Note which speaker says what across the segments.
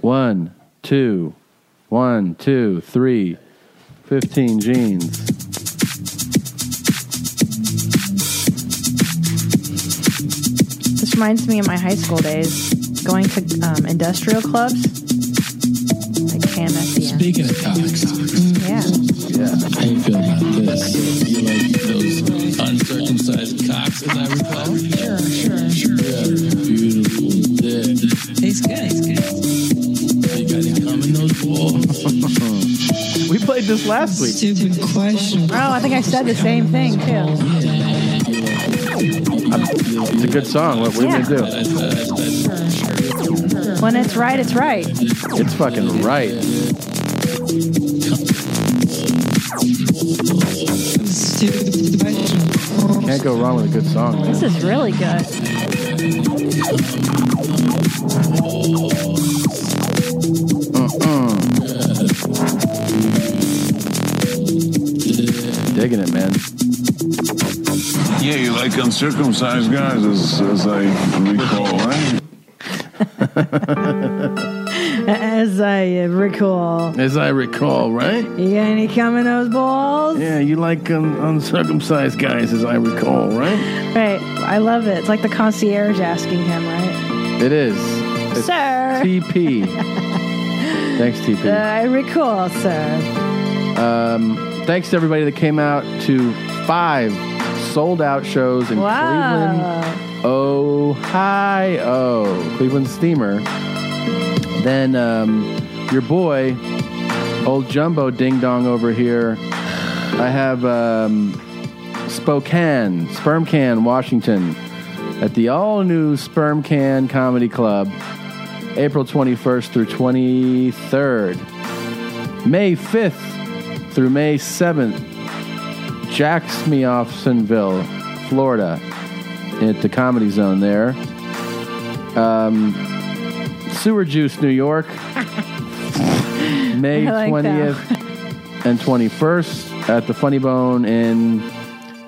Speaker 1: One, two, one, two, three. 15 jeans.
Speaker 2: This reminds me of my high school days, going to um, industrial clubs, like KMSDN.
Speaker 3: Speaking of cocks,
Speaker 2: Yeah,
Speaker 3: how you feel about this? You like those uncircumcised cocks, as I recall? Sure, sure, sure. beautiful dick.
Speaker 4: Tastes good. Tastes good.
Speaker 3: You got it coming, those balls.
Speaker 1: We played this last week.
Speaker 4: Stupid question.
Speaker 2: bro. I think I said the same thing too.
Speaker 1: It's a good song. What we are going to do?
Speaker 2: When it's right, it's right.
Speaker 1: It's fucking right.
Speaker 4: Stupid question.
Speaker 1: Can't go wrong with a good song, man.
Speaker 2: This is really good.
Speaker 1: Digging it, man.
Speaker 5: Yeah, you like uncircumcised guys, as, as I recall, right?
Speaker 2: As I recall,
Speaker 1: As I recall, right?
Speaker 2: you got any cum in those balls?
Speaker 1: Yeah, you like um, uncircumcised guys, as I recall, right?
Speaker 2: Right, I love it. It's like the concierge asking him, right?
Speaker 1: It is. It's
Speaker 2: Sir,
Speaker 1: TP. Thanks, TP.
Speaker 2: Uh, I recall, sir.
Speaker 1: Um, Thanks to everybody that came out to five sold out shows in Cleveland,
Speaker 2: Wow.
Speaker 1: Ohio. Cleveland Steamer. Then um, your boy, old Jumbo Ding Dong over here. I have um, Spokane, Sperm Can, Washington, at the all new Sperm Can Comedy Club, April 21st through 23rd. May 5th through May 7th, Jack's Meoffsonville, Florida, at the Comedy Zone there. Um, Sewer Juice, New York, May
Speaker 2: I like
Speaker 1: 20th and 21st at the Funny Bone in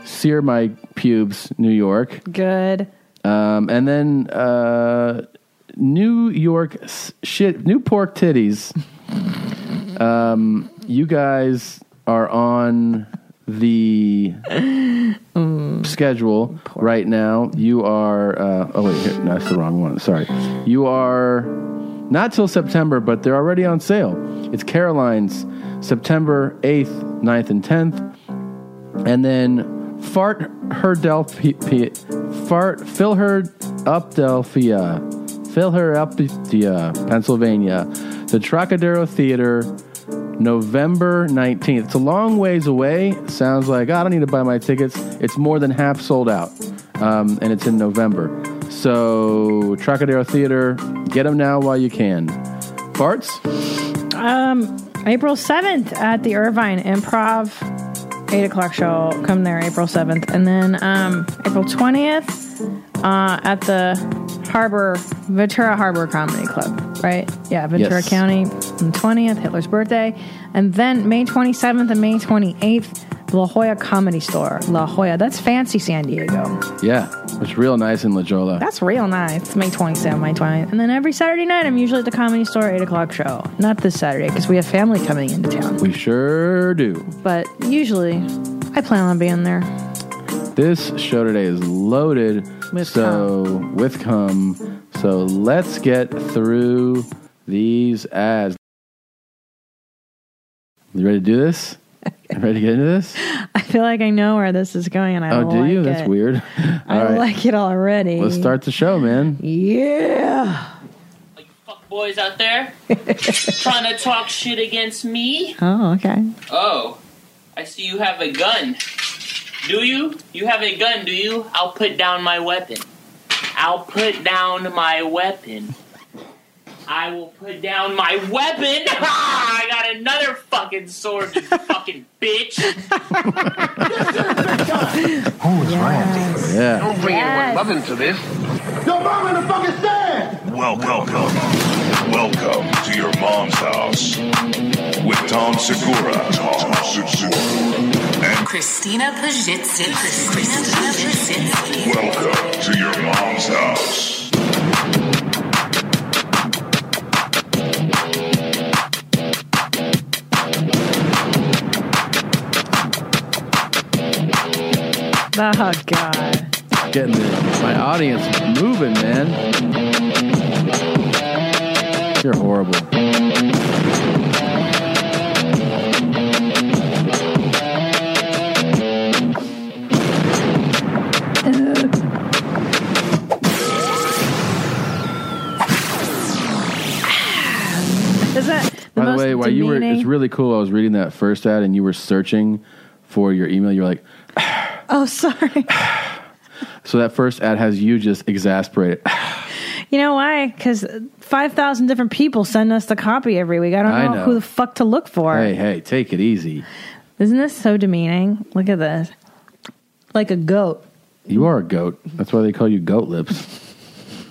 Speaker 1: Sear My Pubes, New York.
Speaker 2: Good.
Speaker 1: Um, and then uh, New York s- shit, New Pork Titties. um, you guys are on the schedule right now. You are. Uh, oh wait, here, no, that's the wrong one. Sorry. You are not till September, but they're already on sale. It's Caroline's September eighth, 9th, and tenth and then fart her Delphia, fart fill her up Delphia, fill her up Delphia, Pennsylvania, the Trocadero Theater, November nineteenth. It's a long ways away. Sounds like "Oh, I don't need to buy my tickets. It's more than half sold out, um, and it's in November. So Trocadero Theater, get them now while you can. Farts.
Speaker 2: Um, April 7th at the Irvine Improv. 8 o'clock show. Come there April 7th. And then um, April 20th uh, at the Harbor, Ventura Harbor Comedy Club, right? Yeah, Ventura
Speaker 1: Yes.
Speaker 2: County. And 20th, Hitler's birthday. And then May 27th and May 28th, La Jolla Comedy Store. La Jolla. That's fancy San Diego.
Speaker 1: Yeah, it's real nice in La Jolla.
Speaker 2: That's real nice. May 27th, May 20th. And then every Saturday night, I'm usually at the Comedy Store 8 o'clock show. Not this Saturday because we have family coming into town.
Speaker 1: we sure do.
Speaker 2: but usually I plan on being there.
Speaker 1: This show today is loaded
Speaker 2: With
Speaker 1: so with cum. So let's get through these ads. You ready to do this? You ready to get into this?
Speaker 2: I feel like I know where this is going, and I
Speaker 1: Oh,
Speaker 2: like
Speaker 1: do you?
Speaker 2: It.
Speaker 1: That's weird. All
Speaker 2: I
Speaker 1: right,
Speaker 2: like it already.
Speaker 1: let's start the show, man.
Speaker 2: Yeah.
Speaker 6: you fuck boys out there trying to talk shit against me?
Speaker 2: Oh, okay.
Speaker 6: Oh, I see you have a gun. Do you? You have a gun, do you? I'll put down my weapon. I'll put down my weapon. I will put down my weapon. Ah, I got another fucking sword, you fucking bitch.
Speaker 1: Yeah.
Speaker 7: bring
Speaker 2: Yes.
Speaker 7: anyone loving to this.
Speaker 5: Welcome, welcome, welcome to your mom's house with Tom Segura. Tom Segura. And
Speaker 8: Christina Pajitsky. Christina Pajitsky.
Speaker 5: welcome to your mom's house.
Speaker 2: Oh god.
Speaker 1: Getting the, my audience moving, man. You're horrible.
Speaker 2: Is that the
Speaker 1: By the
Speaker 2: most
Speaker 1: way, while you were,
Speaker 2: demeaning-
Speaker 1: it's really cool. I was reading that first ad, and you were searching for your email. You're like,
Speaker 2: Oh, sorry.
Speaker 1: so that first ad has you just exasperated.
Speaker 2: You know why? Because five thousand different people send us the copy every week. I don't know,
Speaker 1: I know.
Speaker 2: who the fuck to look for.
Speaker 1: hey, hey, take it easy.
Speaker 2: Isn't this so demeaning? Look at this, like a goat.
Speaker 1: You are a goat. That's why they call you Goat Lips.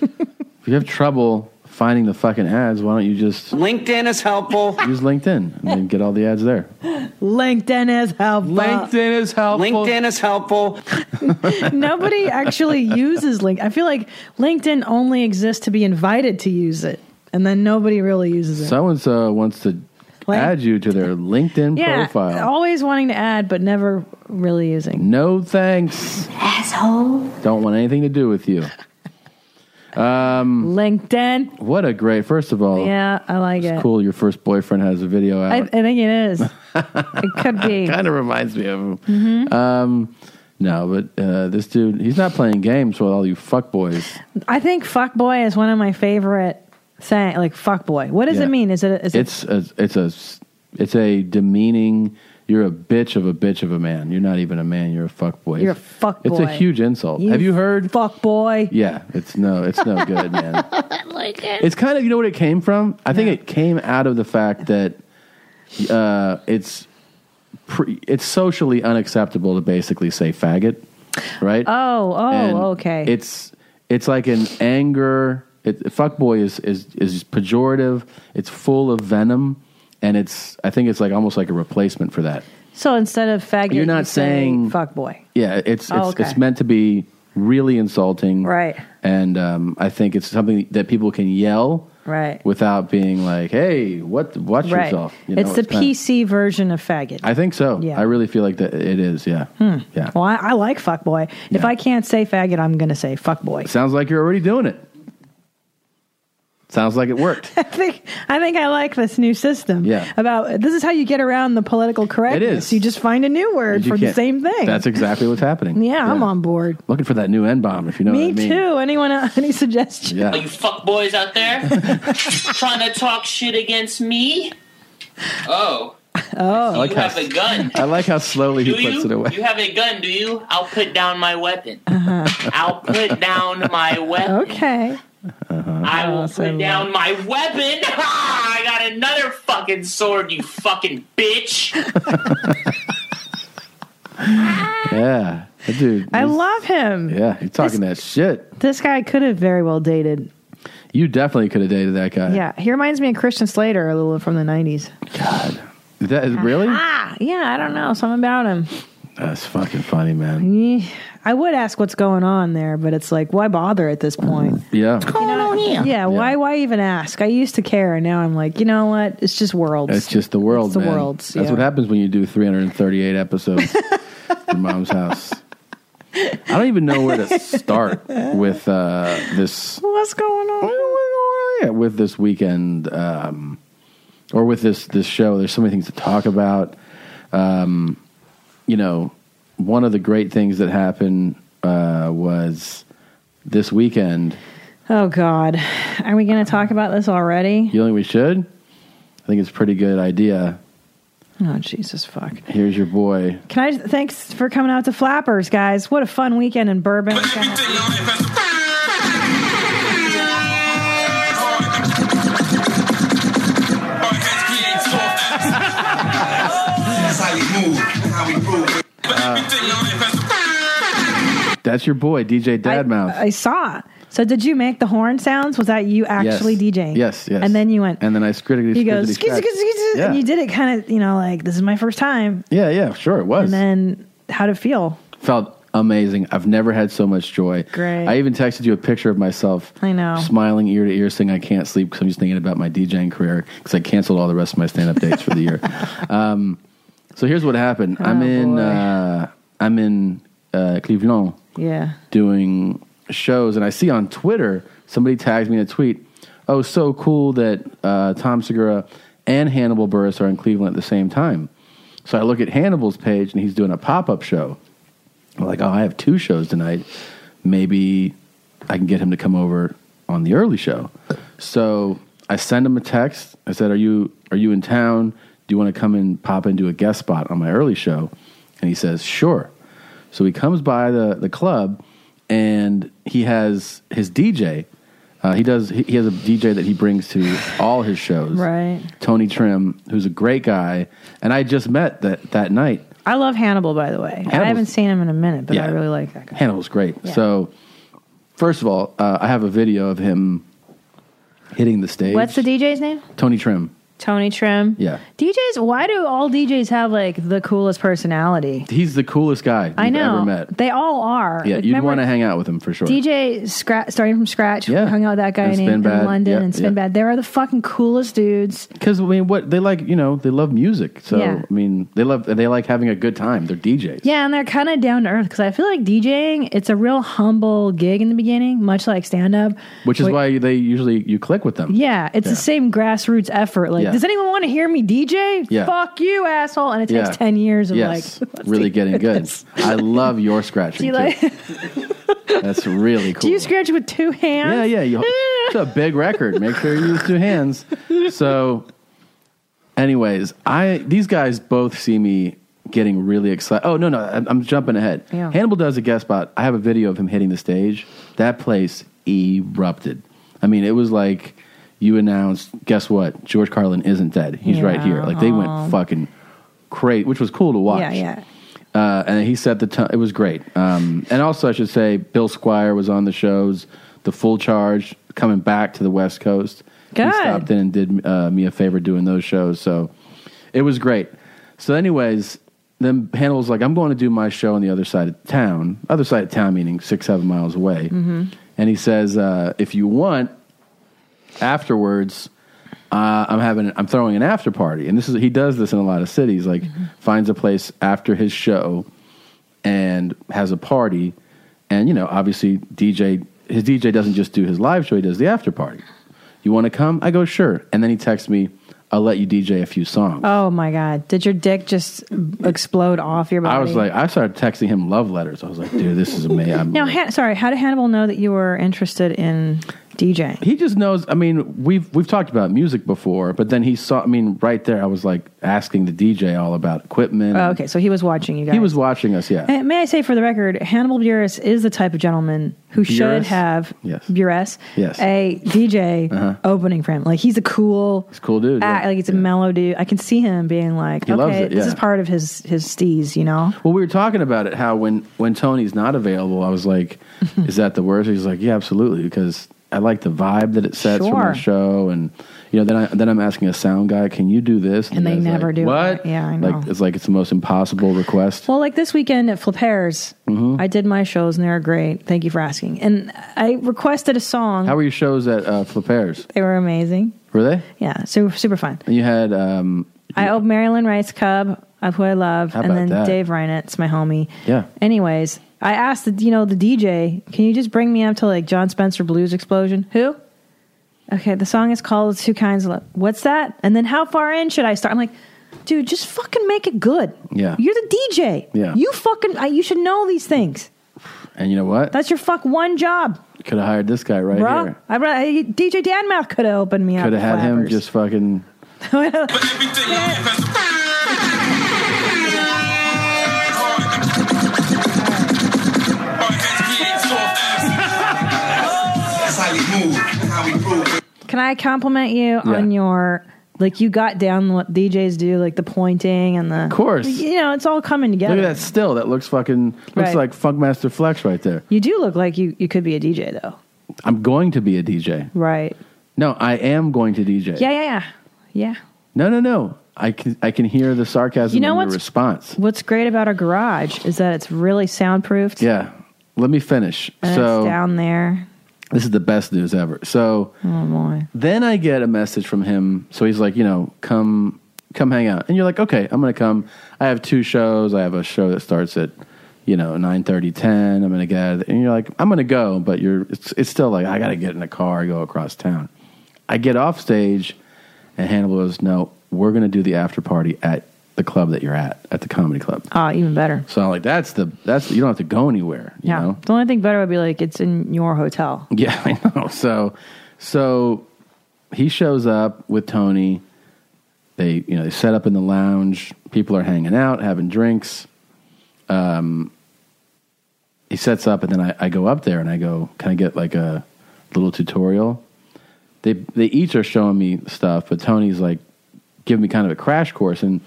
Speaker 1: if you have trouble finding the fucking ads, why don't you just
Speaker 7: LinkedIn is helpful.
Speaker 1: use LinkedIn and then get all the ads there?
Speaker 2: LinkedIn is helpful.
Speaker 1: LinkedIn is helpful.
Speaker 7: LinkedIn is helpful.
Speaker 2: Nobody actually uses LinkedIn. I feel like LinkedIn only exists to be invited to use it, and then nobody really uses it.
Speaker 1: Someone uh, wants to
Speaker 2: Like-
Speaker 1: add you to their LinkedIn
Speaker 2: yeah,
Speaker 1: profile.
Speaker 2: always wanting to add, but never really using.
Speaker 1: No thanks.
Speaker 8: Asshole.
Speaker 1: Don't want anything to do with you. Um,
Speaker 2: LinkedIn.
Speaker 1: What a great. First of all,
Speaker 2: Yeah, I like it.
Speaker 1: Oh, cool. Your first boyfriend has a video out.
Speaker 2: I, I think it is. it could be.
Speaker 1: kind of reminds me of him.
Speaker 2: Mm-hmm.
Speaker 1: Um, no, but uh, this dude, he's not playing games with all you fuckboys.
Speaker 2: I think fuck boy is one of my favorite saying. Like fuck boy. What does
Speaker 1: Yeah.
Speaker 2: it mean? Is it? Is it?
Speaker 1: It's a, it's a it's a demeaning. You're a bitch of a bitch of a man. You're not even a man. You're a fuckboy.
Speaker 2: You're a fuckboy.
Speaker 1: It's a huge insult. Have you heard?
Speaker 2: Fuck boy.
Speaker 1: Yeah, it's no, it's no good, man. It's kind of you know what it came from. I think it came out of the fact that uh, it's pre, it's socially unacceptable to basically say faggot, right?
Speaker 2: Oh, oh,
Speaker 1: And
Speaker 2: okay.
Speaker 1: It's it's like an anger. It, fuckboy is is is pejorative. It's full of venom, and it's I think it's like almost like a replacement for that.
Speaker 2: so instead of faggot,
Speaker 1: You're not
Speaker 2: you say
Speaker 1: saying-
Speaker 2: fuck boy.
Speaker 1: Yeah, it's it's,
Speaker 2: Oh, okay.
Speaker 1: it's meant to be really insulting,
Speaker 2: Right.
Speaker 1: And um, I think it's something that people can yell
Speaker 2: Right.
Speaker 1: without being like, "Hey, what? Watch
Speaker 2: right.
Speaker 1: yourself."
Speaker 2: it's the
Speaker 1: kind of-
Speaker 2: PC version of faggot.
Speaker 1: I think so.
Speaker 2: Yeah.
Speaker 1: I really feel like that it is. Yeah, yeah.
Speaker 2: well, I, I like fuck boy. If
Speaker 1: Yeah.
Speaker 2: I can't say faggot, I'm gonna say fuck boy.
Speaker 1: Sounds like you're already doing it. Sounds like it worked.
Speaker 2: I think I think I like this new system.
Speaker 1: Yeah.
Speaker 2: About this is how you get around the political correctness.
Speaker 1: is.
Speaker 2: You just find a new word
Speaker 1: You
Speaker 2: for the
Speaker 1: can't-
Speaker 2: same thing.
Speaker 1: That's exactly what's happening.
Speaker 2: yeah, I'm on board.
Speaker 1: Looking for that new N bomb, if you know
Speaker 2: Me
Speaker 1: what I mean.
Speaker 2: too. Anyone else, any suggestions?
Speaker 6: All
Speaker 1: Yeah.
Speaker 6: Oh, you fuck boys out there trying to talk shit against me? Oh. Oh, you
Speaker 1: how-
Speaker 6: have a gun.
Speaker 1: I like how slowly he
Speaker 6: Do
Speaker 1: puts it
Speaker 6: you?
Speaker 1: away.
Speaker 6: You have a gun, do you? I'll put down my weapon. I'll put down my weapon.
Speaker 2: Okay.
Speaker 1: Uh-huh.
Speaker 6: I will
Speaker 2: Oh, so
Speaker 6: put down my weapon. Ah, I got another fucking sword, you fucking bitch.
Speaker 1: Yeah. That dude.
Speaker 2: I
Speaker 1: is-
Speaker 2: love him.
Speaker 1: Yeah, he's talking that shit.
Speaker 2: This guy could have very well dated.
Speaker 1: You definitely could have dated that guy.
Speaker 2: Yeah, he reminds me of Christian Slater a little from the '90s.
Speaker 1: That is really?
Speaker 2: Ah, yeah, I don't know something about him.
Speaker 1: That's fucking funny, man.
Speaker 2: Eh, I would ask what's going on there, but it's like, why bother at this point?
Speaker 1: Yeah.
Speaker 2: Yeah, why, why even ask? I used to care, and now I'm like, you know what? It's just worlds.
Speaker 1: It's just the world,
Speaker 2: It's the
Speaker 1: man.
Speaker 2: worlds,
Speaker 1: That's
Speaker 2: yeah.
Speaker 1: what happens when you do 338 episodes in Mom's House. I don't even know where to start with uh, this
Speaker 2: what's going on.
Speaker 1: Yeah, with this weekend um, or with this this show there's so many things to talk about um, you know one of the great things that happened uh, was this weekend
Speaker 2: Oh God, are we going to talk about this already?
Speaker 1: you think we should i think it's a pretty good idea
Speaker 2: Oh Jesus, fuck!
Speaker 1: here's your boy
Speaker 2: Can I? Thanks for coming out to Flappers, guys. What a fun weekend in Bourbon.
Speaker 9: That's how we move. That's how we prove.
Speaker 1: that's your boy dj dadmouth
Speaker 2: I, I saw. So did you make the horn sounds? Was that you actually
Speaker 1: yes.
Speaker 2: DJing?
Speaker 1: yes yes
Speaker 2: And then you went.
Speaker 1: and then i scritically
Speaker 2: he goes, "Skizz, skizz, skizz,"
Speaker 1: yeah.
Speaker 2: and you did it kind of, you know, like this is my first time.
Speaker 1: yeah yeah sure it was
Speaker 2: And then how'd it feel?
Speaker 1: felt amazing. I've never had so much joy.
Speaker 2: Great.
Speaker 1: I even texted you a picture of myself.
Speaker 2: I know.
Speaker 1: Smiling ear to ear, saying I can't sleep because I'm just thinking about my DJing career because I canceled all the rest of my stand up dates for the year. Um, so here's what happened. I'm
Speaker 2: Oh,
Speaker 1: in.
Speaker 2: boy.
Speaker 1: Uh, I'm in uh, Cleveland
Speaker 2: Yeah.
Speaker 1: doing shows, and I see on Twitter somebody tags me in a tweet. Oh, so cool that uh, Tom Segura and Hannibal Burris are in Cleveland at the same time. So I look at Hannibal's page, and he's doing a pop up show. I'm like, oh, I have two shows tonight. Maybe I can get him to come over on the early show. So I send him a text. I said, "Are you are you in town? Do you want to come and pop into a guest spot on my early show?" And he says, "Sure." So he comes by the the club, and he has his DJ. Uh, he does. He, he has a DJ that he brings to all his shows.
Speaker 2: Right.
Speaker 1: Tony Trim, who's a great guy, and I just met that that night.
Speaker 2: I love Hannibal, by the way. I
Speaker 1: Hannibal's-
Speaker 2: haven't seen him in a minute, but I
Speaker 1: Yeah.
Speaker 2: really like that guy.
Speaker 1: Hannibal's great.
Speaker 2: Yeah.
Speaker 1: So, first of all, uh, I have a video of him hitting the stage.
Speaker 2: What's the DJ's name?
Speaker 1: Tony Trim?
Speaker 2: Tony Trim.
Speaker 1: Yeah,
Speaker 2: DJs, why do all DJs have like the coolest personality?
Speaker 1: he's the coolest guy
Speaker 2: I
Speaker 1: you've
Speaker 2: know.
Speaker 1: ever met.
Speaker 2: They all are.
Speaker 1: Yeah,
Speaker 2: Like,
Speaker 1: you'd
Speaker 2: remember
Speaker 1: want to hang out with him for sure.
Speaker 2: DJ scra- starting from scratch.
Speaker 1: Yeah.
Speaker 2: hung out with that guy
Speaker 1: And
Speaker 2: named in
Speaker 1: Spinbad.
Speaker 2: London
Speaker 1: Yeah,
Speaker 2: and
Speaker 1: yeah.
Speaker 2: Spinbad. They are the fucking coolest dudes.
Speaker 1: Because I mean, what they like, you know, they love music. So
Speaker 2: Yeah.
Speaker 1: I mean, they love they like having a good time. They're DJs.
Speaker 2: Yeah, and they're kind of down to earth because I feel like DJing, it's a real humble gig in the beginning, much like stand up.
Speaker 1: Which is why they usually you click with them.
Speaker 2: Yeah, it's
Speaker 1: Yeah.
Speaker 2: the same grassroots effort. Like,
Speaker 1: Yeah.
Speaker 2: does anyone want to hear me DJ?
Speaker 1: Yeah.
Speaker 2: Fuck you, asshole. And it takes 10 years of
Speaker 1: yes,
Speaker 2: like, let's
Speaker 1: really
Speaker 2: see.
Speaker 1: getting good. I love your scratching.
Speaker 2: Do you,
Speaker 1: too.
Speaker 2: like,
Speaker 1: That's really cool.
Speaker 2: do you scratch with two hands?
Speaker 1: Yeah, yeah. You, it's a big record. Make sure you use two hands. So, anyways, I these guys both see me getting really excited. Oh no, no, I'm, I'm jumping ahead.
Speaker 2: Yeah.
Speaker 1: Hannibal does a guest spot. I have a video of him hitting the stage. That place erupted. I mean, it was like you announced. Guess what? George Carlin isn't dead. He's right here. Like they
Speaker 2: Yeah.
Speaker 1: went fucking crazy, which was cool to watch.
Speaker 2: Yeah, yeah.
Speaker 1: Uh, and he set the tone. It was great. Um, and also, I should say, Bill Squire was on the shows. The full charge coming back to the West Coast.
Speaker 2: Good.
Speaker 1: He stopped in and did uh, me a favor doing those shows. So it was great. So, anyways, then Hannibal's like, I'm going to do my show on the other side of town. Other side of town, meaning six, seven miles away. And he says, uh, if you want, afterwards, uh, I'm having, I'm throwing an after party, and this is he does this in a lot of cities. Like finds a place after his show and has a party, and you know, obviously DJ, his DJ doesn't just do his live show; he does the after party. You want to come? I go sure, and then he texts me, "I'll let you DJ a few songs."
Speaker 2: Oh my God. Did your dick just explode off your body?
Speaker 1: I was like, I started texting him love letters. I was like, dude, this is amazing. I'm-
Speaker 2: now, Han- sorry, how did Hannibal know that you were interested in DJing?
Speaker 1: he just knows. I mean, we've we've talked about music before, but then he saw. I mean, right there, I was like asking the DJ all about equipment.
Speaker 2: Oh, okay, so he was watching you guys.
Speaker 1: He was watching us. Yeah.
Speaker 2: And may I say, for the record, Hannibal Buress is the type of gentleman who should
Speaker 1: Buress?
Speaker 2: have
Speaker 1: Yes.
Speaker 2: Buress,
Speaker 1: Yes. Uh-huh.
Speaker 2: a DJ opening for him. Like he's a cool,
Speaker 1: He's a cool dude,
Speaker 2: act-
Speaker 1: yeah.
Speaker 2: like it's a mellow dude. I can see him being like,
Speaker 1: He
Speaker 2: okay,
Speaker 1: loves it,
Speaker 2: this
Speaker 1: yeah.
Speaker 2: is part of his his steez, you know.
Speaker 1: Well, we were talking about it how when when Tony's not available, I was like, "Is that the worst?" He's like, "Yeah, absolutely," because I like the vibe that it sets for
Speaker 2: Sure.
Speaker 1: my show, and you know, then I then I'm asking a sound guy, "Can you do this?"
Speaker 2: And
Speaker 1: the
Speaker 2: they
Speaker 1: guy's
Speaker 2: never
Speaker 1: like,
Speaker 2: do it.
Speaker 1: What?
Speaker 2: Yeah, I
Speaker 1: Like
Speaker 2: know.
Speaker 1: it's like it's the most impossible request.
Speaker 2: Well, like this weekend at Flippers,
Speaker 1: Mm-hmm.
Speaker 2: I did my shows and they were great. Thank you for asking. And I requested a song.
Speaker 1: How were your shows at uh, Flippers?
Speaker 2: they were amazing.
Speaker 1: Were they?
Speaker 2: Yeah, super super fun.
Speaker 1: And you had um,
Speaker 2: I owe Marilyn Rice Cub, of who I love,
Speaker 1: How
Speaker 2: and
Speaker 1: about
Speaker 2: then
Speaker 1: that?
Speaker 2: Dave Reinitz, my homie.
Speaker 1: Yeah.
Speaker 2: Anyways, I asked the you know the DJ, can you just bring me up to like John Spencer Blues Explosion? Who? Okay, the song is called Two Kinds of Love. What's that? And then how far in should I start? I'm like, dude, just fucking make it good.
Speaker 1: Yeah.
Speaker 2: You're the DJ.
Speaker 1: Yeah.
Speaker 2: You fucking I, you should know these things.
Speaker 1: and you know what?
Speaker 2: That's your fuck one job,
Speaker 1: Could have hired this guy right
Speaker 2: bro.
Speaker 1: here.
Speaker 2: I, I, DJ Danmouth could have opened me up.
Speaker 1: Could have had him
Speaker 2: Flappers.
Speaker 1: just fucking.
Speaker 9: That's how we move, how we prove.
Speaker 2: Can I compliment you
Speaker 1: Yeah.
Speaker 2: on your like you got down what DJs do, like the pointing and the Of
Speaker 1: course.
Speaker 2: You know, it's all coming together.
Speaker 1: Look at that still. That looks fucking looks
Speaker 2: Right.
Speaker 1: like Funkmaster Flex right there.
Speaker 2: You do look like you, you could be a DJ though.
Speaker 1: I'm going to be a DJ.
Speaker 2: Right.
Speaker 1: No, I am going to DJ.
Speaker 2: Yeah, yeah, yeah. Yeah.
Speaker 1: No, no, no. I can I can hear the sarcasm
Speaker 2: You know
Speaker 1: in your
Speaker 2: what's-
Speaker 1: response.
Speaker 2: What's great about our garage is that it's really soundproofed.
Speaker 1: Yeah. Let me finish.
Speaker 2: And
Speaker 1: so
Speaker 2: it's down there.
Speaker 1: this is the best news ever. So
Speaker 2: Oh boy.
Speaker 1: then I get a message from him. So he's like, you know, come come hang out. And you're like, okay, I'm gonna come. I have two shows. I have a show that starts at you know, 9.30, 10, I'm going to get out of the, And you're like, I'm going to go, but you're, it's, it's still like, I got to get in a car, go across town. I get off stage, and Hannibal goes, no, we're going to do the after party at the club that you're at, at the comedy club.
Speaker 2: Oh, even better.
Speaker 1: So I'm like, that's the, that's, you don't have to go anywhere, you
Speaker 2: yeah.
Speaker 1: know?
Speaker 2: The only thing better would be like it's in your hotel.
Speaker 1: Yeah, I know. So, so he shows up with Tony. They, you know, they set up in the lounge. People are hanging out, having drinks. Um, he sets up, and then I, I go up there and I go, "Can I get like a little tutorial?" They they each are showing me stuff, but Tony's like giving me kind of a crash course, and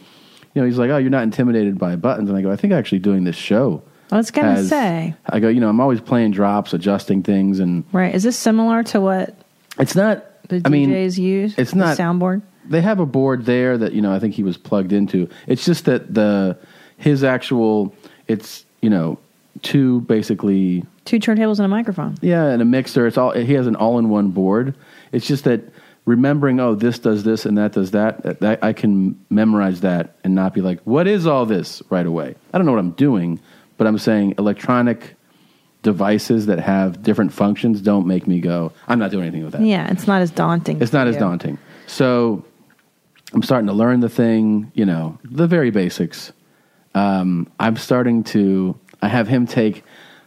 Speaker 1: you know, he's like, "Oh, you're not intimidated by buttons," and I go, "I think actually doing this show."
Speaker 2: I was gonna
Speaker 1: has-
Speaker 2: say.
Speaker 1: I go, you know, I'm always playing drops, adjusting things, and
Speaker 2: Right. Is this similar to what
Speaker 1: it's not.
Speaker 2: the
Speaker 1: I
Speaker 2: DJs
Speaker 1: mean,
Speaker 2: use?
Speaker 1: it's
Speaker 2: The
Speaker 1: not-
Speaker 2: soundboard.
Speaker 1: they have a board there that you know I think he was plugged into. It's just that the his actual it's you know two basically
Speaker 2: Two turntables and a microphone.
Speaker 1: yeah and a mixer. It's all he has an all in one board. It's just that remembering oh this does this and that does that, that, that I can memorize that and not be like what is all this right away. I don't know what I'm doing, but I'm saying electronic devices that have different functions don't make me go I'm not doing anything with that.
Speaker 2: Yeah, it's not as daunting.
Speaker 1: It's not
Speaker 2: for
Speaker 1: as
Speaker 2: you.
Speaker 1: daunting. So I'm starting to learn the thing, you know, the very basics. Um, I'm starting to, I have him take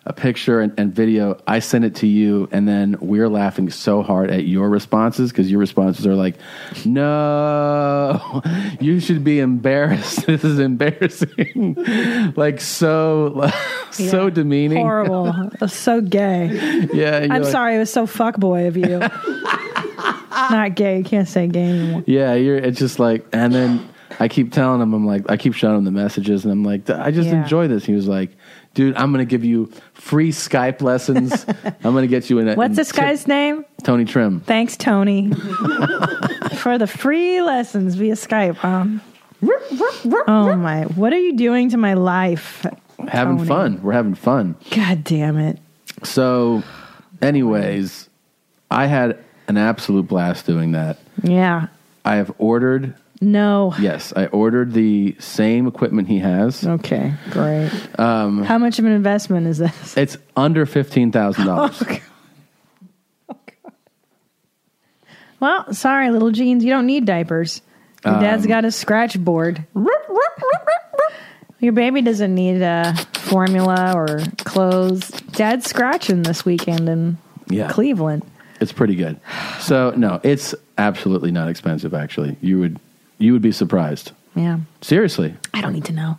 Speaker 1: a picture and, and video. I send it to you, and then we're laughing so hard at your responses because your responses are like, no, you should be embarrassed. This is embarrassing. like, so, so
Speaker 2: Yeah.
Speaker 1: demeaning.
Speaker 2: Horrible. That's so gay.
Speaker 1: Yeah. and you're
Speaker 2: I'm
Speaker 1: like-
Speaker 2: sorry, it was so fuckboy of you. not gay. You can't say gay anymore.
Speaker 1: Yeah, you're. It's just like, and then I keep telling him, I'm like, I keep showing him the messages, and I'm like, I just
Speaker 2: Yeah.
Speaker 1: enjoy this. He was like, dude, I'm gonna give you free Skype lessons. I'm gonna get you in. A,
Speaker 2: What's this guy's name?
Speaker 1: Tony Trim.
Speaker 2: Thanks, Tony, for the free lessons via Skype. Um, oh my! What are you doing to my life?
Speaker 1: Having
Speaker 2: Tony.
Speaker 1: fun. We're having fun.
Speaker 2: God damn it!
Speaker 1: So, anyways, I had an absolute blast doing that.
Speaker 2: Yeah.
Speaker 1: I have ordered.
Speaker 2: No.
Speaker 1: Yes, I ordered the same equipment he has.
Speaker 2: Okay. Great.
Speaker 1: Um,
Speaker 2: How much of an investment is this?
Speaker 1: it's under fifteen thousand dollars.
Speaker 2: Oh, God. Well, sorry, little jeans. You don't need diapers. Your dad's
Speaker 1: Um,
Speaker 2: got a scratch board. Your baby doesn't need a formula or clothes. Dad's scratching this weekend in
Speaker 1: Yeah.
Speaker 2: Cleveland.
Speaker 1: It's pretty good. So no, it's absolutely not expensive. Actually, you would you would be surprised.
Speaker 2: Yeah.
Speaker 1: Seriously,
Speaker 2: I don't need to know.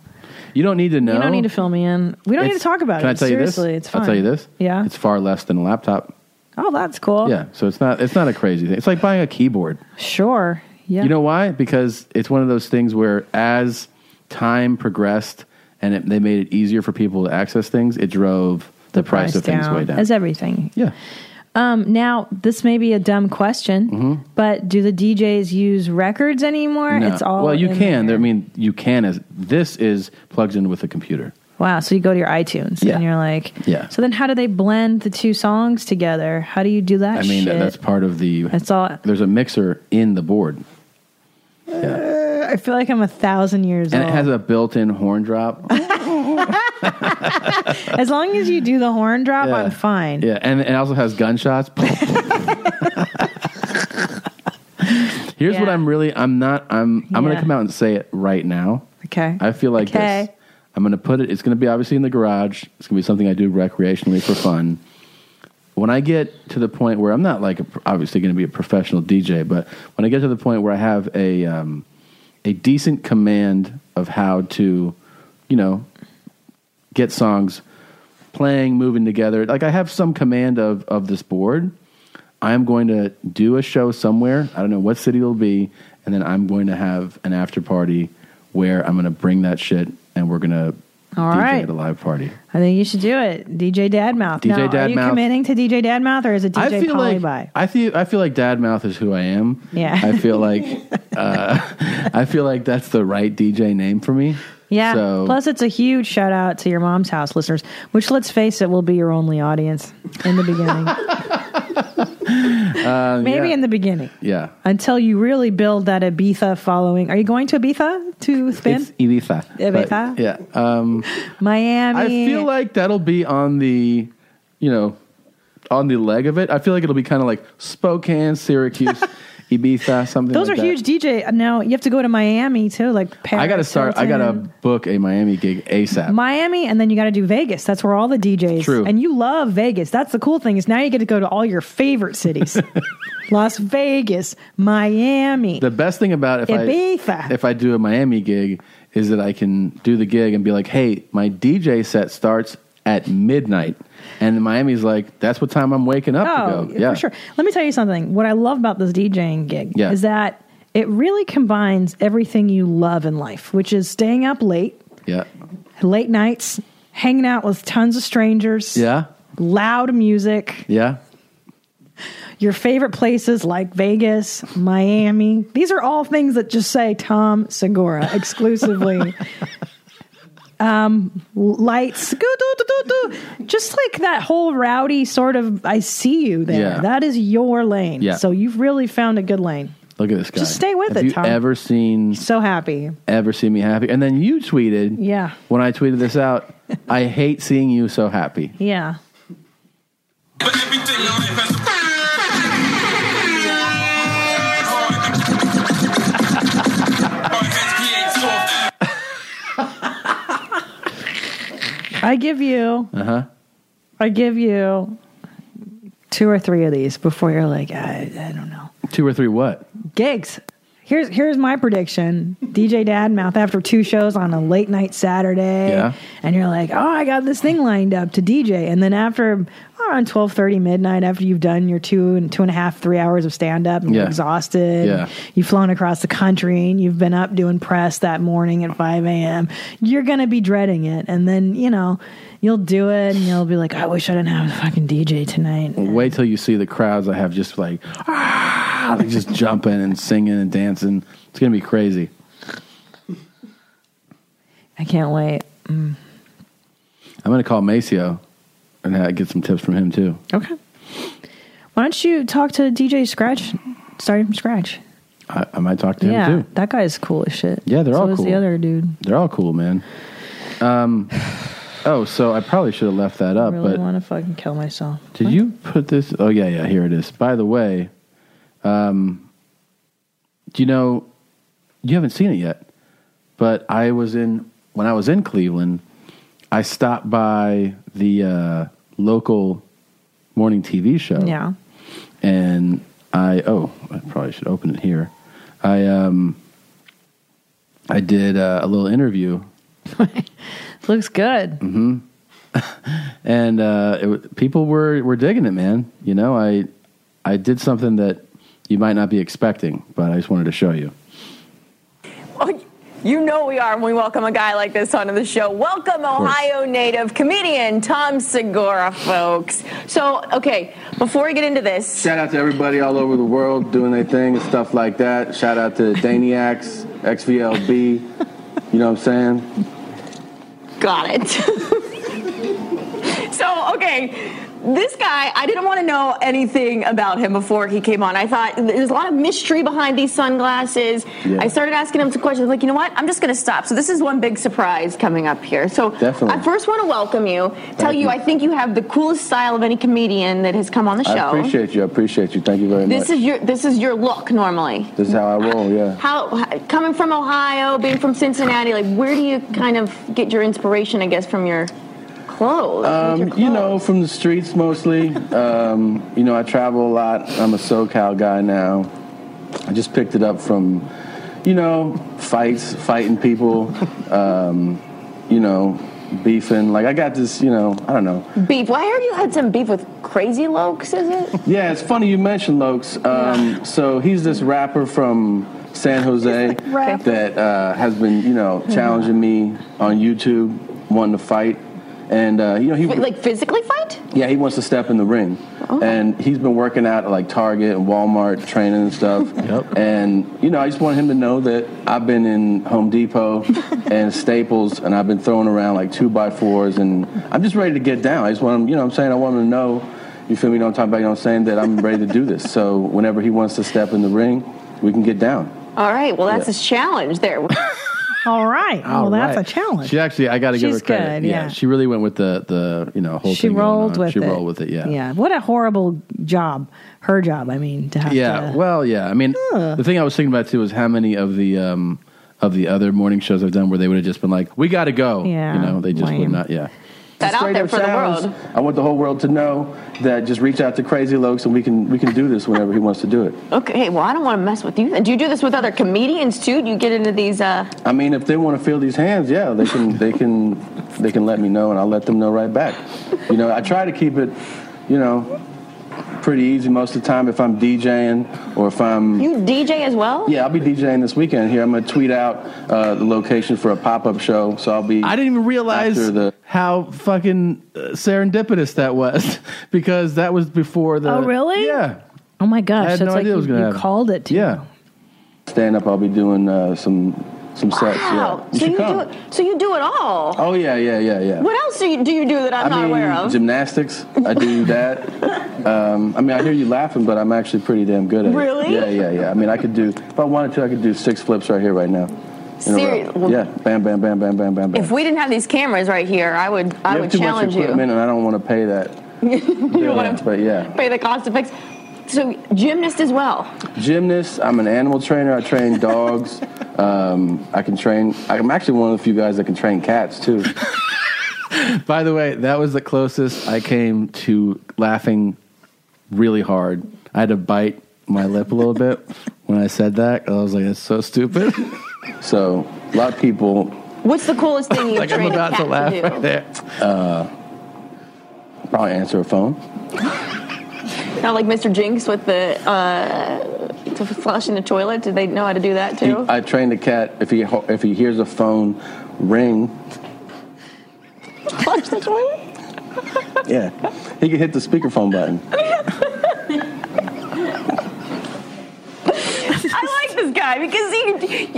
Speaker 1: you don't need to know.
Speaker 2: You don't need to fill me in. We don't need to
Speaker 1: It's-
Speaker 2: talk about
Speaker 1: can
Speaker 2: it.
Speaker 1: I tell
Speaker 2: Seriously,
Speaker 1: you this?
Speaker 2: it's fine.
Speaker 1: I'll tell you this.
Speaker 2: Yeah.
Speaker 1: it's far less than a laptop.
Speaker 2: Oh, that's cool.
Speaker 1: Yeah, so it's not it's not a crazy thing. It's like buying a keyboard.
Speaker 2: Sure. Yeah.
Speaker 1: You know why? Because it's one of those things where as time progressed and it, they made it easier for people to access things, it drove the, price, of things way down.
Speaker 2: As everything.
Speaker 1: yeah.
Speaker 2: Um, now, this may be a dumb question,
Speaker 1: Mm-hmm.
Speaker 2: but do the DJs use records anymore?
Speaker 1: No.
Speaker 2: It's all
Speaker 1: well, you
Speaker 2: in
Speaker 1: can.
Speaker 2: there.
Speaker 1: I mean, you can. As this is plugged in with a computer.
Speaker 2: Wow. So you go to your iTunes
Speaker 1: Yeah.
Speaker 2: and you're like,
Speaker 1: Yeah.
Speaker 2: So then, how do they blend the two songs together? How do you do that?
Speaker 1: I mean,
Speaker 2: Ah, shit?
Speaker 1: that's part of the.
Speaker 2: That's all.
Speaker 1: There's a mixer in the board,
Speaker 2: Uh, I feel like I'm a thousand years
Speaker 1: and
Speaker 2: old.
Speaker 1: it has a built-in horn drop.
Speaker 2: as long as you do the horn drop,
Speaker 1: Yeah.
Speaker 2: I'm fine.
Speaker 1: yeah, and it also has gunshots. Here's what
Speaker 2: Yeah.
Speaker 1: I'm really. I'm not. I'm. I'm going
Speaker 2: Yeah.
Speaker 1: to come out and say it right now.
Speaker 2: Okay.
Speaker 1: I feel like
Speaker 2: Okay.
Speaker 1: this. I'm going to put it. It's going to be obviously in the garage. It's going to be something I do recreationally for fun. When I get to the point where I'm not like a, obviously going to be a professional DJ, but when I get to the point where I have a um, a decent command of how to, you know, get songs playing, moving together. Like I have some command of of this board. I'm going to do a show somewhere. I don't know what city it'll be, and then I'm going to have an after party where I'm going to bring that shit and we're going to
Speaker 2: All
Speaker 1: DJ
Speaker 2: right.
Speaker 1: at a live party.
Speaker 2: I think you should do it, DJ Dadmouth.
Speaker 1: DJ
Speaker 2: now, Are you
Speaker 1: Dadmouth.
Speaker 2: committing to DJ Dadmouth or is it
Speaker 1: I
Speaker 2: DJ
Speaker 1: feel like
Speaker 2: Polyby?
Speaker 1: I feel I feel like Dadmouth is who I am.
Speaker 2: Yeah.
Speaker 1: I feel like uh, I feel like that's the right DJ name for me.
Speaker 2: Yeah.
Speaker 1: So
Speaker 2: Plus, it's a huge shout out to your mom's house listeners, which let's face it, will be your only audience in the beginning. Maybe
Speaker 1: uh, Oh, yeah.
Speaker 2: in the beginning.
Speaker 1: Yeah.
Speaker 2: Until you really build that Ibiza following. Are you going to Ibiza to spin?
Speaker 1: It's Ibiza.
Speaker 2: Ibiza?
Speaker 1: But, yeah. Um,
Speaker 2: Miami.
Speaker 1: I feel like that'll be on the, you know, on the leg of it. I feel like it'll be kind of like Spokane, Syracuse, Ibiza, something
Speaker 2: Those
Speaker 1: like
Speaker 2: are
Speaker 1: that.
Speaker 2: huge DJ. Now you have to go to Miami too, like Paris.
Speaker 1: I got to start, I got to
Speaker 2: Hilton,
Speaker 1: book a Miami gig ASAP.
Speaker 2: Miami, and then you got to do Vegas. That's where all the DJs.
Speaker 1: True.
Speaker 2: And you love Vegas. That's the cool thing is now you get to go to all your favorite cities: Las Vegas, Miami,
Speaker 1: the best thing about if
Speaker 2: Ibiza.
Speaker 1: I if I do a Miami gig is that I can do the gig and be like, "Hey, my DJ set starts at midnight," and Miami's like, "That's what time I'm waking up
Speaker 2: Oh,
Speaker 1: to go." Yeah,
Speaker 2: for sure. Let me tell you something. What I love about this DJing gig
Speaker 1: Yeah.
Speaker 2: is that it really combines everything you love in life, which is staying up late,
Speaker 1: Yeah,
Speaker 2: late nights, hanging out with tons of strangers,
Speaker 1: yeah,
Speaker 2: loud music,
Speaker 1: yeah.
Speaker 2: your favorite places like Vegas, Miami. These are all things that just say Tom Segura exclusively. um, lights, goo-doo-doo-doo-doo. just like that whole rowdy sort of. I see you there.
Speaker 1: Yeah.
Speaker 2: That is your lane.
Speaker 1: Yeah.
Speaker 2: So you've really found a good lane.
Speaker 1: Look at this guy.
Speaker 2: Just stay with
Speaker 1: Have
Speaker 2: it,
Speaker 1: you
Speaker 2: Tom.
Speaker 1: ever seen
Speaker 2: So happy.
Speaker 1: ever seen me happy? And then you tweeted,
Speaker 2: Yeah.
Speaker 1: when I tweeted this out, I hate seeing you so happy.
Speaker 2: Yeah.
Speaker 9: But everything on it has
Speaker 2: I give you. Uh
Speaker 1: Uh-huh.
Speaker 2: huh. I give you two or three of these before you're like, I, I don't know.
Speaker 1: Two or three what?
Speaker 2: gigs. Here's here's my prediction. DJ Dadmouth after two shows on a late night Saturday,
Speaker 1: Yeah.
Speaker 2: and you're like, oh, I got this thing lined up to DJ, and then after around twelve thirty midnight, after you've done your two and two and a half three hours of stand up, and you're
Speaker 1: Yeah.
Speaker 2: exhausted,
Speaker 1: Yeah.
Speaker 2: you've flown across the country, and you've been up doing press that morning at five a.m. You're gonna be dreading it, and then you know you'll do it, and you'll be like, I wish I didn't have a fucking DJ tonight.
Speaker 1: Wait till you see the crowds I have just like, ah, like just jumping and singing and dancing. It's gonna be crazy.
Speaker 2: I can't wait.
Speaker 1: I'm gonna call Maceo and ha- get some tips from him too.
Speaker 2: Okay. Why don't you talk to DJ Scratch? Starting from scratch.
Speaker 1: I, I might talk to
Speaker 2: yeah,
Speaker 1: him too.
Speaker 2: that guy's cool as shit.
Speaker 1: Yeah, they're
Speaker 2: so
Speaker 1: all
Speaker 2: is the
Speaker 1: cool.
Speaker 2: other dude.
Speaker 1: They're all cool, man. Um, oh, so I probably should have left that
Speaker 2: I
Speaker 1: up.
Speaker 2: really
Speaker 1: but
Speaker 2: want to fucking kill myself.
Speaker 1: did you put this? Oh yeah, yeah. Here it is. By the way, um, do you know? You haven't seen it yet, but I was in when I was in Cleveland. I stopped by the uh, local morning TV show.
Speaker 2: Yeah.
Speaker 1: and I oh I probably should open it here. I um I did uh, a little interview,
Speaker 2: Looks good.
Speaker 1: hmm and uh, it, wa- people were were digging it, man. You know, I I did something that you might not be expecting, but I just wanted to show you.
Speaker 10: You know we are when we welcome a guy like this onto the show. Welcome,
Speaker 1: course.
Speaker 10: Ohio native comedian Tom Segura, folks. So, okay, before we get into this,
Speaker 1: Shout out to everybody all over the world doing their thing and stuff like that. Shout out to Daniacs, XVLB. You know what I'm saying?
Speaker 10: Got it. so, okay, this guy, I didn't want to know anything about him before he came on. I thought there's a lot of mystery behind these sunglasses.
Speaker 11: Yeah.
Speaker 10: I started asking him some questions. I'm like, you know what? I'm just going to stop. So, this is one big surprise coming up here. So,
Speaker 11: Definitely.
Speaker 10: I first want to welcome you, tell
Speaker 1: Thank
Speaker 10: you,
Speaker 1: you.
Speaker 10: I think you have the coolest style of any comedian that has come on the show.
Speaker 1: I appreciate you. I appreciate you. Thank you very
Speaker 10: this
Speaker 1: much.
Speaker 10: is your this is your look normally.
Speaker 1: this is how I roll. Yeah.
Speaker 10: How h- coming from Ohio, being from Cincinnati, like where do you kind of get your inspiration? I guess from your clothes.
Speaker 1: Um, you know, from the streets mostly. Um, you know, I travel a lot. I'm a SoCal guy now. I just picked it up from, you know, fights, fighting people, um, you know, beefing. Like, I got this, you know, I don't know.
Speaker 10: beef. Well, I heard you had some beef with Crazy Lokes, is it?
Speaker 1: Yeah, it's funny you mentioned Lokes. Um, so he's this rapper from San Jose
Speaker 10: rapper.
Speaker 1: that uh, has been, you know, challenging me on YouTube, wanting to fight. And, uh, you know, he.
Speaker 10: Wait, like physically fight?
Speaker 1: Yeah, he wants to step in the ring.
Speaker 2: Oh.
Speaker 1: And he's been working out at like Target and Walmart, training and stuff. Yep. And, you know, I just want him to know that I've been in Home Depot and Staples and I've been throwing around like two by fours and I'm just ready to get down. I just want him, you know what I'm saying? I want him to know You feel me? You know what I'm talking about? You know what I'm saying? That I'm ready to do this. So whenever he wants to step in the ring, we can get down.
Speaker 10: All right. Well, that's
Speaker 1: Yeah.
Speaker 10: his challenge there.
Speaker 2: All right.
Speaker 1: All
Speaker 2: well, that's
Speaker 1: right.
Speaker 2: a challenge.
Speaker 1: She actually, I got to give her
Speaker 2: She's
Speaker 1: credit.
Speaker 2: good, yeah.
Speaker 1: she really went with the the you know whole
Speaker 2: she
Speaker 1: thing. going
Speaker 2: rolled
Speaker 1: on.
Speaker 2: with
Speaker 1: she
Speaker 2: it.
Speaker 1: rolled with it. Yeah.
Speaker 2: Yeah. What a horrible job. Her job, I mean, to have
Speaker 1: Yeah,
Speaker 2: to.
Speaker 1: well, yeah. I mean,
Speaker 2: Huh.
Speaker 1: the thing I was thinking about too is how many of the um, of the other morning shows I've done where they would have just been like, "We got to go,"
Speaker 2: Yeah,
Speaker 1: you know, they just would
Speaker 2: lame.
Speaker 1: not. Yeah,
Speaker 10: That out there for the world.
Speaker 1: I want the whole world to know that just reach out to Crazy Lokes and we can we can do this whenever he wants to do it.
Speaker 10: Okay. Well, I don't want to mess with you. then. Do you do this with other comedians too? Do you get into these? Uh,
Speaker 1: I mean, if they want to feel these hands, yeah, they can they can they can let me know and I'll let them know right back. You know, I try to keep it, you know, pretty easy most of the time if I'm DJing or if I'm
Speaker 10: you DJ as well?
Speaker 1: Yeah, I'll be DJing this weekend here. I'm going to tweet out uh, the location for a pop up show. So I'll be. I didn't even realize how fucking uh, serendipitous that was because that was before the.
Speaker 2: oh, really?
Speaker 1: Yeah.
Speaker 2: Oh, my
Speaker 1: I
Speaker 2: gosh.
Speaker 1: had
Speaker 2: So
Speaker 1: no
Speaker 2: it's like
Speaker 1: idea it was
Speaker 2: you,
Speaker 1: going to
Speaker 2: you
Speaker 1: happen.
Speaker 2: called it to
Speaker 1: Yeah. Stand up, I'll be doing uh, some some sets.
Speaker 10: Wow.
Speaker 1: Yeah. You
Speaker 10: so
Speaker 1: should
Speaker 10: you
Speaker 1: come.
Speaker 10: do it. So you do it all.
Speaker 1: Oh, yeah, yeah, yeah, yeah.
Speaker 10: What else do you do, you do that I'm
Speaker 1: I
Speaker 10: not
Speaker 1: mean,
Speaker 10: aware of?
Speaker 1: gymnastics. I do that. um, I mean, I hear you laughing, but I'm actually pretty damn good at it.
Speaker 10: Really?
Speaker 1: Yeah, yeah, yeah. I mean, I could do, if I wanted to, I could do six flips right here, right now. In a row.
Speaker 10: Serious- well-
Speaker 1: Yeah, bam, bam, bam, bam, bam, bam, bam.
Speaker 10: If we didn't have these cameras right here, I would I
Speaker 1: you
Speaker 10: would
Speaker 1: have too
Speaker 10: challenge
Speaker 1: much equipment,
Speaker 10: you.
Speaker 1: and I don't want to pay that.
Speaker 10: you
Speaker 1: bill,
Speaker 10: don't want to
Speaker 1: but yeah,
Speaker 10: pay the cost to fix. So gymnast as well.
Speaker 1: gymnast. I'm an animal trainer. I train dogs. um, I can train. I'm actually one of the few guys that can train cats too. By the way, that was the closest I came to laughing really hard. I had to bite my lip a little bit when I said that. I was like, "That's so stupid." so a lot of people
Speaker 10: What's the coolest thing you've
Speaker 1: like I'm
Speaker 10: trained a
Speaker 1: about
Speaker 10: cat
Speaker 1: to laugh
Speaker 10: do?
Speaker 1: right there. Uh, probably answer a phone.
Speaker 10: Not like Mr. Jinx with the uh, to flush in the toilet. Did they know how to do that
Speaker 1: He-
Speaker 10: too?
Speaker 1: I trained a cat if he ho- if he hears a phone ring,
Speaker 10: flush the toilet.
Speaker 1: yeah, he can hit the speakerphone button.
Speaker 10: I like this guy because he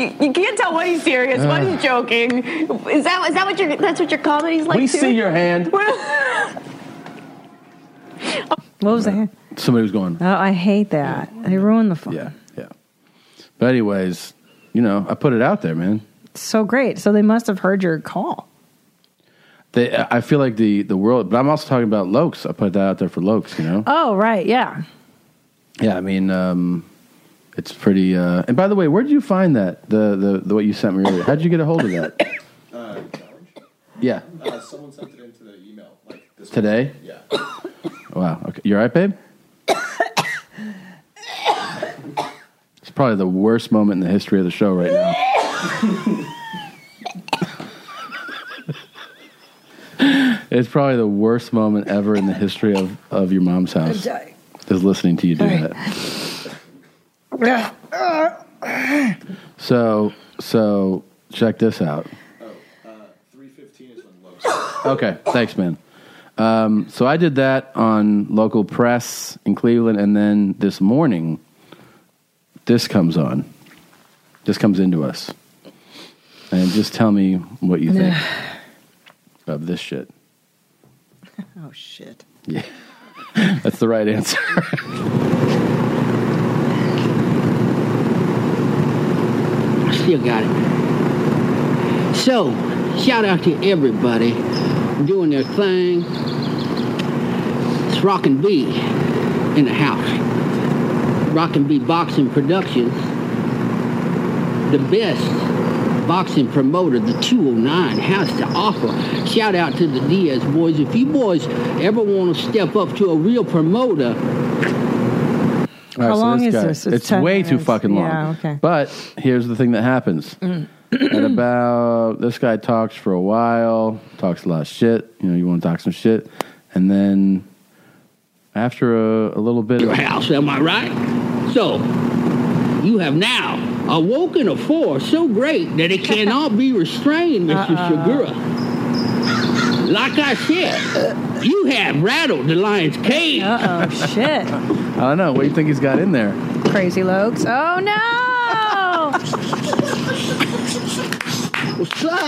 Speaker 10: you, you can't tell when he's serious, when he's joking. Is that is that what your that's what your comedy's like?
Speaker 1: we
Speaker 10: too?
Speaker 1: see your hand.
Speaker 2: What was that?
Speaker 1: Somebody was going.
Speaker 2: Oh, I hate that. They ruined the fun.
Speaker 1: Yeah, yeah. But anyways, you know, I put it out there, man.
Speaker 2: So great. So they must have heard your call.
Speaker 1: They, I feel like the the world, but I'm also talking about Lokes. I put that out there for Lokes, you know.
Speaker 2: Oh, right. Yeah.
Speaker 1: Yeah, I mean, um, it's pretty. Uh, and by the way, where did you find that? The, the the what you sent me earlier. How would you get a hold of that? Yeah.
Speaker 11: Uh, someone sent it into the email. Like this
Speaker 1: Today?
Speaker 11: Yeah.
Speaker 1: Wow. Okay. You all right, babe? it's probably the worst moment in the history of the show right now. it's probably the worst moment ever in the history of, of your mom's house. Is listening to you do that. So so check this out. Oh, uh, Okay, thanks, man. Um, so I did that on local press in Cleveland, and then this morning, this comes on. This comes into us, and just tell me what you think of this shit.
Speaker 2: Oh, shit.
Speaker 1: Yeah, that's the right answer.
Speaker 12: I still got it. So, shout out to everybody doing their thing. It's Rockin' B in the house. Rockin' B Boxing Productions, the best boxing promoter the 209 has to offer. Shout out to the Diaz boys. If you boys ever want to step up to a real promoter,
Speaker 1: All right,
Speaker 12: How
Speaker 1: so
Speaker 12: long is
Speaker 1: this guy-
Speaker 12: this? It's
Speaker 1: It's,
Speaker 12: 10
Speaker 1: way too
Speaker 12: minutes.
Speaker 1: fucking long.
Speaker 12: Yeah, okay.
Speaker 1: But here's the thing that happens. At about this guy talks for a while, talks a lot of shit. You know, you want to talk some shit, and then after a, a little bit,
Speaker 12: your house, am I right? So, you have now awoken a force so great that it cannot be restrained, mister
Speaker 13: Uh-uh.
Speaker 12: Shagura. Like I said, you have rattled the lion's cage.
Speaker 2: Uh oh, shit.
Speaker 1: I don't know. What do you think he's got in there?
Speaker 2: Crazy Lokes. Oh, no.
Speaker 12: suck.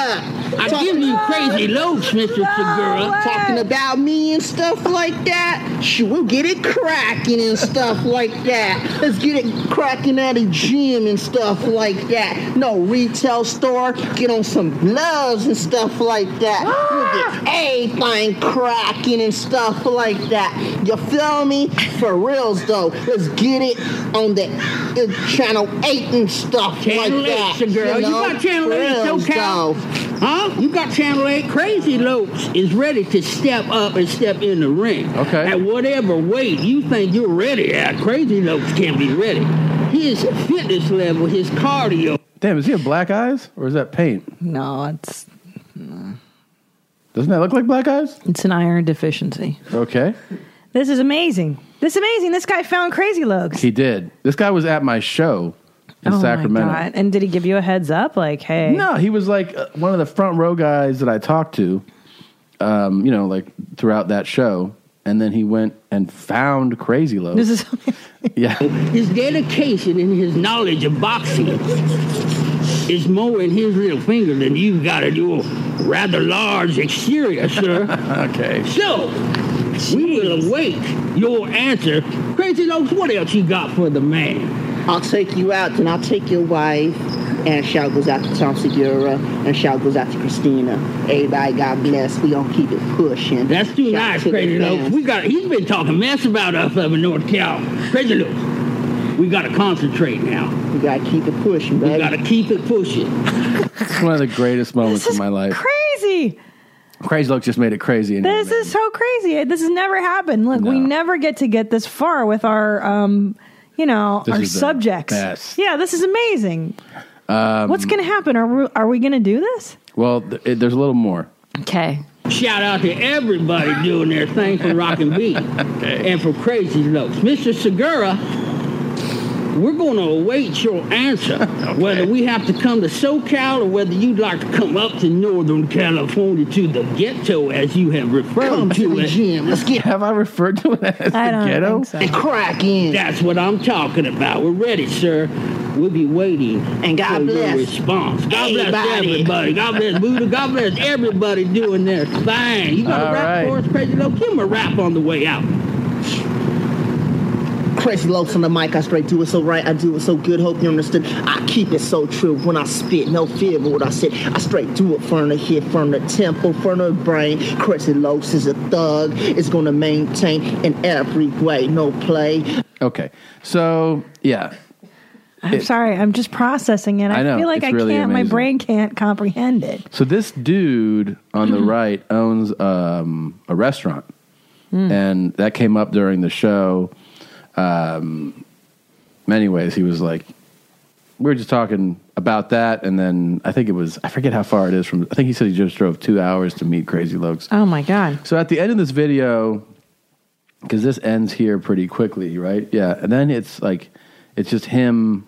Speaker 12: I give you crazy loaves, Mr. Segura.
Speaker 13: Talking about me and stuff like that. Shh, We'll get it cracking and stuff like that. Let's get it cracking at a gym and stuff like that. No retail store. Get on some gloves and stuff like that. We'll get everything cracking and stuff like that. You feel me? For reals though. Let's get it on the uh, channel eight and stuff
Speaker 12: Channel
Speaker 13: like
Speaker 12: 8,
Speaker 13: that.
Speaker 12: Segura. You
Speaker 13: know?
Speaker 12: got Channel
Speaker 13: For
Speaker 12: 8 in
Speaker 13: reals,
Speaker 12: SoCal.
Speaker 13: though.
Speaker 12: Huh? You got Channel 8. Crazy Lopes is ready to step up and step in the ring. Okay. At whatever weight you think you're ready at, Crazy Lopes can be ready. His fitness level, his cardio.
Speaker 1: Damn, is he have black eyes or is that paint?
Speaker 2: No, it's.
Speaker 1: Doesn't that look like black eyes?
Speaker 2: It's an iron deficiency.
Speaker 1: Okay.
Speaker 2: This is amazing. This is amazing. This guy found crazy lugs.
Speaker 1: He did. This guy was at my show in
Speaker 2: oh
Speaker 1: Sacramento.
Speaker 2: my god! And did he give you a heads up? Like, hey,
Speaker 1: No, he was like uh, one of the front row guys that I talked to, um, you know, like throughout that show. And then he went and found Crazy Love.
Speaker 12: This is-
Speaker 1: yeah.
Speaker 12: His dedication and his knowledge of boxing is more in his little finger than you've got in your rather large exterior, sir.
Speaker 1: okay.
Speaker 12: So, we will await your answer. Crazy Lopes, what else you got for the man?
Speaker 13: I'll take you out, and I'll take your wife. And shout goes out to Tom Segura, and shout goes out to Christina. Everybody, God bless. We gonna keep it pushing.
Speaker 12: That's too nice, Crazy Lopes. We got he's been talking mess about us up in North Cal. Crazy Lopes. We gotta concentrate now.
Speaker 13: We gotta keep it pushing,
Speaker 12: baby. We gotta keep it pushing.
Speaker 1: It's one of the greatest moments of my life.
Speaker 2: crazy.
Speaker 1: Crazy Love just made it crazy. And
Speaker 2: This is so crazy. This has never happened. Look, we never get to get this far with our, um, you know,
Speaker 1: This
Speaker 2: our
Speaker 1: is the
Speaker 2: subjects.
Speaker 1: best.
Speaker 2: Yeah, this is amazing.
Speaker 1: um,
Speaker 2: What's going to happen? Are we, are we going to do this?
Speaker 1: Well, th- it, there's a little more.
Speaker 2: Okay.
Speaker 12: Shout out to everybody doing their thing for Rock and Beat and for Crazy Lopes. Mr. Segura, we're going to await your answer, whether we have to come to SoCal or whether you'd like to come up to Northern California to the ghetto, as you have referred to, it.
Speaker 13: Let's get.
Speaker 1: Have I referred to it as
Speaker 12: I
Speaker 1: the don't ghetto? think so.
Speaker 12: And
Speaker 13: crack in.
Speaker 12: That's what I'm talking about. We're ready, sir. We'll be waiting. And
Speaker 13: God
Speaker 12: for
Speaker 13: bless
Speaker 12: your response. God bless
Speaker 13: everybody.
Speaker 12: everybody. God bless Buddha. God bless everybody doing their thing. You got
Speaker 13: All
Speaker 12: a rap
Speaker 13: right.
Speaker 12: for us, Crazy Low? Give him a rap on the way out.
Speaker 13: Crazy lopes on the mic, I straight do it so right, I do it so good, hope you understood. I keep it so true when I spit, no fear of what I said. I straight do it from the head, from the temple, from the brain. Crazy lopes is a thug, it's gonna maintain in every way, no play.
Speaker 1: Okay. So, yeah.
Speaker 2: I'm
Speaker 1: It-
Speaker 2: sorry. I'm just processing it. I,
Speaker 1: I know,
Speaker 2: feel like
Speaker 1: it's
Speaker 2: I
Speaker 1: really
Speaker 2: can't, my
Speaker 1: amazing.
Speaker 2: brain can't comprehend it.
Speaker 1: So this dude on
Speaker 2: Mm-hmm.
Speaker 1: the right owns um, a restaurant,
Speaker 2: Mm.
Speaker 1: and that came up during the show. Um, anyways, he was like, we were just talking about that, and then I think it was I forget how far it is from. I think he said he just drove two hours to meet Crazy Lokes.
Speaker 2: Oh my God.
Speaker 1: So at the end of this video, because this ends here pretty quickly, right? Yeah, and then it's like it's just him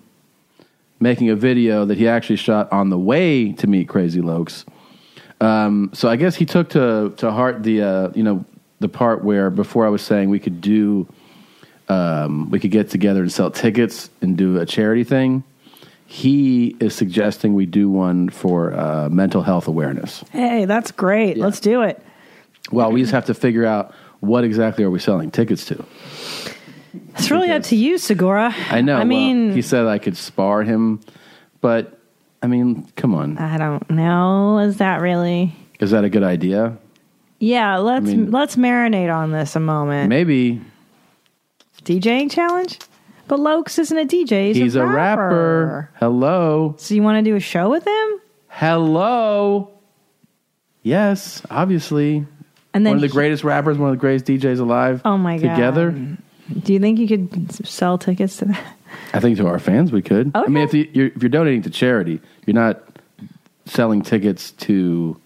Speaker 1: making a video that he actually shot on the way to meet Crazy Lokes. Um, so I guess he took to to heart the uh, you know the part where before I was saying we could do um, we could get together and sell tickets and do a charity thing. He is suggesting we do one for uh, mental health awareness.
Speaker 2: Hey, that's great. Let's do it.
Speaker 1: Well, we just have to figure out what exactly are we selling tickets to.
Speaker 2: It's really up to you, Segura.
Speaker 1: I know.
Speaker 2: I
Speaker 1: well,
Speaker 2: mean,
Speaker 1: he said I could spar him, but I mean, come on,
Speaker 2: I don't know. Is that really?
Speaker 1: is that a good idea?
Speaker 2: Yeah, let's
Speaker 1: mean-
Speaker 2: let's marinate on this a moment.
Speaker 1: Maybe
Speaker 2: DJing challenge? But Lokes isn't a DJ. He's,
Speaker 1: he's, a, rapper. Hello.
Speaker 2: So you want to do a show with him?
Speaker 1: Hello. Yes, obviously.
Speaker 2: And then
Speaker 1: one of the
Speaker 2: he-
Speaker 1: greatest rappers, one of the greatest DJs alive.
Speaker 2: Oh my god!
Speaker 1: Together,
Speaker 2: Do you think you could s- sell tickets to that?
Speaker 1: I think to our fans we could. I mean, if you, you're if you're donating to charity, you're not selling tickets to,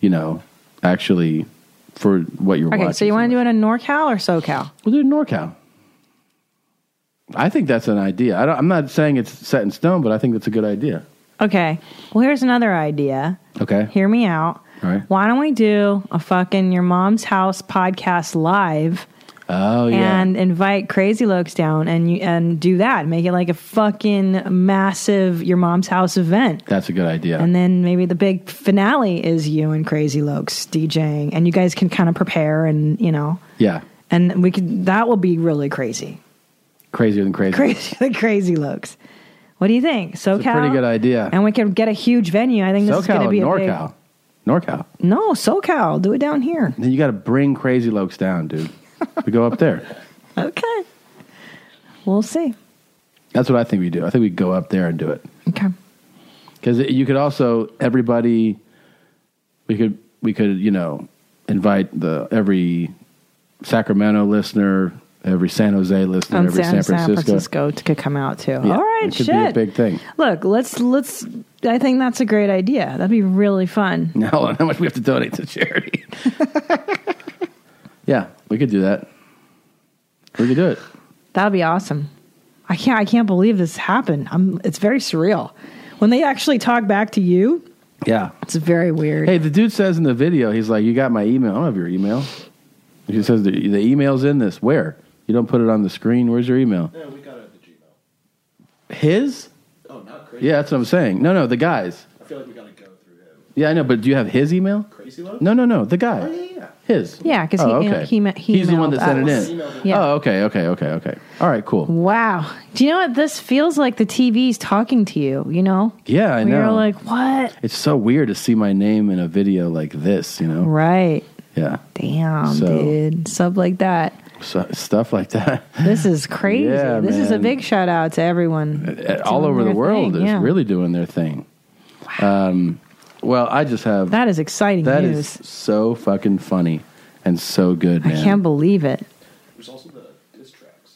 Speaker 1: you know, actually for what you're
Speaker 2: okay,
Speaker 1: watching.
Speaker 2: so you want to do it in NorCal or SoCal?
Speaker 1: We'll do it in NorCal. I think that's an idea. I don't, I'm not saying it's set in stone, but I think that's a good idea.
Speaker 2: Okay. Well, here's another idea.
Speaker 1: Okay.
Speaker 2: Hear me out.
Speaker 1: All right.
Speaker 2: Why don't we do a fucking your mom's house podcast live
Speaker 1: Oh yeah.
Speaker 2: and invite crazy lokes down and you, and do that. Make it like a fucking massive your mom's house event.
Speaker 1: That's a good idea.
Speaker 2: And then maybe the big finale is you and Crazy Lokes DJing, and you guys can kind of prepare and you know,
Speaker 1: yeah.
Speaker 2: and we could that will be really crazy,
Speaker 1: Crazier than crazy.
Speaker 2: crazy the Crazy Lokes. What do you think, SoCal?
Speaker 1: It's a pretty good idea.
Speaker 2: And we could get a huge venue. I think this is going
Speaker 1: SoCal
Speaker 2: to
Speaker 1: and
Speaker 2: be a
Speaker 1: NorCal. NorCal.
Speaker 2: big. No, SoCal, do it down here.
Speaker 1: Then you got to bring Crazy Lokes down, dude. we go up there.
Speaker 2: Okay, we'll see.
Speaker 1: That's what I think we do. I think we go up there and do it.
Speaker 2: Okay.
Speaker 1: Because you could also everybody. We could we could you know invite the every Sacramento listener, every San Jose listener,
Speaker 2: And
Speaker 1: every
Speaker 2: San-
Speaker 1: San,
Speaker 2: San
Speaker 1: Francisco.
Speaker 2: Francisco could come out too.
Speaker 1: Yeah,
Speaker 2: All right,
Speaker 1: it could
Speaker 2: shit.
Speaker 1: be a big thing.
Speaker 2: Look, let's let's. I think that's a great idea. That'd be really fun.
Speaker 1: Now, hold on, how much we have to donate to charity? yeah, we could do that. We could do it.
Speaker 2: That'd be awesome. I can't. I can't believe this happened. I'm, it's very surreal when they actually talk back to you.
Speaker 1: Yeah.
Speaker 2: It's very weird.
Speaker 1: Hey, the dude says in the video, he's like, "You got my email? I don't have your email." He says the, the email's in this. Where? You don't put it on the screen. Where's your email?
Speaker 11: Yeah, we got it at the Gmail.
Speaker 1: His?
Speaker 11: Oh, not crazy.
Speaker 1: Yeah, that's what I'm saying. No, no, the guys.
Speaker 11: I feel like we got to go through
Speaker 1: Yeah, I know, but do you have his email?
Speaker 11: Crazy Love?
Speaker 1: No, no, no, the guy.
Speaker 11: Oh, yeah, yeah, yeah.
Speaker 1: His.
Speaker 2: Yeah, 'cause
Speaker 1: oh,
Speaker 2: he-
Speaker 1: okay.
Speaker 2: he- he- he
Speaker 1: he's the one that
Speaker 2: emailed
Speaker 1: sent
Speaker 2: us.
Speaker 1: it in.
Speaker 2: Yeah.
Speaker 1: Oh, okay, okay, okay, okay. All right, cool.
Speaker 2: Wow. Do you know what this feels like? The TV's talking to you. You know.
Speaker 1: Yeah, I
Speaker 2: Where
Speaker 1: know.
Speaker 2: You're like what?
Speaker 1: it's so weird to see my name in a video like this, you know?
Speaker 2: Right.
Speaker 1: Yeah.
Speaker 2: Damn,
Speaker 1: So-
Speaker 2: dude. Stuff like that.
Speaker 1: So, stuff like that.
Speaker 2: This is crazy.
Speaker 1: Yeah,
Speaker 2: this is a
Speaker 1: man. Uh,
Speaker 2: big shout out to everyone
Speaker 1: all
Speaker 2: doing
Speaker 1: over the
Speaker 2: their
Speaker 1: world
Speaker 2: thing,
Speaker 1: is
Speaker 2: yeah.
Speaker 1: really doing their thing. Um, well, I just have
Speaker 2: That is exciting
Speaker 1: that is
Speaker 2: news.
Speaker 1: so fucking funny and so good, man.
Speaker 2: I can't believe it.
Speaker 11: There's also the diss tracks.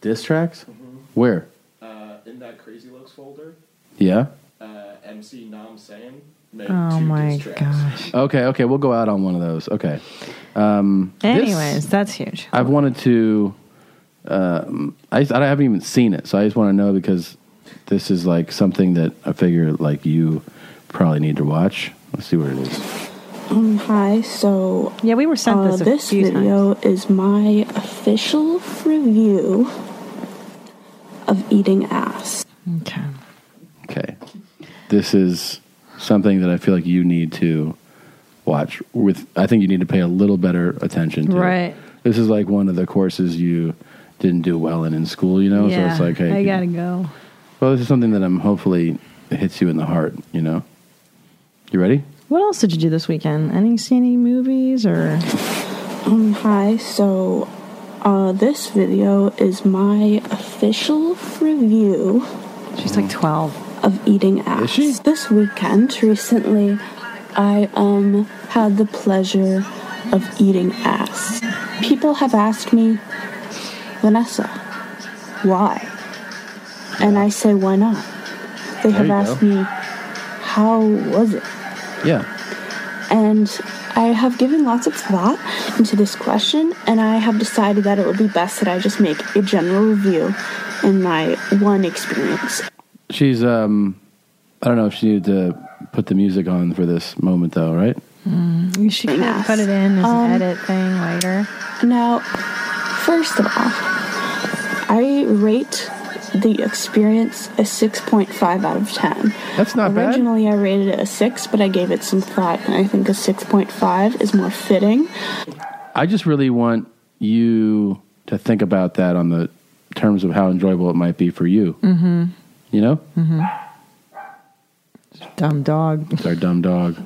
Speaker 1: Diss tracks? Where?
Speaker 11: Uh, in that Crazy Looks folder,
Speaker 1: Yeah.
Speaker 11: uh, MC Nam Sam made two
Speaker 2: Oh my
Speaker 11: diss tracks.
Speaker 2: gosh.
Speaker 1: Okay, okay, we'll go out on one of those. Okay. Um, this-
Speaker 2: Anyways, that's huge.
Speaker 1: I've wanted to. Um, I, just- I haven't even seen it, so I just want to know because this is like something that I figure like you probably need to watch. Let's see what it is.
Speaker 14: Um, hi, so uh,
Speaker 2: yeah, we were sent this a
Speaker 14: this
Speaker 2: few
Speaker 14: video is my official review of eating ass.
Speaker 2: Okay.
Speaker 1: Okay, this is something that I feel like you need to watch. With I think you need to pay a little better attention to.
Speaker 2: Right.
Speaker 1: This is like one of the courses you didn't do well in in school. You know, so
Speaker 2: yeah,
Speaker 1: it's like hey,
Speaker 2: I gotta go.
Speaker 1: well, this is something that I'm hopefully hits you in the heart. You know. You ready?
Speaker 2: What else did you do this weekend? Any see any movies or?
Speaker 14: Um, hi, so uh, this video is my official review.
Speaker 2: She's like 12.
Speaker 14: Of eating ass. Is she? This weekend, recently, I um had the pleasure of eating ass. People have asked me, Vanessa, why? And I say, why not? They
Speaker 1: There
Speaker 14: have
Speaker 1: you
Speaker 14: asked
Speaker 1: go.
Speaker 14: me, how was it?
Speaker 1: Yeah.
Speaker 14: And I have given lots of thought into this question, and I have decided that it would be best that I just make a general review in my one experience.
Speaker 1: She's um I don't know if she needed to put the music on for this moment though, right?
Speaker 2: Mm, you should kind of put it in as
Speaker 14: Um,
Speaker 2: an edit thing later.
Speaker 14: Now, first of all, I rate the experience a 6.5 out of 10.
Speaker 1: That's not
Speaker 14: Originally, Originally, I rated it a 6, but I gave it some thought, and I think a 6.5 is more fitting.
Speaker 1: I just really want you to think about that on the terms of how enjoyable it might be for you.
Speaker 2: Mm-hmm.
Speaker 1: You know?
Speaker 2: Mm-hmm. Dumb dog.
Speaker 1: It's our dumb dog.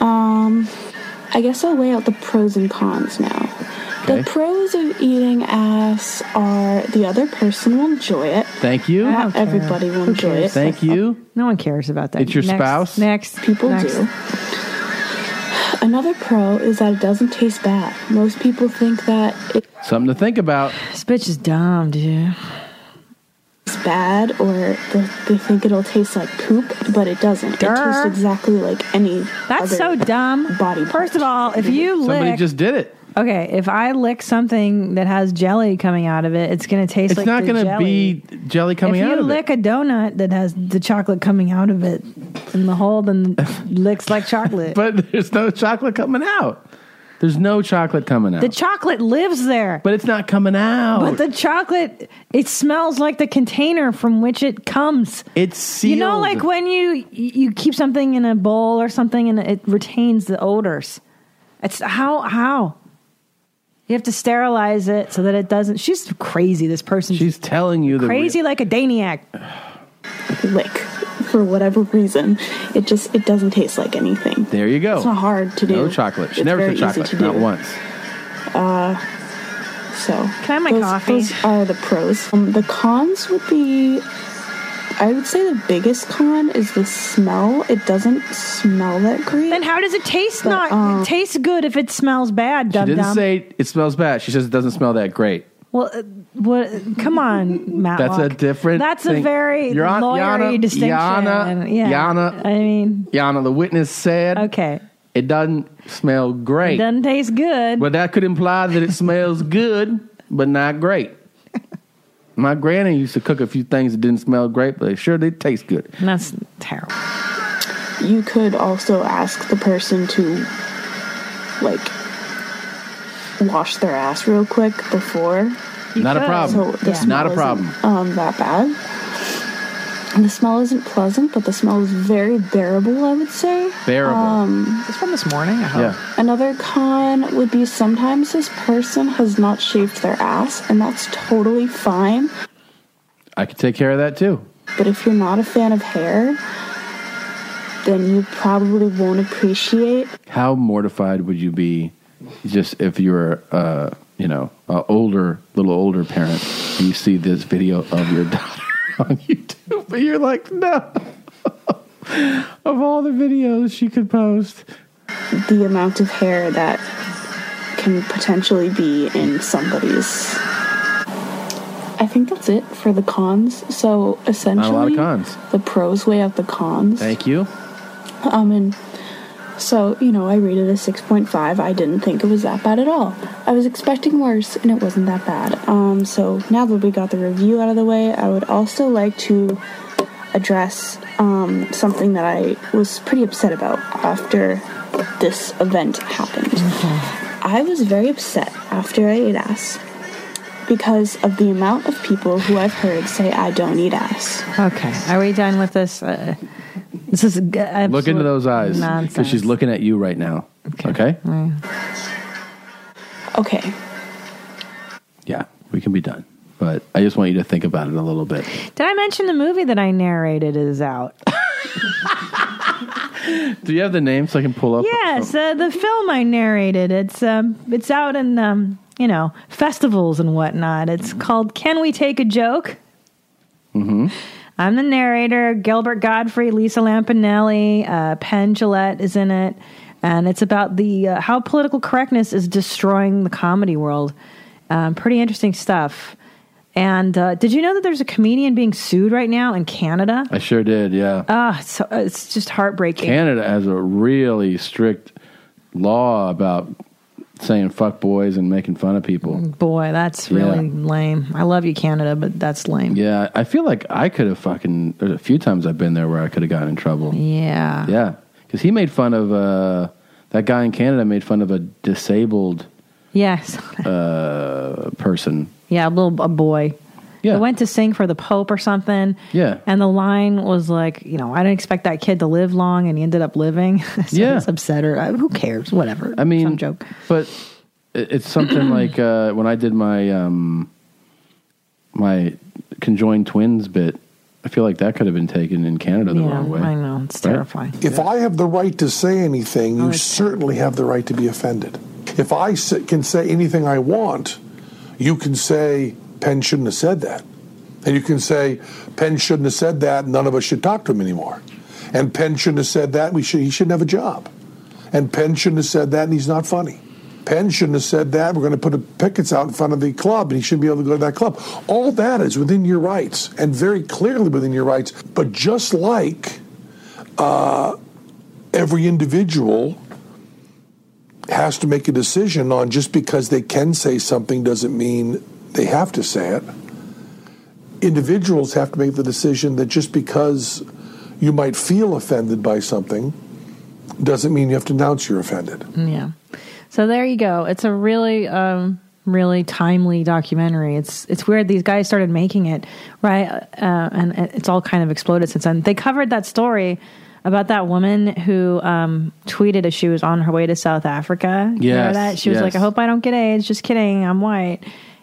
Speaker 14: Um, I guess I'll lay out the pros and cons now. The pros of eating ass are the other person will enjoy it.
Speaker 1: Thank you.
Speaker 14: Not everybody will enjoy it.
Speaker 1: Thank you.
Speaker 2: No one cares about that.
Speaker 1: It's your
Speaker 2: Next-
Speaker 1: spouse?
Speaker 2: Next.
Speaker 14: People
Speaker 2: next.
Speaker 14: do. Another pro is that it doesn't taste bad. Most people think that it
Speaker 1: Something to think about.
Speaker 2: This bitch is dumb, dude.
Speaker 14: It's bad or they, they think it'll taste like poop, but it doesn't. It tastes exactly like any.
Speaker 2: That's so dumb.
Speaker 14: Body.
Speaker 2: First of all, if you
Speaker 1: Somebody
Speaker 2: lick,
Speaker 1: just did it.
Speaker 2: okay, if I lick something that has jelly coming out of it, it's gonna taste
Speaker 1: It's
Speaker 2: like
Speaker 1: not
Speaker 2: the
Speaker 1: going to
Speaker 2: jelly.
Speaker 1: be jelly coming
Speaker 2: if
Speaker 1: out
Speaker 2: you
Speaker 1: of
Speaker 2: lick a donut that has the chocolate coming out of it in the hole, then it looks like chocolate.
Speaker 1: it. But there's no chocolate coming out. There's no chocolate coming out.
Speaker 2: The chocolate lives there.
Speaker 1: But it's not coming out.
Speaker 2: But the chocolate, it smells like the container from which it comes.
Speaker 1: It's sealed.
Speaker 2: You know, like when you you keep something in a bowl or something and it retains the odors. It's how how you have to sterilize it so that it doesn't. She's crazy. This person.
Speaker 1: She's telling you the
Speaker 2: crazy like a daniac.
Speaker 14: Lick. For whatever reason, it just it doesn't taste like anything.
Speaker 1: There you go.
Speaker 14: It's not hard to do.
Speaker 1: No chocolate. She
Speaker 14: It's
Speaker 1: never
Speaker 14: very
Speaker 1: said
Speaker 14: easy
Speaker 1: chocolate.
Speaker 14: to do.
Speaker 1: Not once.
Speaker 14: Uh, so
Speaker 2: can I have my
Speaker 14: those,
Speaker 2: coffee?
Speaker 14: Those are the pros. Um, the cons would be, I would say the biggest con is the smell. It doesn't smell that great.
Speaker 2: Then how does it taste?
Speaker 14: But,
Speaker 2: not
Speaker 14: um,
Speaker 2: it tastes good if it smells bad.
Speaker 1: She
Speaker 2: Dum
Speaker 1: didn't
Speaker 2: dum.
Speaker 1: say it smells bad. She says it doesn't smell that great.
Speaker 2: Well, uh, what? Come on, Matt.
Speaker 1: That's a different.
Speaker 2: That's a
Speaker 1: thing.
Speaker 2: very
Speaker 1: Your Hon-
Speaker 2: lawyery
Speaker 1: Yana-
Speaker 2: distinction.
Speaker 1: Yana,
Speaker 2: yeah,
Speaker 1: Yana,
Speaker 2: I mean,
Speaker 1: Yana, the witness said.
Speaker 2: Okay.
Speaker 1: It doesn't smell
Speaker 2: it
Speaker 1: great.
Speaker 2: doesn't taste good.
Speaker 1: But that could imply that it smells good, but not great. My granny used to cook a few things that didn't smell great, but sure they taste good.
Speaker 2: That's terrible.
Speaker 14: You could also ask the person to, like, wash their ass real quick before.
Speaker 1: You Not a could. problem.
Speaker 14: So the
Speaker 1: Yeah.
Speaker 14: smell
Speaker 1: Not a
Speaker 14: isn't,
Speaker 1: problem.
Speaker 14: Um, that bad. And the smell isn't pleasant, but the smell is very bearable. I would say.
Speaker 1: Bearable.
Speaker 14: Um,
Speaker 2: it's from this morning. I
Speaker 1: hope. Yeah.
Speaker 14: Another con would be sometimes this person has not shaved their ass, and that's totally fine.
Speaker 1: I could take care of that too.
Speaker 14: But if you're not a fan of hair, then you probably won't appreciate
Speaker 1: How mortified would you be, just if you were, uh, you know, a older, little older parent, and you see this video of your daughter on YouTube, but you're like, no. of all the videos she could post,
Speaker 14: the amount of hair that can potentially be in somebody's. I think that's it for the cons. So essentially,
Speaker 1: Not a lot of cons.
Speaker 14: the pros weigh out the cons.
Speaker 1: Thank you.
Speaker 14: Um, and so, you know, I rated a 6.5. I didn't think it was that bad at all. I was expecting worse, and it wasn't that bad. Um, so now that we got the review out of the way, I would also like to address um, something that I was pretty upset about after this event happened. I was very upset after I ate ass because of the amount of people who I've heard say I don't eat ass.
Speaker 2: Okay, are we done with this? Uh, this is g- absolute
Speaker 1: Look into those eyes because
Speaker 2: Nonsense.
Speaker 1: she's looking at you right now. Okay.
Speaker 14: Okay,
Speaker 1: Yeah, we can be done. But I just want you to think about it a little bit.
Speaker 2: Did I mention the movie that I narrated is out?
Speaker 1: Do you have the name so I can pull up?
Speaker 2: Yes, uh, the film I narrated. It's um, it's out in um, you know, festivals and whatnot. It's called "Can We Take a Joke."
Speaker 1: Mm-hmm.
Speaker 2: I'm the narrator. Gilbert Godfrey, Lisa Lampanelli, uh, Penn Gillette is in it, and it's about the uh, how political correctness is destroying the comedy world. Um, pretty interesting stuff. And uh, did you know that there's a comedian being sued right now in Canada?
Speaker 1: I sure did. Yeah.
Speaker 2: Ah, so, it's just heartbreaking.
Speaker 1: Canada has a really strict law about saying fuck boys and making fun of people.
Speaker 2: Boy, that's really
Speaker 1: Yeah.
Speaker 2: lame. I love you, Canada, but that's lame.
Speaker 1: Yeah, I feel like I could have fucking. There's a few times I've been there where I could have gotten in trouble.
Speaker 2: Yeah.
Speaker 1: Yeah, because he made fun of uh, that guy in Canada made fun of a disabled
Speaker 2: Yes.
Speaker 1: uh, person.
Speaker 2: Yeah, a little a boy.
Speaker 1: Yeah.
Speaker 2: They went to sing for the Pope or something.
Speaker 1: Yeah.
Speaker 2: And the line was like, you know, I didn't expect that kid to live long, and he ended up living. so
Speaker 1: Yeah.
Speaker 2: It's upset her. I- Who cares? Whatever.
Speaker 1: I mean,
Speaker 2: Some joke.
Speaker 1: But it- it's something like uh, when I did my um, my conjoined twins bit. I feel like that could have been taken in Canada the
Speaker 2: Yeah,
Speaker 1: wrong way.
Speaker 2: I know. It's
Speaker 1: Right?
Speaker 2: terrifying. Oh,
Speaker 15: If I have the right to say anything, you certainly have the right to be offended. If I s- can say anything I want, you can say Penn shouldn't have said that. And you can say Penn shouldn't have said that, none of us should talk to him anymore. And Penn shouldn't have said that, we should, he shouldn't have a job. And Penn shouldn't have said that, and he's not funny. Penn shouldn't have said that. We're going to put a pickets out in front of the club, and he shouldn't be able to go to that club. All that is within your rights, and very clearly within your rights. But just like uh, every individual has to make a decision on just because they can say something doesn't mean they have to say it. Individuals have to make the decision that just because you might feel offended by something doesn't mean you have to announce you're offended.
Speaker 2: Yeah. So there you go. It's a really, um, really timely documentary. It's it's weird. These guys started making it right, uh, and it- it's all kind of exploded since then. They covered that story about that woman who um, tweeted as she was on her way to South Africa. You remember
Speaker 1: Yes,
Speaker 2: that she was
Speaker 1: yes.
Speaker 2: like, "I hope I don't get AIDS." Just kidding. I'm white.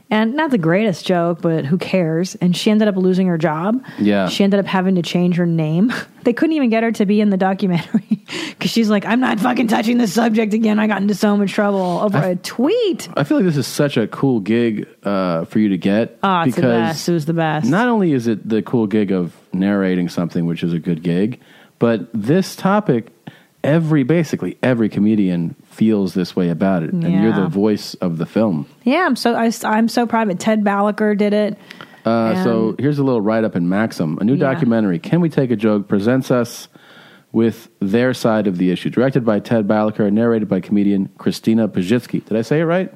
Speaker 2: And not the greatest joke, but who cares? And she ended up losing her job.
Speaker 1: Yeah.
Speaker 2: She ended up having to change her name. They couldn't even get her to be in the documentary because she's like, I'm not fucking touching this subject again. I got into so much trouble over a tweet.
Speaker 1: I feel like this is such a cool gig uh, for you to get
Speaker 2: Oh, it's the best. It was the best.
Speaker 1: Not only is it the cool gig of narrating something, which is a good gig, but this topic, every basically every comedian feels this way about it, and you're
Speaker 2: Yeah.
Speaker 1: the voice of the film.
Speaker 2: Yeah, I'm so I, am so proud of it. Ted Ballacher did it.
Speaker 1: Uh, so
Speaker 2: And-
Speaker 1: here's a little write up in Maxim. A new
Speaker 2: Yeah.
Speaker 1: documentary, Can We Take a Joke, presents us with their side of the issue. Directed by Ted Balaker and narrated by comedian Christina Pajitsky. Did I say it right?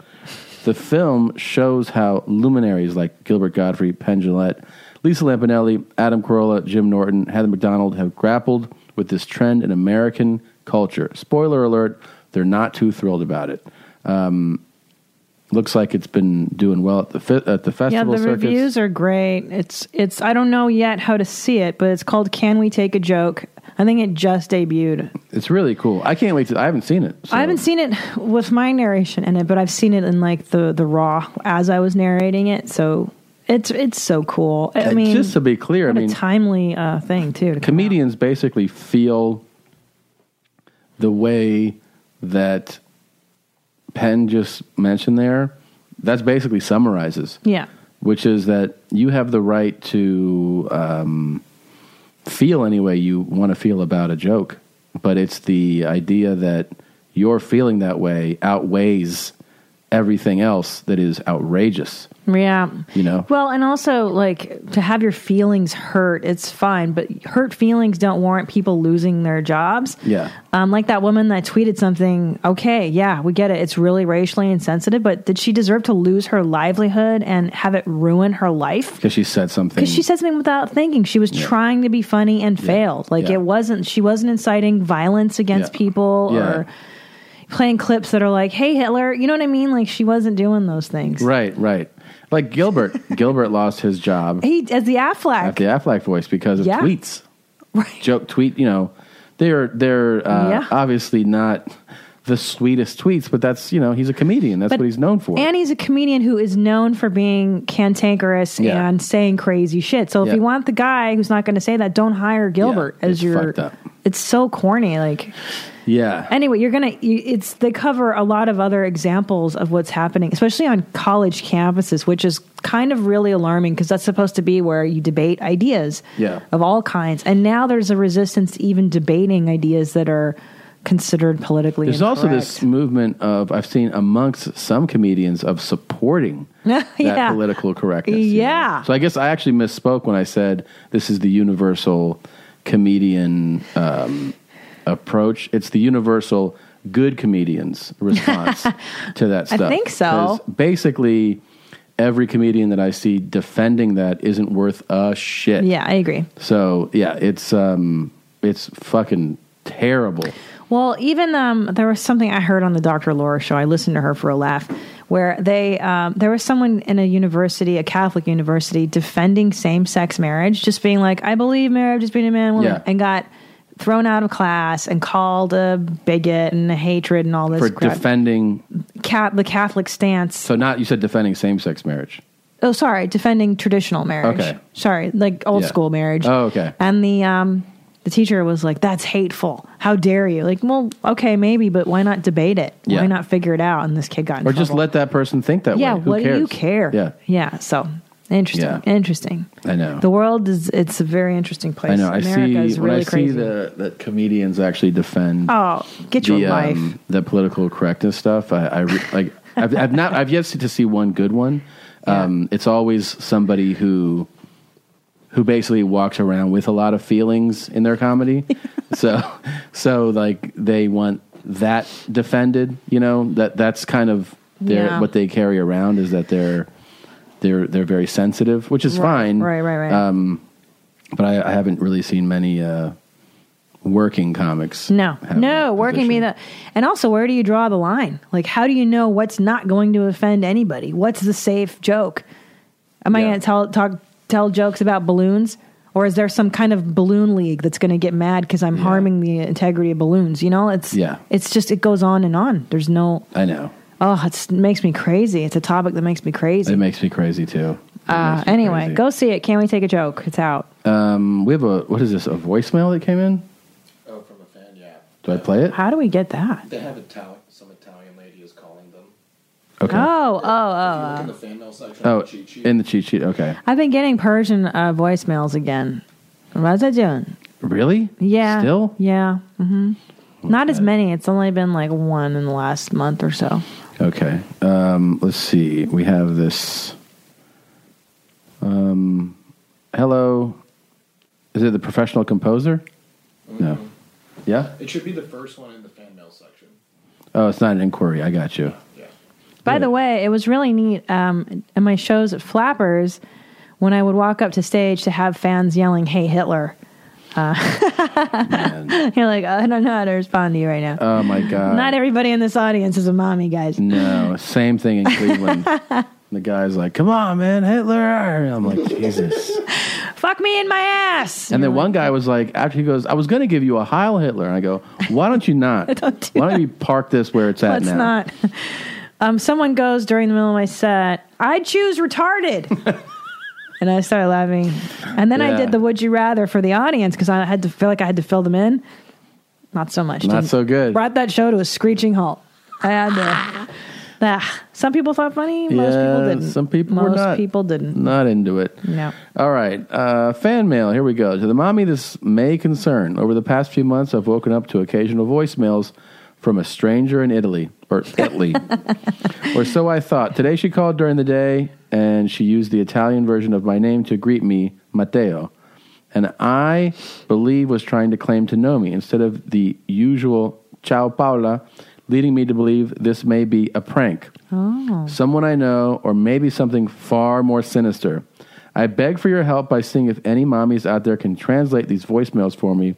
Speaker 1: The film shows how luminaries like Gilbert Godfrey, Penn Jillette, Lisa Lampanelli, Adam Carolla, Jim Norton, Heather McDonald have grappled with this trend in American culture. Spoiler alert, they're not too thrilled about it. Um, looks like it's been doing well at the fe- at the
Speaker 2: yeah,
Speaker 1: festival
Speaker 2: the
Speaker 1: circuits.
Speaker 2: reviews are great. It's it's I don't know yet how to see it, but it's called Can We Take a Joke? I think it just debuted.
Speaker 1: It's really cool. I can't wait to. I haven't seen it.
Speaker 2: I haven't seen it with my narration in it, but I've seen it in like the the raw as I was narrating it. So it's it's so cool. I
Speaker 1: And
Speaker 2: mean,
Speaker 1: just to be clear, I
Speaker 2: what
Speaker 1: mean-
Speaker 2: a timely uh, thing too. to come out.
Speaker 1: Comedians basically feel the way that Penn just mentioned there. That's basically summarizes,
Speaker 2: Yeah,
Speaker 1: which is that you have the right to um, feel any way you want to feel about a joke, but it's the idea that your feeling that way outweighs everything else that is outrageous.
Speaker 2: yeah.
Speaker 1: You know,
Speaker 2: Well, and also like to have your feelings hurt, it's fine, but hurt feelings don't warrant people losing their jobs.
Speaker 1: yeah.
Speaker 2: Um, like that woman that tweeted something. Okay, yeah, we get it. It's really racially insensitive, but did she deserve to lose her livelihood and have it ruin her life?
Speaker 1: Because she said something.
Speaker 2: Because she said something without thinking. She was trying to be funny and failed. Like
Speaker 1: Yeah.
Speaker 2: it wasn't. She wasn't inciting violence against
Speaker 1: Yeah.
Speaker 2: people
Speaker 1: Yeah.
Speaker 2: or playing clips that are like, "Hey Hitler," you know what I mean? Like she wasn't doing those things.
Speaker 1: Right, right. Like Gilbert. Gilbert lost his job
Speaker 2: He as the Affleck.
Speaker 1: at the Affleck voice because of
Speaker 2: Yeah.
Speaker 1: tweets. Joke tweet, you know, they're they're uh,
Speaker 2: Yeah.
Speaker 1: obviously not the sweetest tweets, but that's you know, he's a comedian. That's
Speaker 2: But-
Speaker 1: what he's known for.
Speaker 2: And he's a comedian who is known for being cantankerous
Speaker 1: Yeah.
Speaker 2: and saying crazy shit. So if
Speaker 1: Yeah.
Speaker 2: you want the guy who's not going to say that, don't hire Gilbert
Speaker 1: Yeah,
Speaker 2: as
Speaker 1: it's
Speaker 2: your.
Speaker 1: fucked up.
Speaker 2: It's so corny. Like
Speaker 1: yeah.
Speaker 2: anyway, you're gonna. You, it's they cover a lot of other examples of what's happening, especially on college campuses, which is kind of really alarming because that's supposed to be where you debate ideas
Speaker 1: Yeah.
Speaker 2: of all kinds, and now there's a resistance to even debating ideas that are considered politically.
Speaker 1: There's also this movement of I've seen amongst some comedians of supporting
Speaker 2: incorrect.
Speaker 1: that
Speaker 2: yeah.
Speaker 1: political correctness. you know?
Speaker 2: yeah.
Speaker 1: So I guess I actually misspoke when I said this is the universal comedian um, approach. It's the universal good comedians response to that
Speaker 2: I
Speaker 1: stuff.
Speaker 2: think so.
Speaker 1: 'Cause Basically, every comedian that I see defending that isn't worth a shit.
Speaker 2: Yeah, I agree.
Speaker 1: So yeah, it's um, it's fucking terrible.
Speaker 2: Well, even um, there was something I heard on the Dr. Laura show. I listened to her for a laugh, where they um, there was someone in a university, a Catholic university, defending same sex marriage, just being like, "I believe marriage is being a man and woman,"
Speaker 1: Yeah.
Speaker 2: and got thrown out of class and called a bigot and a hatred and all this
Speaker 1: For
Speaker 2: crap.
Speaker 1: defending,
Speaker 2: Cat, the Catholic stance.
Speaker 1: so not you said defending same-sex marriage.
Speaker 2: Oh, sorry, defending traditional marriage.
Speaker 1: Okay.
Speaker 2: Sorry, like old
Speaker 1: Yeah.
Speaker 2: school marriage.
Speaker 1: Oh, okay.
Speaker 2: And the um the teacher was like, "That's hateful. How dare you?" Like, well, okay, maybe, but why not debate it?
Speaker 1: Yeah.
Speaker 2: Why not figure it out? And this kid got in
Speaker 1: Or just
Speaker 2: trouble.
Speaker 1: let that person think that
Speaker 2: yeah.
Speaker 1: way. Who
Speaker 2: what do you
Speaker 1: cares?
Speaker 2: care?
Speaker 1: Yeah,
Speaker 2: Yeah. So interesting.
Speaker 1: Yeah.
Speaker 2: Interesting.
Speaker 1: I know.
Speaker 2: The world is it's a very interesting place.
Speaker 1: I know. I
Speaker 2: America
Speaker 1: see
Speaker 2: is
Speaker 1: when
Speaker 2: really
Speaker 1: I
Speaker 2: crazy.
Speaker 1: see the that comedians actually defend.
Speaker 2: oh, get your
Speaker 1: the,
Speaker 2: life.
Speaker 1: um, the political correctness stuff. I, I re- like. I've, I've not. I've yet to see one good one. Um, It's always somebody who who basically walks around with a lot of feelings in their comedy. so, so like they want that defended. You know that that's kind of their
Speaker 2: Yeah.
Speaker 1: what they carry around is that they're they're they're very sensitive, which is
Speaker 2: Right,
Speaker 1: fine.
Speaker 2: right, right, right.
Speaker 1: Um, but I, I haven't really seen many uh, working comics.
Speaker 2: No, no, working me that. And also, where do you draw the line? Like, how do you know what's not going to offend anybody? What's the safe joke? Am I going to tell talk tell jokes about balloons, or is there some kind of balloon league that's going to get mad because I'm harming the integrity of balloons? You know, it's
Speaker 1: Yeah.
Speaker 2: it's just it goes on and on. There's no,
Speaker 1: I know.
Speaker 2: oh, it's, it makes me crazy. It's a topic that makes me crazy.
Speaker 1: It makes me crazy too.
Speaker 2: uh, anyway, go see it. Can we take a joke? It's out.
Speaker 1: Um, we have a what is this? A voicemail that came in. Oh, from a fan. Yeah. Do I play it?
Speaker 2: How do we get that?
Speaker 11: They have Italian, some Italian lady is calling them.
Speaker 1: Okay.
Speaker 2: Oh, oh, oh.
Speaker 11: Look
Speaker 2: oh.
Speaker 11: in the fan mail section.
Speaker 1: Oh, in the cheat sheet. Okay.
Speaker 2: I've been getting Persian uh, voicemails again. How's that doing?
Speaker 1: Really?
Speaker 2: Yeah.
Speaker 1: Still?
Speaker 2: Yeah. hmm Not as many. It's only been like one in the last month or so.
Speaker 1: Okay. Um, let's see. We have this. Um, hello. Is it the professional composer? No. Yeah.
Speaker 11: It should be the first one in the fan mail section.
Speaker 1: Oh, it's not an inquiry. I got you.
Speaker 2: By the way, it was really neat. Um, in my shows at Flappers, when I would walk up to stage to have fans yelling, "Hey Hitler," uh, you're like, I don't know how to respond to you right now.
Speaker 1: Oh my god.
Speaker 2: Not everybody in this audience is a mommy, guys.
Speaker 1: No, same thing in Cleveland. the guy's like, "Come on, man, Hitler!" I'm like, "Jesus!"
Speaker 2: Fuck me in my ass.
Speaker 1: And then one guy was like, after he goes, "I was going to give you a Heil Hitler," and I go, "Why don't you not?
Speaker 2: Don't do
Speaker 1: Why don't you park this where it's at
Speaker 2: Let's
Speaker 1: now?"
Speaker 2: not. Um, someone goes during the middle of my set. I choose retarded. And I started laughing. And then I
Speaker 1: Yeah.
Speaker 2: did the would you rather for the audience because I had to feel like I had to fill them in. Not so much.
Speaker 1: Not
Speaker 2: didn't-
Speaker 1: so good.
Speaker 2: Brought that show to a screeching halt. I had to. Ah, some people thought funny. Most people
Speaker 1: Yeah,
Speaker 2: didn't.
Speaker 1: some people were
Speaker 2: Most
Speaker 1: not.
Speaker 2: people didn't.
Speaker 1: Not into it.
Speaker 2: No.
Speaker 1: All right. Uh, fan mail. Here we go. To the mommy, this may concern. Over the past few months, I've woken up to occasional voicemails from a stranger in Italy, or Italy, or so I thought. Today she called during the day and she used the Italian version of my name to greet me, Matteo, and I believe was trying to claim to know me instead of the usual ciao Paola, leading me to believe this may be a prank
Speaker 2: Oh.
Speaker 1: someone I know, or maybe something far more sinister. I beg for your help by seeing if any mommies out there can translate these voicemails for me.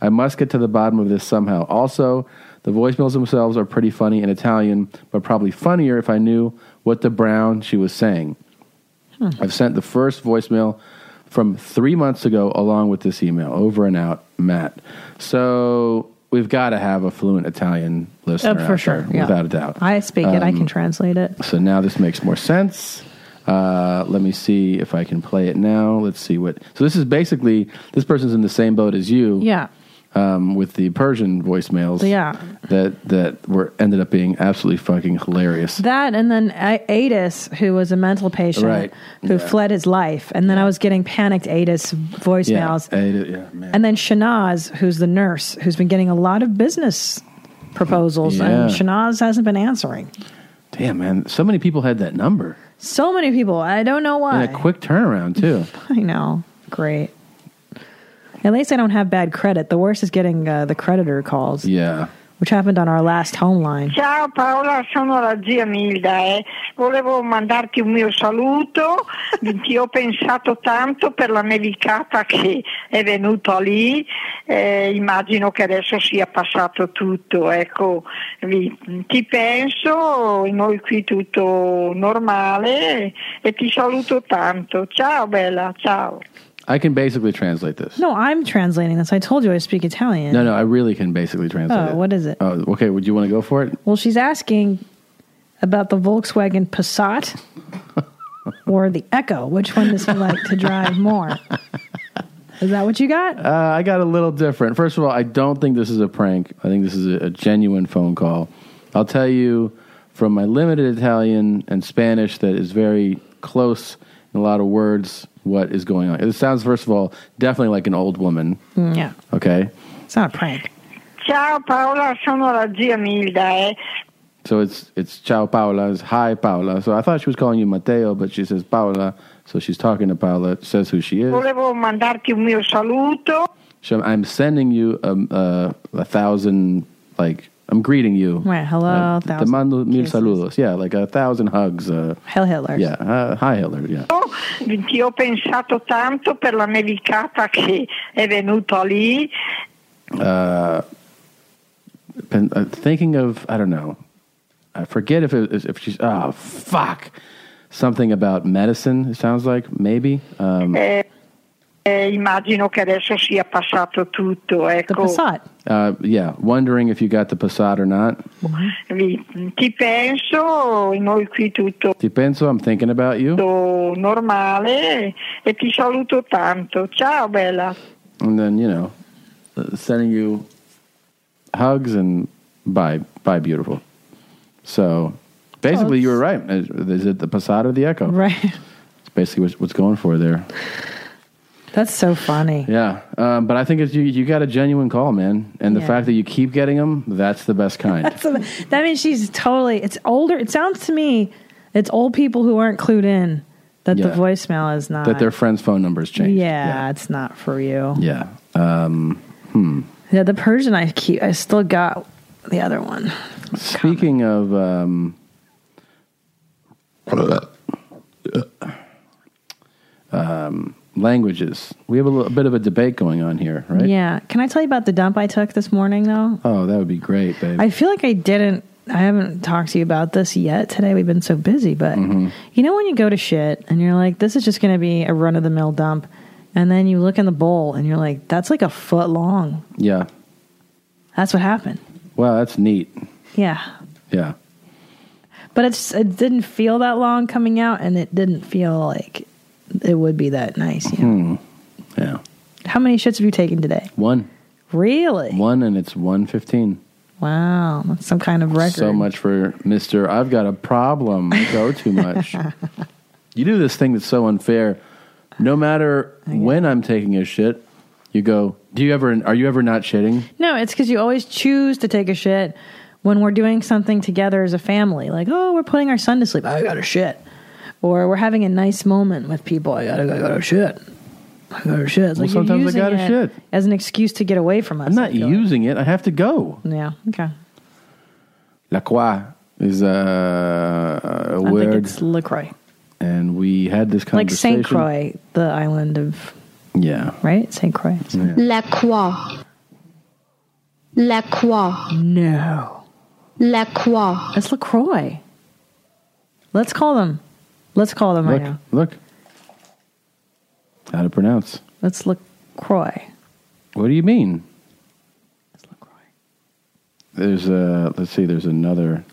Speaker 1: I must get to the bottom of this somehow. Also, the voicemails themselves are pretty funny in Italian, but probably funnier if I knew what the brown she was saying.
Speaker 3: Hmm.
Speaker 1: I've sent the first voicemail from three months ago along with this email. Over and out, Matt. So we've got to have a fluent Italian listener.
Speaker 2: Uh, for
Speaker 1: out
Speaker 2: sure,
Speaker 1: there,
Speaker 2: yeah.
Speaker 1: Without a doubt.
Speaker 2: I speak it. I
Speaker 1: Um,
Speaker 2: can translate it.
Speaker 1: so now this makes more sense. Uh, let me see if I can play it now. Let's see what. So this is basically this person's in the same boat as you.
Speaker 2: Yeah.
Speaker 1: Um, with the Persian voicemails.
Speaker 2: Yeah.
Speaker 1: That that were ended up being absolutely fucking hilarious.
Speaker 2: That and then I- Adis, who was a mental patient
Speaker 1: Right.
Speaker 2: who
Speaker 1: Yeah.
Speaker 2: fled his life, and then I was getting panicked Adis voicemails,
Speaker 1: Yeah. I did- yeah, man.
Speaker 2: and then Shanaz, who's the nurse, who's been getting a lot of business proposals, and
Speaker 1: Yeah.
Speaker 2: Shanaz hasn't been answering.
Speaker 1: Damn man, so many people had that number.
Speaker 2: So many people, I don't know why.
Speaker 1: And a quick turnaround too.
Speaker 2: I know, great. At least I don't have bad credit. The worst is getting uh, the creditor calls,
Speaker 1: yeah.
Speaker 2: which happened on our last home line.
Speaker 16: Ciao Paola, sono la zia Milda. eh. Volevo mandarti un mio saluto, ti ho pensato tanto per la nevicata che è venuta lì, Eh, immagino che adesso sia passato tutto, ecco, vi- ti penso, noi qui tutto normale e ti saluto tanto. Ciao Bella, ciao.
Speaker 1: I can basically translate this.
Speaker 2: No, I'm translating this. I told you I speak Italian.
Speaker 1: No, no, I really can basically translate
Speaker 2: Oh,
Speaker 1: it.
Speaker 2: what is it?
Speaker 1: Oh, okay. Would you want to go for it?
Speaker 2: Well, she's asking about the Volkswagen Passat or the Echo. Which one does he like to drive more? Is that what you got?
Speaker 1: Uh, I got a little different. First of all, I don't think this is a prank. I think this is a, a genuine phone call. I'll tell you from my limited Italian and Spanish that is very close in a lot of words what is going on. It sounds, first of all, definitely like an old woman.
Speaker 2: Yeah.
Speaker 1: Okay.
Speaker 2: It's not a prank.
Speaker 16: Ciao Paola, sono la zia Milda. eh.
Speaker 1: So it's it's ciao Paola, it's hi Paola. So I thought she was calling you Matteo, but she says Paola. So she's talking to Paola, says who she is.
Speaker 16: Volevo mandarti un mio saluto.
Speaker 1: So I'm sending you um, uh, a thousand, like, I'm greeting you.
Speaker 2: Right. Hello.
Speaker 1: Uh, te
Speaker 2: thousand.
Speaker 1: mando mil saludos. Yeah, like a thousand hugs. Uh,
Speaker 2: Hell Hitler.
Speaker 1: yeah, uh, hi Hitler. Yeah.
Speaker 16: Ti ho pensato tanto per la nevicata che è venuta lì.
Speaker 1: uh, been uh, thinking of I don't know. I forget if it was, if she's oh fuck something about medicine. It sounds like maybe. Um,
Speaker 16: Eh, eh, immagino che adesso sia passato tutto, ecco.
Speaker 1: Uh, yeah, wondering if you got the Passat or not.
Speaker 16: Vi- Ti penso, noi qui tutto
Speaker 1: Ti penso, I'm thinking about you.
Speaker 16: normale eh, e ti saluto tanto. Ciao bella.
Speaker 1: And then, you know, uh, sending you hugs and bye, bye, beautiful. So basically, you were right. Is is it the Passat or the Echo?
Speaker 2: Right.
Speaker 1: It's basically what's, what's going for there.
Speaker 2: That's so funny.
Speaker 1: Yeah. Um, but I think it's, you, you got a genuine call, man. And the
Speaker 2: Yeah.
Speaker 1: fact that you keep getting them, that's the best kind.
Speaker 2: That's a- that means she's totally. It's older. It sounds to me, it's old people who aren't clued in that the
Speaker 1: Yeah.
Speaker 2: voicemail is not
Speaker 1: that their friend's phone number's changed.
Speaker 2: Yeah, it's not for you.
Speaker 1: Yeah. Um, hmm.
Speaker 2: Yeah, the Persian I keep. I still got the other one.
Speaker 1: Speaking of um, Uh, um, languages, we have a, little, bit of a debate going on here, right?
Speaker 2: Yeah. Can I tell you about the dump I took this morning though?
Speaker 1: Oh, that would be great, babe.
Speaker 2: I feel like I didn't. I haven't talked to you about this yet today. We've been so busy, but
Speaker 1: Mm-hmm.
Speaker 2: you know when you go to shit and you're like, this is just going to be a run of the mill dump, and then you look in the bowl and you're like, that's like a foot long.
Speaker 1: yeah.
Speaker 2: That's what happened.
Speaker 1: Wow, that's neat.
Speaker 2: Yeah.
Speaker 1: Yeah.
Speaker 2: But it's it didn't feel that long coming out, and it didn't feel like it would be that nice. You know?
Speaker 1: Hmm. Yeah.
Speaker 2: How many shits have you taken today?
Speaker 1: One.
Speaker 2: Really?
Speaker 1: One, and it's one fifteen.
Speaker 2: Wow, that's some kind of record.
Speaker 1: So much for Mister. I've got a problem. I go too much. you do this thing that's so unfair. No matter when I'm taking a shit, you go. Do you ever? Are you ever not shitting?
Speaker 2: No, it's because you always choose to take a shit when we're doing something together as a family. Like, oh, we're putting our son to sleep. I got to shit. Or we're having a nice moment with people. I got to go to shit. I got to shit. It's
Speaker 1: Well,
Speaker 2: like you're
Speaker 1: sometimes I
Speaker 2: using
Speaker 1: gotta
Speaker 2: it
Speaker 1: shit.
Speaker 2: As an excuse to get away from us.
Speaker 1: I'm not using it. I have to go.
Speaker 2: Yeah, okay.
Speaker 1: La Croix is uh, a
Speaker 2: I think
Speaker 1: word,
Speaker 2: it's LaCroix.
Speaker 1: and we had this
Speaker 2: Like
Speaker 1: conversation.
Speaker 2: St. Croix, the island of,
Speaker 1: Yeah.
Speaker 2: right? St. Croix.
Speaker 1: Yeah.
Speaker 17: La croix. La croix.
Speaker 2: No.
Speaker 17: La croix.
Speaker 2: It's LaCroix. Let's call them. Let's call them
Speaker 1: Look,
Speaker 2: right now.
Speaker 1: look. How to pronounce?
Speaker 2: Let's LaCroix.
Speaker 1: What do you mean? There's a let's see. There's another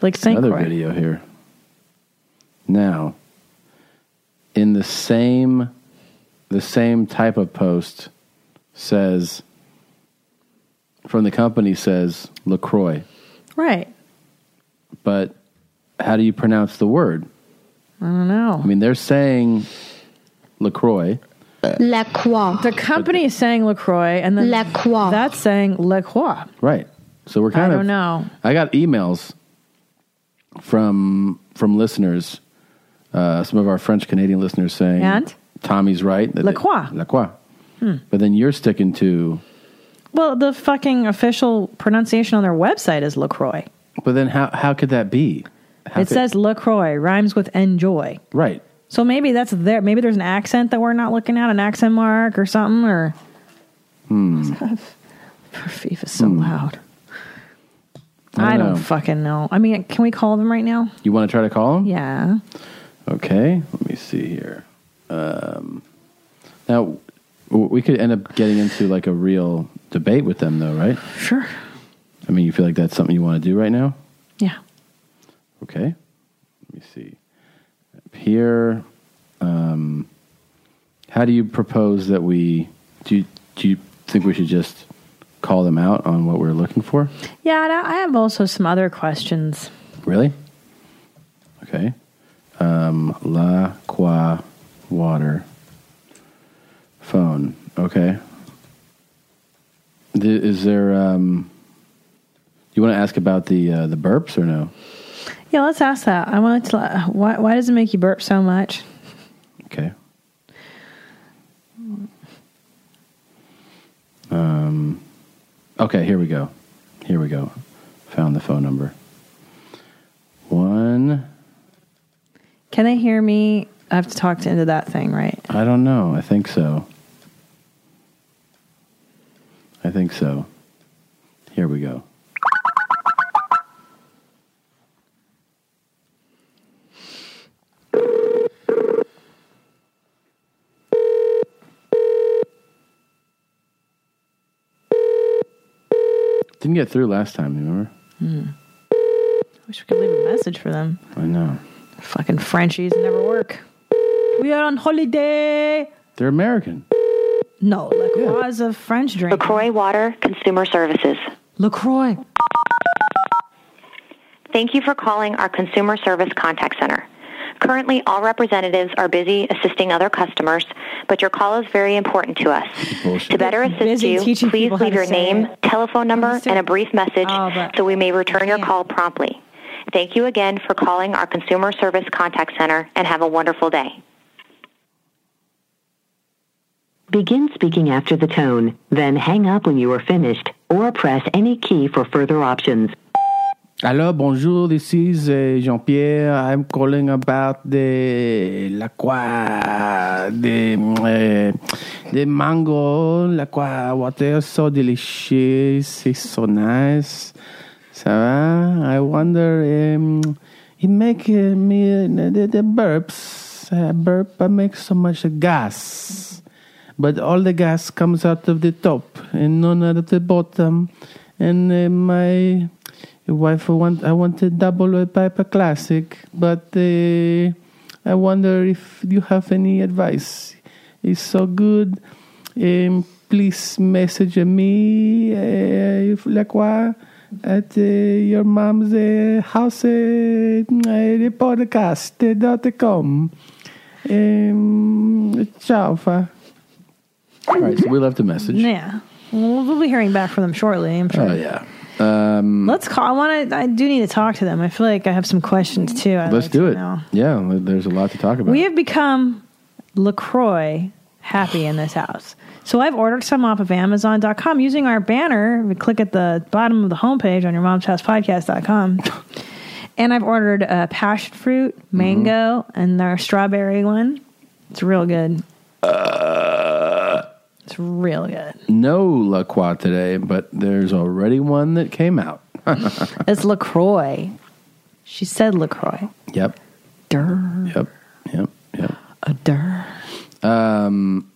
Speaker 2: Like St.
Speaker 1: another
Speaker 2: Croix.
Speaker 1: video here. Now, in the same the same type of post says from the company says Lacroix,
Speaker 2: Right.
Speaker 1: but how do you pronounce the word?
Speaker 2: I don't know.
Speaker 1: I mean, they're saying Lacroix.
Speaker 17: La Croix.
Speaker 2: The company is saying LaCroix, and then La Croix. that's saying La Croix.
Speaker 1: Right. So we're
Speaker 2: I
Speaker 1: kind of.
Speaker 2: don't know.
Speaker 1: I got emails from from listeners, uh, some of our French Canadian listeners saying
Speaker 2: And?
Speaker 1: Tommy's right. that
Speaker 2: La
Speaker 1: it-
Speaker 2: Croix.
Speaker 1: La Croix.
Speaker 2: Hmm.
Speaker 1: But then you're sticking to.
Speaker 2: Well, the fucking official pronunciation on their website is LaCroix.
Speaker 1: But then how how could that be? How
Speaker 2: it
Speaker 1: could-
Speaker 2: says LaCroix, rhymes with enjoy.
Speaker 1: right.
Speaker 2: So maybe that's there. Maybe there's an accent that we're not looking at, an accent mark or something, or.
Speaker 1: Hmm.
Speaker 2: FIFA is so loud.
Speaker 1: I
Speaker 2: I
Speaker 1: don't
Speaker 2: don't
Speaker 1: know.
Speaker 2: fucking know. I mean, can we call them right now?
Speaker 1: You want to try to call him?
Speaker 2: Yeah.
Speaker 1: Okay. Let me see here. Um, now w- we could end up getting into like a real debate with them, though, right?
Speaker 2: Sure.
Speaker 1: I mean, you feel like that's something you want to do right now?
Speaker 2: Yeah.
Speaker 1: Okay. Let me see. Up here, um, how do you propose that we do? You, do you think we should just call them out on what we're looking for?
Speaker 2: Yeah, and I I have also some other questions.
Speaker 1: Really? Okay. Um, La Qua Water Phone. Okay. Th- Is there? Um, you want to ask about the uh, the burps or no?
Speaker 2: Yeah, let's ask that. I want to. uh, Why, why does it make you burp so much?
Speaker 1: Okay. Um, okay, here we go. Here we go. Found the phone number. One.
Speaker 2: Can they hear me? I have to talk to into that thing, right?
Speaker 1: I don't know. I think so. I think so. Here we go. Didn't get through last time, you remember?
Speaker 2: Hmm. I wish we could leave a message for them.
Speaker 1: I know.
Speaker 2: Fucking Frenchies never work. We are on holiday.
Speaker 1: They're American.
Speaker 2: No, LaCroix is a French drink.
Speaker 18: LaCroix Water Consumer Services.
Speaker 2: LaCroix.
Speaker 18: Thank you for calling our Consumer Service Contact Center. Currently, all representatives are busy assisting other customers, but your call is very important to us. To better assist
Speaker 2: Busy
Speaker 18: you,
Speaker 2: teaching
Speaker 18: please
Speaker 2: people how
Speaker 18: leave
Speaker 2: to
Speaker 18: your
Speaker 2: say
Speaker 18: name, telephone number, and a brief message
Speaker 2: Oh,
Speaker 18: so we may return your call promptly. Thank you again for calling our Consumer Service Contact Center and have a wonderful day.
Speaker 19: Begin speaking after the tone, then hang up when you are finished, or press any key for further options.
Speaker 1: Hello, bonjour, this is uh, Jean-Pierre. I'm calling about the la croix, the, uh, the mango, la croix water, so delicious, it's so nice. Ça va? I wonder, um, it make uh, me, the, the burps, uh, burp, I make so much gas. But all the gas comes out of the top and none out of the bottom. And uh, my wife want I wanted double a piper classic, but uh, I wonder if you have any advice. It's so good. Um, please message me uh, if Lacroix at uh, your mom's uh, house uh, the podcast uh, dot com. Um, ciao. fa. All right, so we left a message.
Speaker 2: Yeah. Well, we'll be hearing back from them shortly, I'm sure.
Speaker 1: Oh yeah. Um,
Speaker 2: Let's call. I want to. I do need to talk to them. I feel like I have some questions too. I'd
Speaker 1: Let's
Speaker 2: like
Speaker 1: do
Speaker 2: to
Speaker 1: it.
Speaker 2: know.
Speaker 1: Yeah, there's a lot to talk about.
Speaker 2: We have become LaCroix happy in this house. So I've ordered some off of Amazon.com using our banner. If you click at the bottom of the homepage on your mom's house podcast.com. and I've ordered uh, passion fruit, mango, and our strawberry one. It's real good. It's real good.
Speaker 1: Uh, no La Croix today, but there's already one that came out.
Speaker 2: It's LaCroix. She said LaCroix.
Speaker 1: yep.
Speaker 2: Durr.
Speaker 1: Yep. Yep. Yep.
Speaker 2: A durr.
Speaker 1: Um,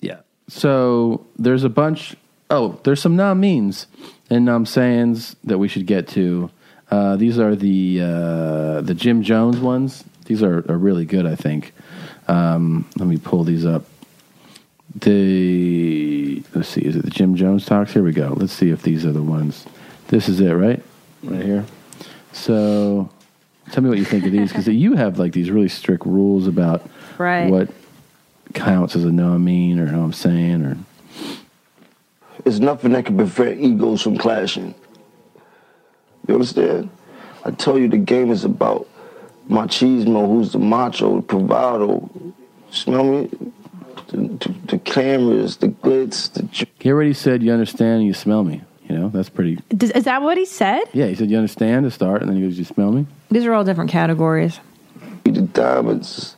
Speaker 1: yeah. So there's a bunch. Oh, there's some nom means and nom sayings that we should get to. Uh, these are the uh, the Jim Jones ones. These are, are really good, I think. Um, let me pull these up. The let's see, is it the Jim Jones talks? Here we go. Let's see if these are the ones. This is it, right? Right here. So, tell me what you think of these because you have like these really strict rules about
Speaker 2: Right.
Speaker 1: what counts as a know I mean or know I'm saying or
Speaker 20: It's nothing that can prevent egos from clashing. You understand? I tell you, the game is about machismo, who's the macho, the bravado. Smell me? The, the, the cameras, the glitz, the j-
Speaker 1: he already said you understand and you smell me. You know that's pretty.
Speaker 2: Does, is that what he said?
Speaker 1: Yeah, he said you understand to start and then he goes you smell me.
Speaker 2: These are all different categories.
Speaker 20: the diamonds.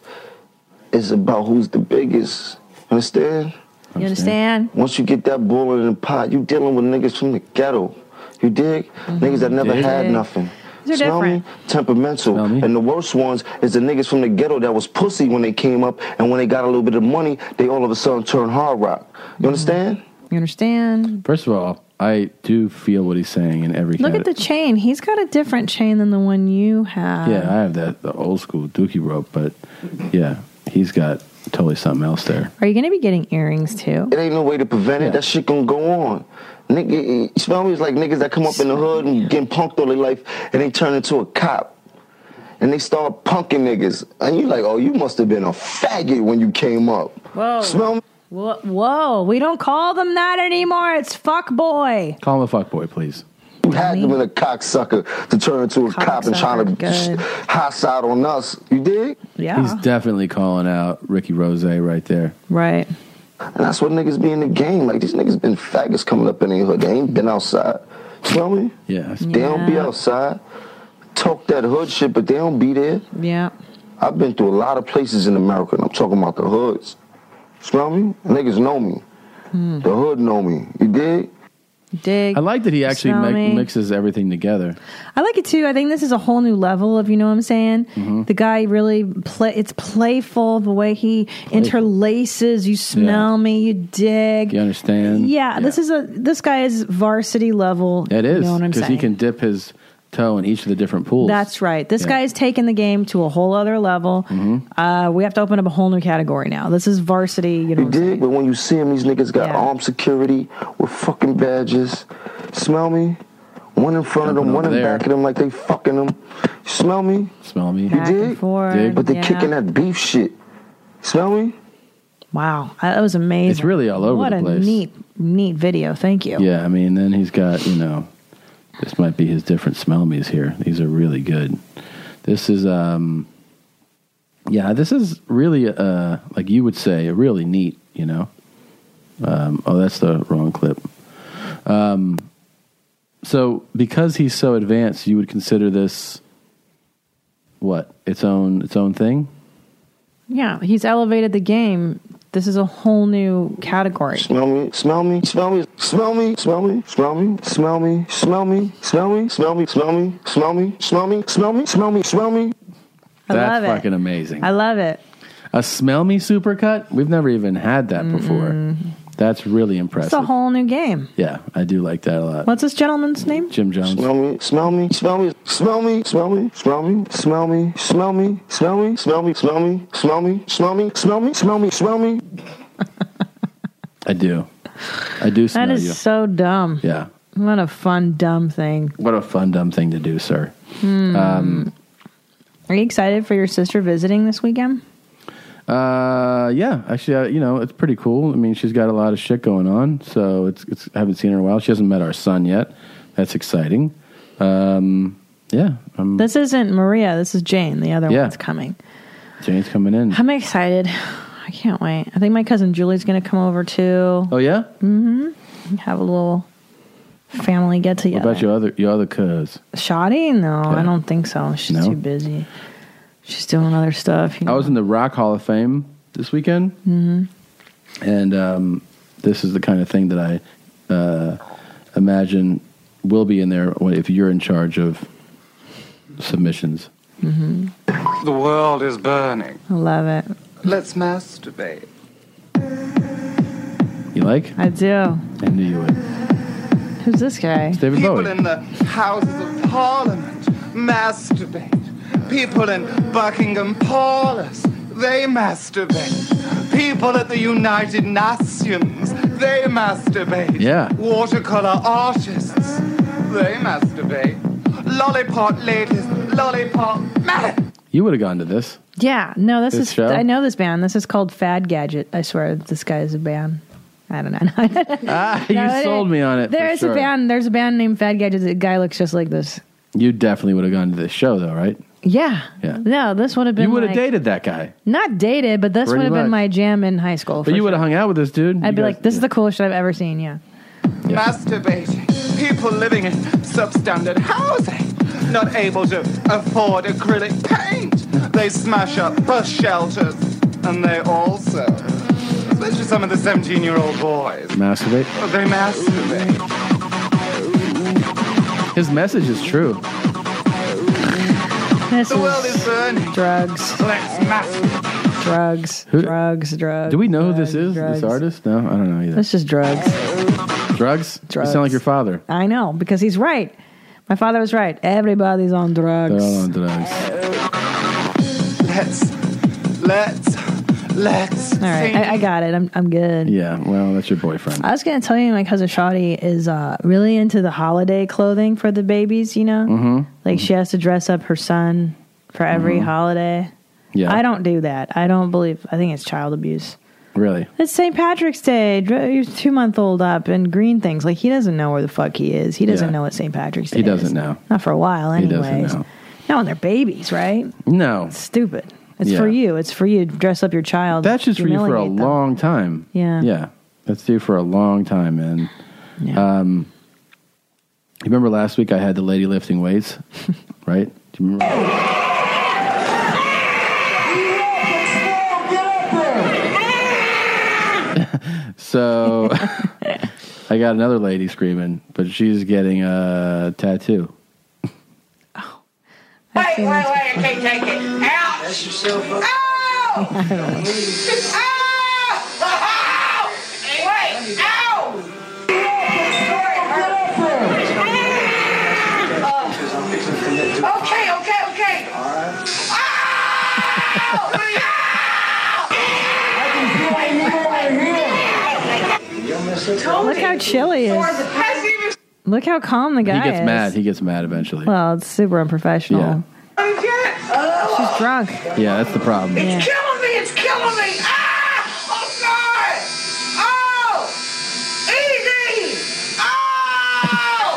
Speaker 20: It's about who's the biggest. Understand?
Speaker 2: You understand?
Speaker 20: Once you get that ball in the pot, you dealing with niggas from the ghetto. You dig? Niggas that never
Speaker 1: Dig.
Speaker 20: had
Speaker 1: Dig.
Speaker 20: nothing.
Speaker 2: These are
Speaker 20: Smell me? Temperamental. And the worst ones is the niggas from the ghetto that was pussy when they came up, and when they got a little bit of money, they all of a sudden turned hard rock. You understand?
Speaker 2: You understand?
Speaker 1: First of all, I do feel what he's saying in every.
Speaker 2: Look at the
Speaker 1: cate-
Speaker 2: chain. He's got a different chain than the one you have.
Speaker 1: Yeah, I have that the old school dookie rope, but yeah, he's got totally something else there.
Speaker 2: Are you going to be getting earrings too?
Speaker 20: It ain't no way to prevent it. That shit gonna go on. Nigga, you smell me? It's like niggas that come up in the hood and getting punked all their life, and they turn into a cop, and they start punking niggas, and you like, oh, you must have been a faggot when you came up.
Speaker 2: Whoa.
Speaker 20: Smell me?
Speaker 2: Whoa, whoa, we don't call them that anymore. It's fuck boy.
Speaker 1: Call him a fuck boy, please.
Speaker 20: You had them in a cocksucker to turn into a cop and trying to
Speaker 2: good.
Speaker 20: hostile on us. You dig?
Speaker 2: Yeah.
Speaker 1: He's definitely calling out Ricky Rose right there.
Speaker 2: Right.
Speaker 20: And that's what niggas be in the game. Like these niggas been faggots coming up in their hood. They ain't been outside. Smell me?
Speaker 1: Yeah.
Speaker 20: They don't be outside. Talk that hood shit, but they don't be there.
Speaker 2: Yeah.
Speaker 20: I've been through a lot of places in America, and I'm talking about the hoods. Smell me? Niggas know me. The hood know me. You dig?
Speaker 2: Dig.
Speaker 1: I like that he actually
Speaker 2: Smell
Speaker 1: mi-
Speaker 2: me.
Speaker 1: mixes everything together.
Speaker 2: I like it too. I think this is a whole new level of you know what I'm saying.
Speaker 1: Mhm.
Speaker 2: The guy really play. It's playful the way he interlaces. You smell me. You dig.
Speaker 1: You understand?
Speaker 2: Yeah, this is a this guy is varsity level.
Speaker 1: Mm-hmm. It is
Speaker 2: You know what I'm
Speaker 1: because
Speaker 2: saying?
Speaker 1: he can dip his toe in each of the different pools.
Speaker 2: That's right. This
Speaker 1: Yeah.
Speaker 2: guy is taking the game to a whole other level.
Speaker 20: Mm-hmm.
Speaker 2: Uh, we have to open up a whole new category now. This is varsity. You know,
Speaker 20: You dig? But when you see him, these niggas got armed security with fucking badges. Smell me? One in front of them, one in
Speaker 1: over there.
Speaker 20: back of them, like they fucking them. Smell me?
Speaker 1: Smell me?
Speaker 20: You
Speaker 2: Back and
Speaker 20: dig?
Speaker 2: forth, Dig.
Speaker 20: But they
Speaker 2: yeah.
Speaker 20: kicking that beef shit. Smell me?
Speaker 2: wow, that was amazing.
Speaker 1: It's really all over
Speaker 2: What
Speaker 1: the
Speaker 2: a
Speaker 1: place.
Speaker 2: neat, neat video. Thank you.
Speaker 1: Yeah, I mean, then he's got you know, this might be his different smell me's here. These are really good. This is um, yeah, this is really uh, like you would say, really neat. You know, um, oh, that's the wrong clip. Um, so because he's so advanced, you would consider this what its own its own thing.
Speaker 2: Yeah, he's elevated the game. This is a whole new category.
Speaker 20: Smell me, smell me, smell me, smell me, smell me, smell me, smell me, smell me, smell me, smell me, smell me, smell me, smell me, smell me, smell me, smell me.
Speaker 2: I
Speaker 1: That's
Speaker 2: love it.
Speaker 1: fucking amazing.
Speaker 2: I love it.
Speaker 1: A smell me supercut? We've never even had that before. That's really impressive.
Speaker 2: Mm-hmm. It's a whole new game.
Speaker 1: Yeah, I do like that a lot.
Speaker 2: What's this gentleman's name?
Speaker 1: Jim Jones.
Speaker 20: Smell me, smell me, smell me, smell me, smell me, smell me, smell me, smell me, smell me, smell me, smell me, smell me, smell me, smell me, smell me, smell me.
Speaker 1: I do. I do smell
Speaker 2: That is
Speaker 1: you.
Speaker 2: so dumb.
Speaker 1: yeah.
Speaker 2: What a fun dumb thing.
Speaker 1: What a fun dumb thing to do, sir.
Speaker 2: Hmm.
Speaker 1: Um,
Speaker 2: Are you excited for your sister visiting this weekend?
Speaker 1: uh, yeah, actually, uh, you know, it's pretty cool. I mean, she's got a lot of shit going on, so it's, it's I haven't seen her in a while. She hasn't met our son yet. That's exciting. Um, yeah, um,
Speaker 2: This isn't Maria. This is Jane. The other
Speaker 1: Yeah.
Speaker 2: one's coming.
Speaker 1: Jane's coming in.
Speaker 2: I'm excited. I can't wait. I think my cousin Julie's going to come over too.
Speaker 1: Oh yeah,
Speaker 2: Mm-hmm. Have a little family get
Speaker 1: what
Speaker 2: together.
Speaker 1: about your other your other cuz?
Speaker 2: Shoddy? No, I don't think so. She's
Speaker 1: No?
Speaker 2: too busy. She's doing other stuff. You know?
Speaker 1: I was in the Rock Hall of Fame this weekend.
Speaker 2: hmm
Speaker 1: and um, this is the kind of thing that I uh, imagine will be in there when- if you're in charge of submissions.
Speaker 2: hmm
Speaker 21: Mm-hmm. The world is burning.
Speaker 2: I love it.
Speaker 21: Let's masturbate.
Speaker 1: You like?
Speaker 2: I do.
Speaker 1: I knew you would.
Speaker 2: Who's this guy?
Speaker 1: It's David
Speaker 21: People
Speaker 1: Bowie.
Speaker 21: in the Houses of Parliament masturbate. People in Buckingham Palace, they masturbate. People at the United Nations, they masturbate.
Speaker 1: Yeah.
Speaker 21: Watercolor artists, they masturbate. Lollipop ladies, lollipop men.
Speaker 1: You would have gone to this.
Speaker 2: Yeah, no, this,
Speaker 1: This
Speaker 2: is.
Speaker 1: show?
Speaker 2: I know this band. This is called Fad Gadget. I swear, this guy is a band. I don't know.
Speaker 1: Ah, you
Speaker 2: No, it
Speaker 1: sold
Speaker 2: is.
Speaker 1: me on it. for
Speaker 2: There is
Speaker 1: sure.
Speaker 2: a band. There's a band named Fad Gadget. The guy looks just like this.
Speaker 1: You definitely would have gone to this show, though, right?
Speaker 2: Yeah.
Speaker 1: Yeah.
Speaker 2: No, this would have been.
Speaker 1: You would have
Speaker 2: like-
Speaker 1: dated that guy,
Speaker 2: Not dated, but this
Speaker 1: Pretty
Speaker 2: would have
Speaker 1: much.
Speaker 2: been my jam in high school.
Speaker 1: but you would have hung out with this dude.
Speaker 2: I'd
Speaker 1: You
Speaker 2: be
Speaker 1: guys-
Speaker 2: like, this is the coolest shit I've ever seen. Yeah.
Speaker 21: masturbating, people living in substandard housing, not able to afford acrylic paint. They smash up bus shelters, and they also, especially some of the 17 year old boys,
Speaker 1: masturbate.
Speaker 21: they masturbate.
Speaker 1: His message is true.
Speaker 2: This
Speaker 21: the world is burning.
Speaker 2: Drugs.
Speaker 21: Let's masturbate.
Speaker 2: Drugs. drugs. Drugs.
Speaker 1: Do we know who this is?
Speaker 2: drugs.
Speaker 1: This artist? No, I don't know either.
Speaker 2: That's just drugs.
Speaker 1: Drugs? You
Speaker 2: Drugs.
Speaker 1: sound like your father.
Speaker 2: I know because he's right. My father was right. Everybody's on drugs.
Speaker 1: They're all on drugs.
Speaker 21: Let's, let's, let's.
Speaker 2: All right, I, I got it. I'm I'm good.
Speaker 1: Yeah, well, that's your boyfriend.
Speaker 2: I was gonna tell you, my cousin Shawty is uh, really into the holiday clothing for the babies. You know,
Speaker 1: Mm-hmm.
Speaker 2: like she has to dress up her son for every holiday.
Speaker 1: Yeah.
Speaker 2: I don't do that. I don't believe. I think it's child abuse.
Speaker 1: Really?
Speaker 2: It's St. Patrick's Day. Dr- Your two month old up and green things. Like he doesn't know where the fuck he is. He doesn't
Speaker 1: Yeah.
Speaker 2: know what St. Patrick's
Speaker 1: He
Speaker 2: Day. is.
Speaker 1: doesn't know.
Speaker 2: Not for a while,
Speaker 1: He
Speaker 2: anyways.
Speaker 1: doesn't know.
Speaker 2: Not when they're babies, right?
Speaker 1: No.
Speaker 2: Stupid. It's
Speaker 1: Yeah.
Speaker 2: for you. It's for you to dress up your child.
Speaker 1: That's just for you for a
Speaker 2: humiliate them.
Speaker 1: long time.
Speaker 2: Yeah.
Speaker 1: Yeah. That's due for a long time, man.
Speaker 2: Yeah.
Speaker 1: Um, you remember last week I had the lady lifting weights, right? Do you remember? So I got another lady screaming, but she's getting a tattoo.
Speaker 3: Wait, wait, wait, I can't take it. Out! Ah! That's yourself up. Ow!
Speaker 1: I don't know.
Speaker 3: Ah! Wait! Ow! Okay, okay, okay. Ah!
Speaker 2: Look how chill he is.
Speaker 3: That's even
Speaker 2: Look how calm the
Speaker 1: He
Speaker 2: guy
Speaker 1: gets
Speaker 2: is.
Speaker 1: mad. He gets mad eventually.
Speaker 2: Well, it's super unprofessional.
Speaker 1: Yeah.
Speaker 2: She's drunk.
Speaker 1: Yeah, that's the problem.
Speaker 2: Yeah.
Speaker 3: It's killing me. It's killing me. Ah! Oh, God! Oh! Easy!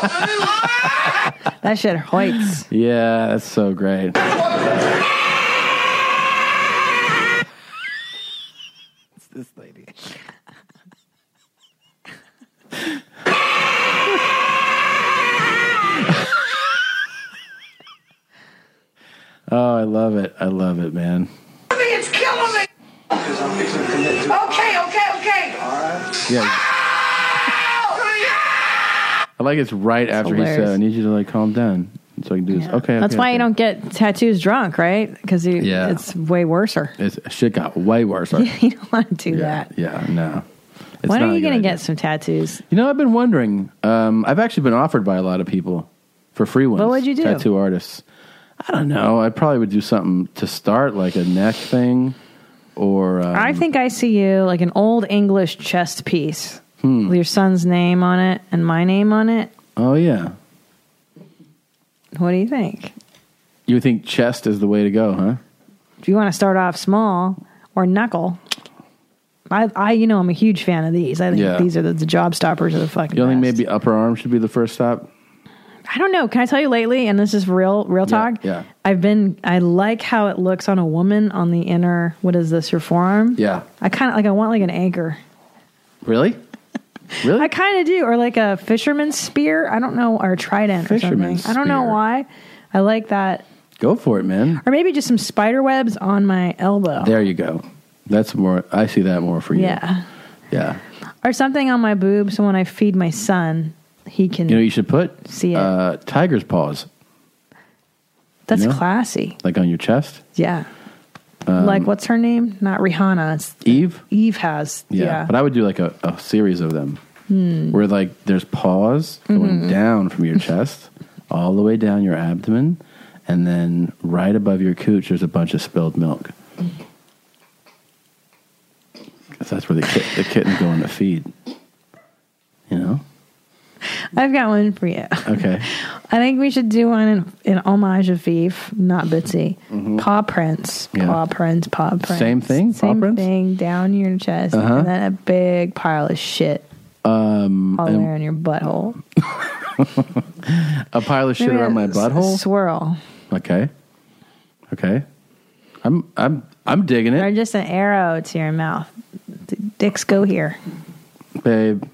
Speaker 3: Oh! Ah!
Speaker 2: That shit hoits.
Speaker 1: Yeah, that's so great.
Speaker 3: this lady.
Speaker 1: Oh, I love it. I love it, man.
Speaker 3: It's killing me. Okay, okay, okay.
Speaker 1: Yeah. I like it's right after he
Speaker 2: hilarious.
Speaker 1: said, I need you to like calm down so I can do this. Okay, okay.
Speaker 2: That's why
Speaker 1: okay.
Speaker 2: you don't get tattoos drunk, right? Because you,
Speaker 1: Yeah.
Speaker 2: it's way worser.
Speaker 1: It's, shit got way worse.
Speaker 2: you don't want to do that.
Speaker 1: yeah, no. It's
Speaker 2: when
Speaker 1: not
Speaker 2: are
Speaker 1: a
Speaker 2: you
Speaker 1: good
Speaker 2: going to get some tattoos?
Speaker 1: You know, I've been wondering. Um, I've actually been offered by a lot of people for free ones.
Speaker 2: what'd you do?
Speaker 1: Tattoo artists. I don't know. I probably would do something to start, like a neck thing, or um,
Speaker 2: I think I see you like an old English chest piece
Speaker 1: Hmm.
Speaker 2: with your son's name on it and my name on it.
Speaker 1: Oh yeah.
Speaker 2: What do you think?
Speaker 1: You think chest is the way to go, huh?
Speaker 2: If you want to start off small or knuckle, I, I, you know, I'm a huge fan of these. I think
Speaker 1: Yeah.
Speaker 2: these are the, the job stoppers of the fucking.
Speaker 1: You don't think maybe upper arm should be the first stop?
Speaker 2: I don't know. Can I tell you lately? And this is real, real talk.
Speaker 1: Yeah.
Speaker 2: I've been. I like how it looks on a woman on the inner. What is this? Your forearm.
Speaker 1: Yeah.
Speaker 2: I kind of like. I want like an anchor.
Speaker 1: Really? Really?
Speaker 2: I kind of do, or like a fisherman's spear. I don't know, or a trident or
Speaker 1: Fisherman's
Speaker 2: something. I don't know
Speaker 1: spear.
Speaker 2: why. I like that,
Speaker 1: Go for it, man.
Speaker 2: or maybe just some spider webs on my elbow.
Speaker 1: There you go. That's more. I see that more for you.
Speaker 2: Yeah,
Speaker 1: Yeah.
Speaker 2: or something on my boob, so when I feed my son, he can.
Speaker 1: You know, you should put
Speaker 2: See it.
Speaker 1: Uh, tiger's paws.
Speaker 2: That's
Speaker 1: you know?
Speaker 2: classy.
Speaker 1: Like on your chest.
Speaker 2: Yeah,
Speaker 1: Um,
Speaker 2: like what's her name? Not Rihanna. It's
Speaker 1: Eve.
Speaker 2: Eve has.
Speaker 1: Yeah.
Speaker 2: Yeah.
Speaker 1: But I would do like a, a series of them
Speaker 2: Hmm.
Speaker 1: where like there's paws going
Speaker 2: Mhm.
Speaker 1: down from your chest all the way down your abdomen. And then right above your cooch, there's a bunch of spilled milk.
Speaker 2: Mm.
Speaker 1: 'Cause that's where the, kit, the kitten's going to feed. You know?
Speaker 2: I've got one for you.
Speaker 1: Okay.
Speaker 2: I think we should do one in, in homage of Eve, not Bitsy. Paw prints,
Speaker 1: Mm-hmm. Yeah.
Speaker 2: paw prints, paw prints.
Speaker 1: Same thing? Paw
Speaker 2: Same
Speaker 1: prints?
Speaker 2: thing down your chest,
Speaker 1: Uh-huh.
Speaker 2: and then a big pile of shit
Speaker 1: Um,
Speaker 2: all
Speaker 1: and
Speaker 2: there in your butthole.
Speaker 1: a pile of shit
Speaker 2: Maybe
Speaker 1: around my
Speaker 2: a s-
Speaker 1: butthole.
Speaker 2: swirl,
Speaker 1: Okay. Okay. I'm I'm I'm digging it,
Speaker 2: or just an arrow to your mouth. D- Dicks go here.
Speaker 1: babe.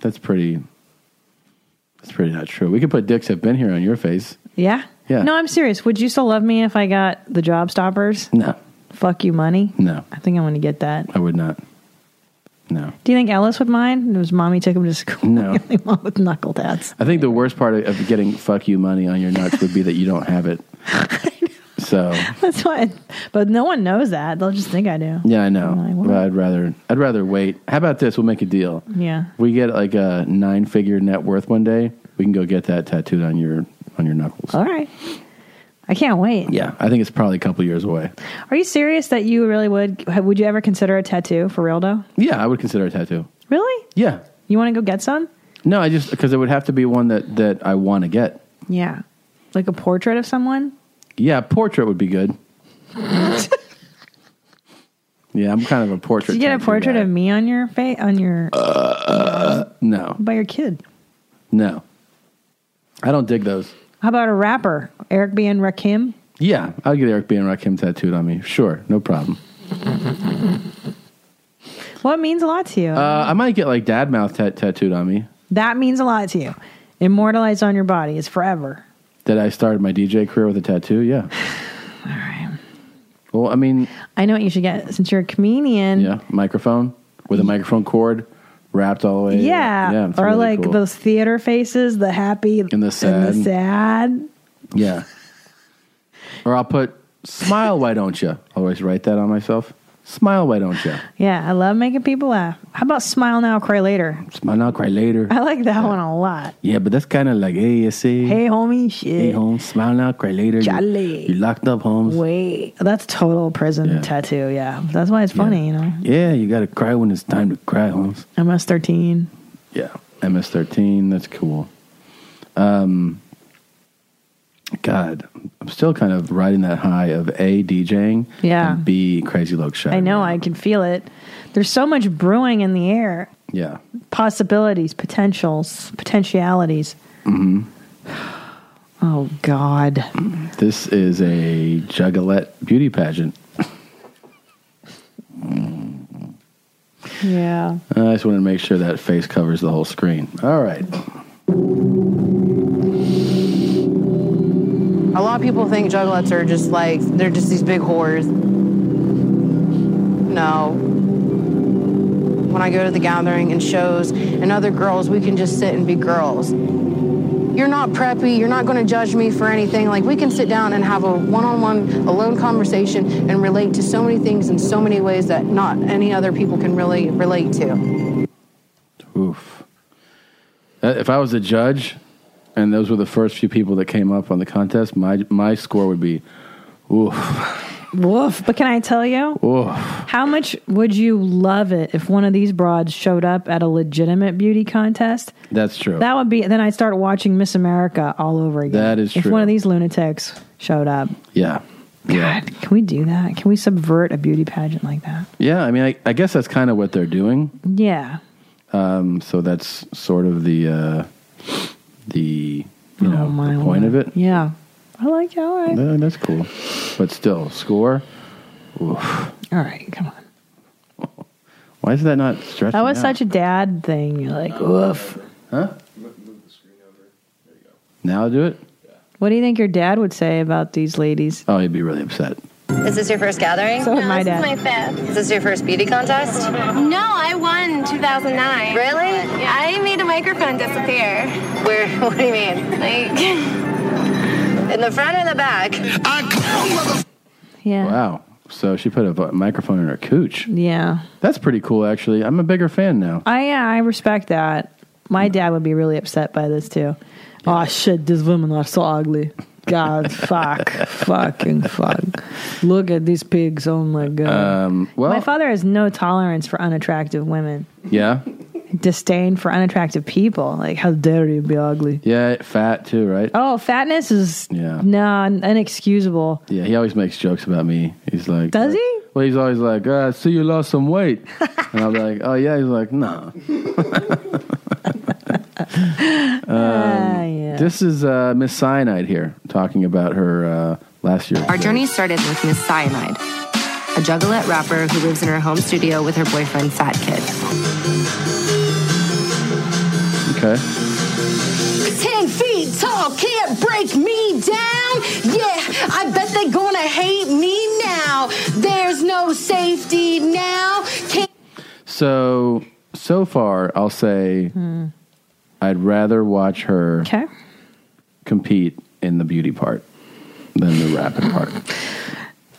Speaker 1: That's pretty. That's pretty not true. We could put dicks have been here on your face.
Speaker 2: Yeah.
Speaker 1: Yeah.
Speaker 2: No, I'm serious. Would you still love me if I got the job stoppers?
Speaker 1: No.
Speaker 2: Fuck you, money.
Speaker 1: No,
Speaker 2: I think I want to get that.
Speaker 1: I would not. No.
Speaker 2: Do you think Ellis would mind? It was mommy took him to school.
Speaker 1: No.
Speaker 2: He went with knuckle tats.
Speaker 1: I think the worst part of- of getting fuck you money on your nuts would be that you don't have it. So
Speaker 2: That's why. But no one knows that. They'll just think I do.
Speaker 1: yeah, I know. But I'd rather I'd rather wait. How about this? We'll make a deal.
Speaker 2: Yeah.
Speaker 1: We get like a nine figure net worth one day. We can go get that tattooed on your on your knuckles.
Speaker 2: All right. I can't wait.
Speaker 1: Yeah, I think it's probably a couple years away.
Speaker 2: Are you serious that you really would? Would you ever consider a tattoo for real though?
Speaker 1: Yeah, I would consider a tattoo.
Speaker 2: Really?
Speaker 1: Yeah.
Speaker 2: You want to go get some?
Speaker 1: No, I just because it would have to be one that that I want to get.
Speaker 2: Yeah. Like a portrait of someone?
Speaker 1: Yeah, portrait would be good. Yeah, I'm kind of a portrait.
Speaker 2: Did you get a
Speaker 1: tattoo
Speaker 2: portrait
Speaker 1: guy.
Speaker 2: of me on your face? On your.
Speaker 1: Uh, no,
Speaker 2: by your kid?
Speaker 1: no. I don't dig those.
Speaker 2: How about a rapper? Eric B. and Rakim?
Speaker 1: Yeah, I'll get Eric B. and Rakim tattooed on me. Sure, no problem.
Speaker 2: Well, it means a lot to you.
Speaker 1: Uh, I might get like dad mouth tat tattooed on me
Speaker 2: that means a lot to you. Immortalized on your body. It's forever.
Speaker 1: that I started my DJ career with a tattoo. Yeah. All right. Well, I mean,
Speaker 2: I know what you should get since you're a comedian.
Speaker 1: yeah, microphone with a microphone cord wrapped all the way.
Speaker 2: yeah.
Speaker 1: yeah, it's
Speaker 2: or
Speaker 1: really
Speaker 2: like
Speaker 1: cool.
Speaker 2: those theater faces, the happy and
Speaker 1: the sad.
Speaker 2: sad.
Speaker 1: Yeah. Or I'll put smile. Why don't you? Always write that on myself. Smile. Why don't you?
Speaker 2: Yeah, I love making people laugh. How about smile now, cry later?
Speaker 1: Smile now, cry later.
Speaker 2: I like that one a lot.
Speaker 1: Yeah, but that's kind of like hey, you see.
Speaker 2: Hey, homie, shit.
Speaker 1: Hey, home. Smile now, cry later.
Speaker 2: Jolly.
Speaker 1: You, you locked up, Holmes.
Speaker 2: Wait, that's total prison tattoo. Yeah, that's why it's funny. You know,
Speaker 1: Yeah, you gotta cry when it's time to cry, Holmes.
Speaker 2: MS thirteen.
Speaker 1: Yeah, MS thirteen. That's cool. Um, God, I'm still kind of riding that high of a DJing,
Speaker 2: Yeah.
Speaker 1: and b crazy look shot.
Speaker 2: I know. I can feel it. There's so much brewing in the air.
Speaker 1: Yeah.
Speaker 2: Possibilities, potentials, potentialities.
Speaker 1: hmm
Speaker 2: Oh God.
Speaker 1: This is a Juggalette beauty pageant.
Speaker 2: Yeah.
Speaker 1: I just wanted to make sure that face covers the whole screen. All right.
Speaker 4: A lot of people think juggalettes are just like they're just these big whores. No. When I go to the gathering and shows and other girls, we can just sit and be girls. You're not preppy. You're not going to judge me for anything. Like we can sit down and have a one-on-one, alone conversation and relate to so many things in so many ways that not any other people can really relate to.
Speaker 1: Oof. That- Uh, If I was a judge, and those were the first few people that came up on the contest, my my score would be, oof,
Speaker 2: Woof. But can I tell you?
Speaker 1: oof.
Speaker 2: How much would you love it if one of these broads showed up at a legitimate beauty contest?
Speaker 1: That's true.
Speaker 2: That would be. Then I'd start watching Miss America all over again.
Speaker 1: That is
Speaker 2: If
Speaker 1: true.
Speaker 2: one of these lunatics showed up,
Speaker 1: yeah. Yeah.
Speaker 2: can we do that? Can we subvert a beauty pageant like that?
Speaker 1: Yeah. I mean, I, I guess that's kind of what they're doing.
Speaker 2: Yeah.
Speaker 1: Um, so that's sort of the uh, the you know the point of it.
Speaker 2: Oh, Yeah. I like it. All right.
Speaker 1: Yeah, that's cool. But still, score. Oof.
Speaker 2: All right. Come on.
Speaker 1: Why is that not stretching?
Speaker 2: That was
Speaker 1: out?
Speaker 2: such a dad thing. You're like, woof.
Speaker 1: Huh? Now I'll do it.
Speaker 2: What do you think your dad would say about these ladies?
Speaker 1: Oh, he'd be really upset.
Speaker 22: Is this your first gathering?
Speaker 2: So would No, my this is dad.
Speaker 22: my fifth. Is this your first beauty contest? No, I won in 2009. Really? I made a microphone disappear. Where? What do you mean? Like in the front or the back?
Speaker 2: Yeah.
Speaker 1: Wow. So she put a vo- microphone in her cooch.
Speaker 2: Yeah.
Speaker 1: That's pretty cool, actually. I'm a bigger fan now.
Speaker 2: I yeah, I respect that. My dad would be really upset by this too. Oh shit, these women are so ugly. God, fuck, fucking fuck. Look at these pigs. Oh my god.
Speaker 1: Um, well,
Speaker 2: my father has no tolerance for unattractive women.
Speaker 1: yeah,
Speaker 2: Disdain for unattractive people. Like, how dare you be ugly?
Speaker 1: yeah, fat too, right?
Speaker 2: Oh, fatness is
Speaker 1: Yeah.
Speaker 2: no inexcusable.
Speaker 1: Yeah, he always makes jokes about me. He's like,
Speaker 2: Does he?
Speaker 1: Well, he's always like, uh, I see, you lost some weight, and I'm like, oh yeah. He's like, nah. Um,
Speaker 2: Ah,
Speaker 1: This is uh, Miss Cyanide here talking about her uh, last year.
Speaker 22: Our journey started with Miss Cyanide, a juggalette rapper who lives in her home studio with her boyfriend Fat Kid.
Speaker 1: Okay.
Speaker 23: Ten feet tall can't break me down. Yeah, I bet they're gonna hate me now. There's no safety now. Can't
Speaker 1: So so far, I'll say I'd rather watch her compete in the beauty part than the rapping part.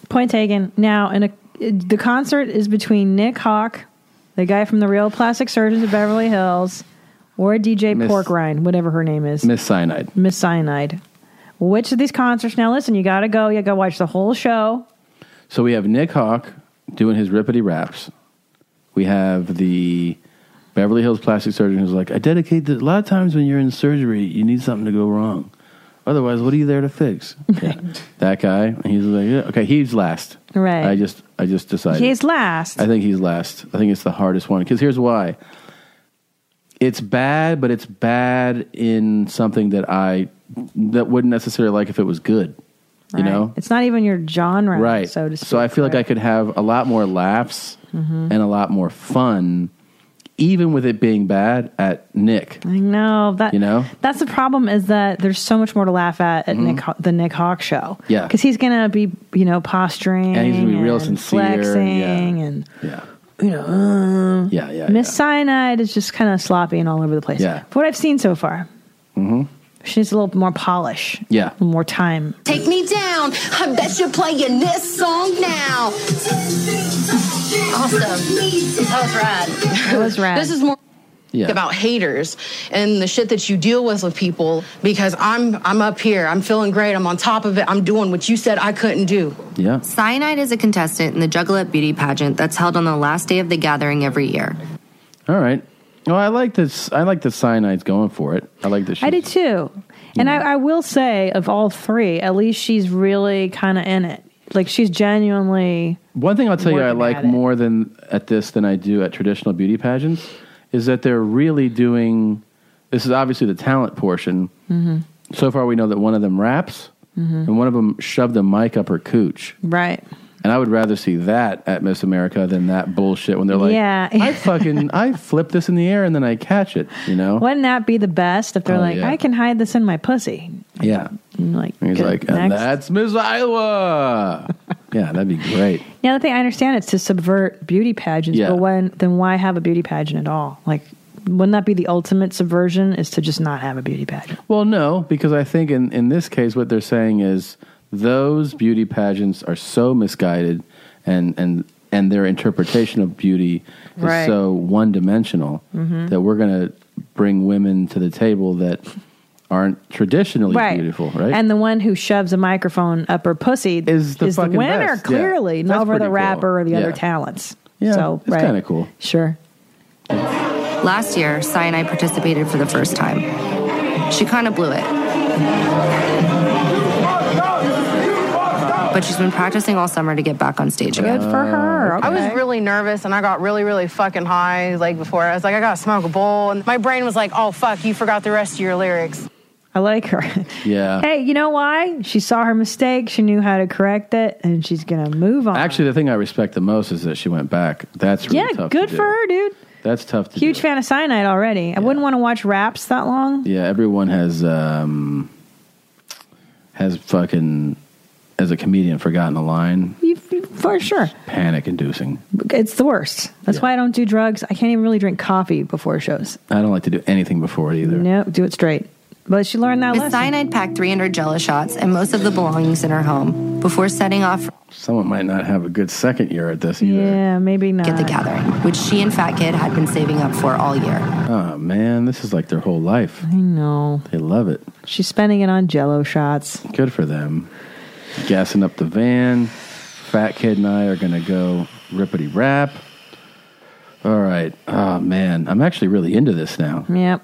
Speaker 2: Point taken. Now, in a, the concert is between Nick Hawk, the guy from the Real Plastic Surgeons of Beverly Hills, or DJ
Speaker 1: Miss-
Speaker 2: Pork Rind, whatever her name is,
Speaker 1: Miss Cyanide.
Speaker 2: Miss Cyanide. Which of these concerts? Now, listen, you gotta go. You gotta watch the whole show.
Speaker 1: So we have Nick Hawk doing his rippity raps. We have the Beverly Hills plastic surgeon who's like, I dedicate this. A lot of times when you're in surgery, you need something to go wrong. Otherwise, what are you there to fix? Yeah. that guy. And he's like, yeah. okay, he's last.
Speaker 2: Right.
Speaker 1: I just, I just decided.
Speaker 2: He's last.
Speaker 1: I think he's last. I think it's the hardest one because here's why. It's bad, but it's bad in something that I that wouldn't necessarily like if it was good. You
Speaker 2: Right.
Speaker 1: know,
Speaker 2: it's not even your genre,
Speaker 1: right?
Speaker 2: So to
Speaker 1: so I feel like I could have a lot more laughs
Speaker 2: Mhm.
Speaker 1: and a lot more fun, even with it being bad at Nick.
Speaker 2: I know that
Speaker 1: You know? Mm-hmm.
Speaker 2: that's the problem is that there's so much more to laugh at at Nick Haw- the Nick Hawk show.
Speaker 1: Yeah.
Speaker 2: because he's gonna be you know posturing
Speaker 1: And he's gonna be real sincere,
Speaker 2: flexing
Speaker 1: yeah.
Speaker 2: and
Speaker 1: Yeah.
Speaker 2: you know. uh,
Speaker 1: Yeah, yeah,
Speaker 2: Miss Cyanide is just kind of sloppy and all over the place.
Speaker 1: Yeah.
Speaker 2: For what I've seen so far,
Speaker 1: Mm-hmm.
Speaker 2: she needs a little bit more polish,
Speaker 1: Yeah.
Speaker 2: more time.
Speaker 23: Take me down. I bet you're playing this song now.
Speaker 4: Awesome. That was rad.
Speaker 2: It was rad.
Speaker 4: this is more
Speaker 23: Yeah.
Speaker 4: about haters and the shit that you deal with with people because I'm I'm up here. I'm feeling great. I'm on top of it. I'm doing what you said I couldn't do.
Speaker 1: Yeah.
Speaker 5: Cyanide is a contestant in the Juggalette Beauty Pageant that's held on the last day of the gathering every year.
Speaker 1: All right. Well, I like this. I like the cyanide's going for it. I like this.
Speaker 2: I did too. And I, I will say, of all three, at least she's really kind of in it. Like she's genuinely.
Speaker 1: One thing I'll tell you, I
Speaker 2: working
Speaker 1: like
Speaker 2: at it.
Speaker 1: more than at this than I do at traditional beauty pageants is that they're really doing. This is obviously the talent portion.
Speaker 2: Mhm.
Speaker 1: So far, we know that one of them raps
Speaker 2: Mhm.
Speaker 1: and one of them shoved a mic up her cooch.
Speaker 2: Right.
Speaker 1: And I would rather see that at Miss America than that bullshit when they're like,
Speaker 2: Yeah.
Speaker 1: I fucking I flip this in the air and then I catch it. You know?
Speaker 2: Wouldn't that be the best if they're
Speaker 1: Oh,
Speaker 2: like,
Speaker 1: yeah.
Speaker 2: I can hide this in my pussy?
Speaker 1: Yeah.
Speaker 2: Like
Speaker 1: he's
Speaker 2: good,
Speaker 1: like, and
Speaker 2: next."
Speaker 1: that's Miss Iowa. yeah, that'd be great.
Speaker 2: Now the thing I understand it's to subvert beauty pageants,
Speaker 1: Yeah.
Speaker 2: but when then why have a beauty pageant at all? Like, wouldn't that be the ultimate subversion? Is to just not have a beauty pageant?
Speaker 1: Well, no, because I think in, in this case, what they're saying is those beauty pageants are so misguided and, and, and their interpretation of beauty is
Speaker 2: Right.
Speaker 1: so one dimensional
Speaker 2: Mhm.
Speaker 1: that we're going to bring women to the table that aren't traditionally
Speaker 2: Right.
Speaker 1: beautiful, right?
Speaker 2: And the one who shoves a microphone up her pussy is
Speaker 1: the fucking
Speaker 2: winner,
Speaker 1: best, yeah.
Speaker 2: clearly,
Speaker 1: That's
Speaker 2: not over
Speaker 1: pretty
Speaker 2: the
Speaker 1: cool.
Speaker 2: rapper or the other
Speaker 5: Yeah.
Speaker 2: talents.
Speaker 5: Yeah,
Speaker 2: so
Speaker 5: it's
Speaker 2: right.
Speaker 5: kinda cool.
Speaker 2: Sure.
Speaker 5: Last year, Cyanide participated for the first time. She kind of blew it. But she's been practicing all summer to get back on stage again.
Speaker 4: I was really nervous and I got really, really fucking high like before. I was like, I gotta smoke a bowl. And my brain was like, oh fuck, you forgot the rest of your lyrics.
Speaker 2: I like her.
Speaker 1: yeah.
Speaker 2: Hey, you know why? She saw her mistake. She knew how to correct it, and she's gonna move on.
Speaker 1: Actually, the thing I respect the most is that she went back. That's really
Speaker 2: yeah,
Speaker 1: tough
Speaker 2: good
Speaker 1: to do.
Speaker 2: for her, dude.
Speaker 1: That's tough to
Speaker 2: Huge fan of cyanide already. I wouldn't want to watch raps that long.
Speaker 1: Yeah, everyone has um has fucking as a comedian forgotten a line.
Speaker 2: You, you- for sure.
Speaker 1: Panic inducing.
Speaker 2: It's the worst. That's why I don't do drugs. I can't even really drink coffee before shows.
Speaker 1: I don't like to do anything before it either.
Speaker 2: No, do it straight. But she learned that
Speaker 5: Miss
Speaker 2: lesson.
Speaker 5: Cyanide packed 300 jello shots and most of the belongings in her home before setting off
Speaker 1: Someone might not have a good second year at this either.
Speaker 2: Yeah, maybe not.
Speaker 5: at the gathering, which she and Fat Kid had been saving up for all year.
Speaker 1: Oh man, this is like their whole life. I
Speaker 2: know.
Speaker 1: They love it.
Speaker 2: She's spending it on jello shots.
Speaker 1: Good for them. Gassing up the van. Fat kid and I are gonna go rippity rap. All right. Oh man, I'm actually really into this now.
Speaker 2: Yep.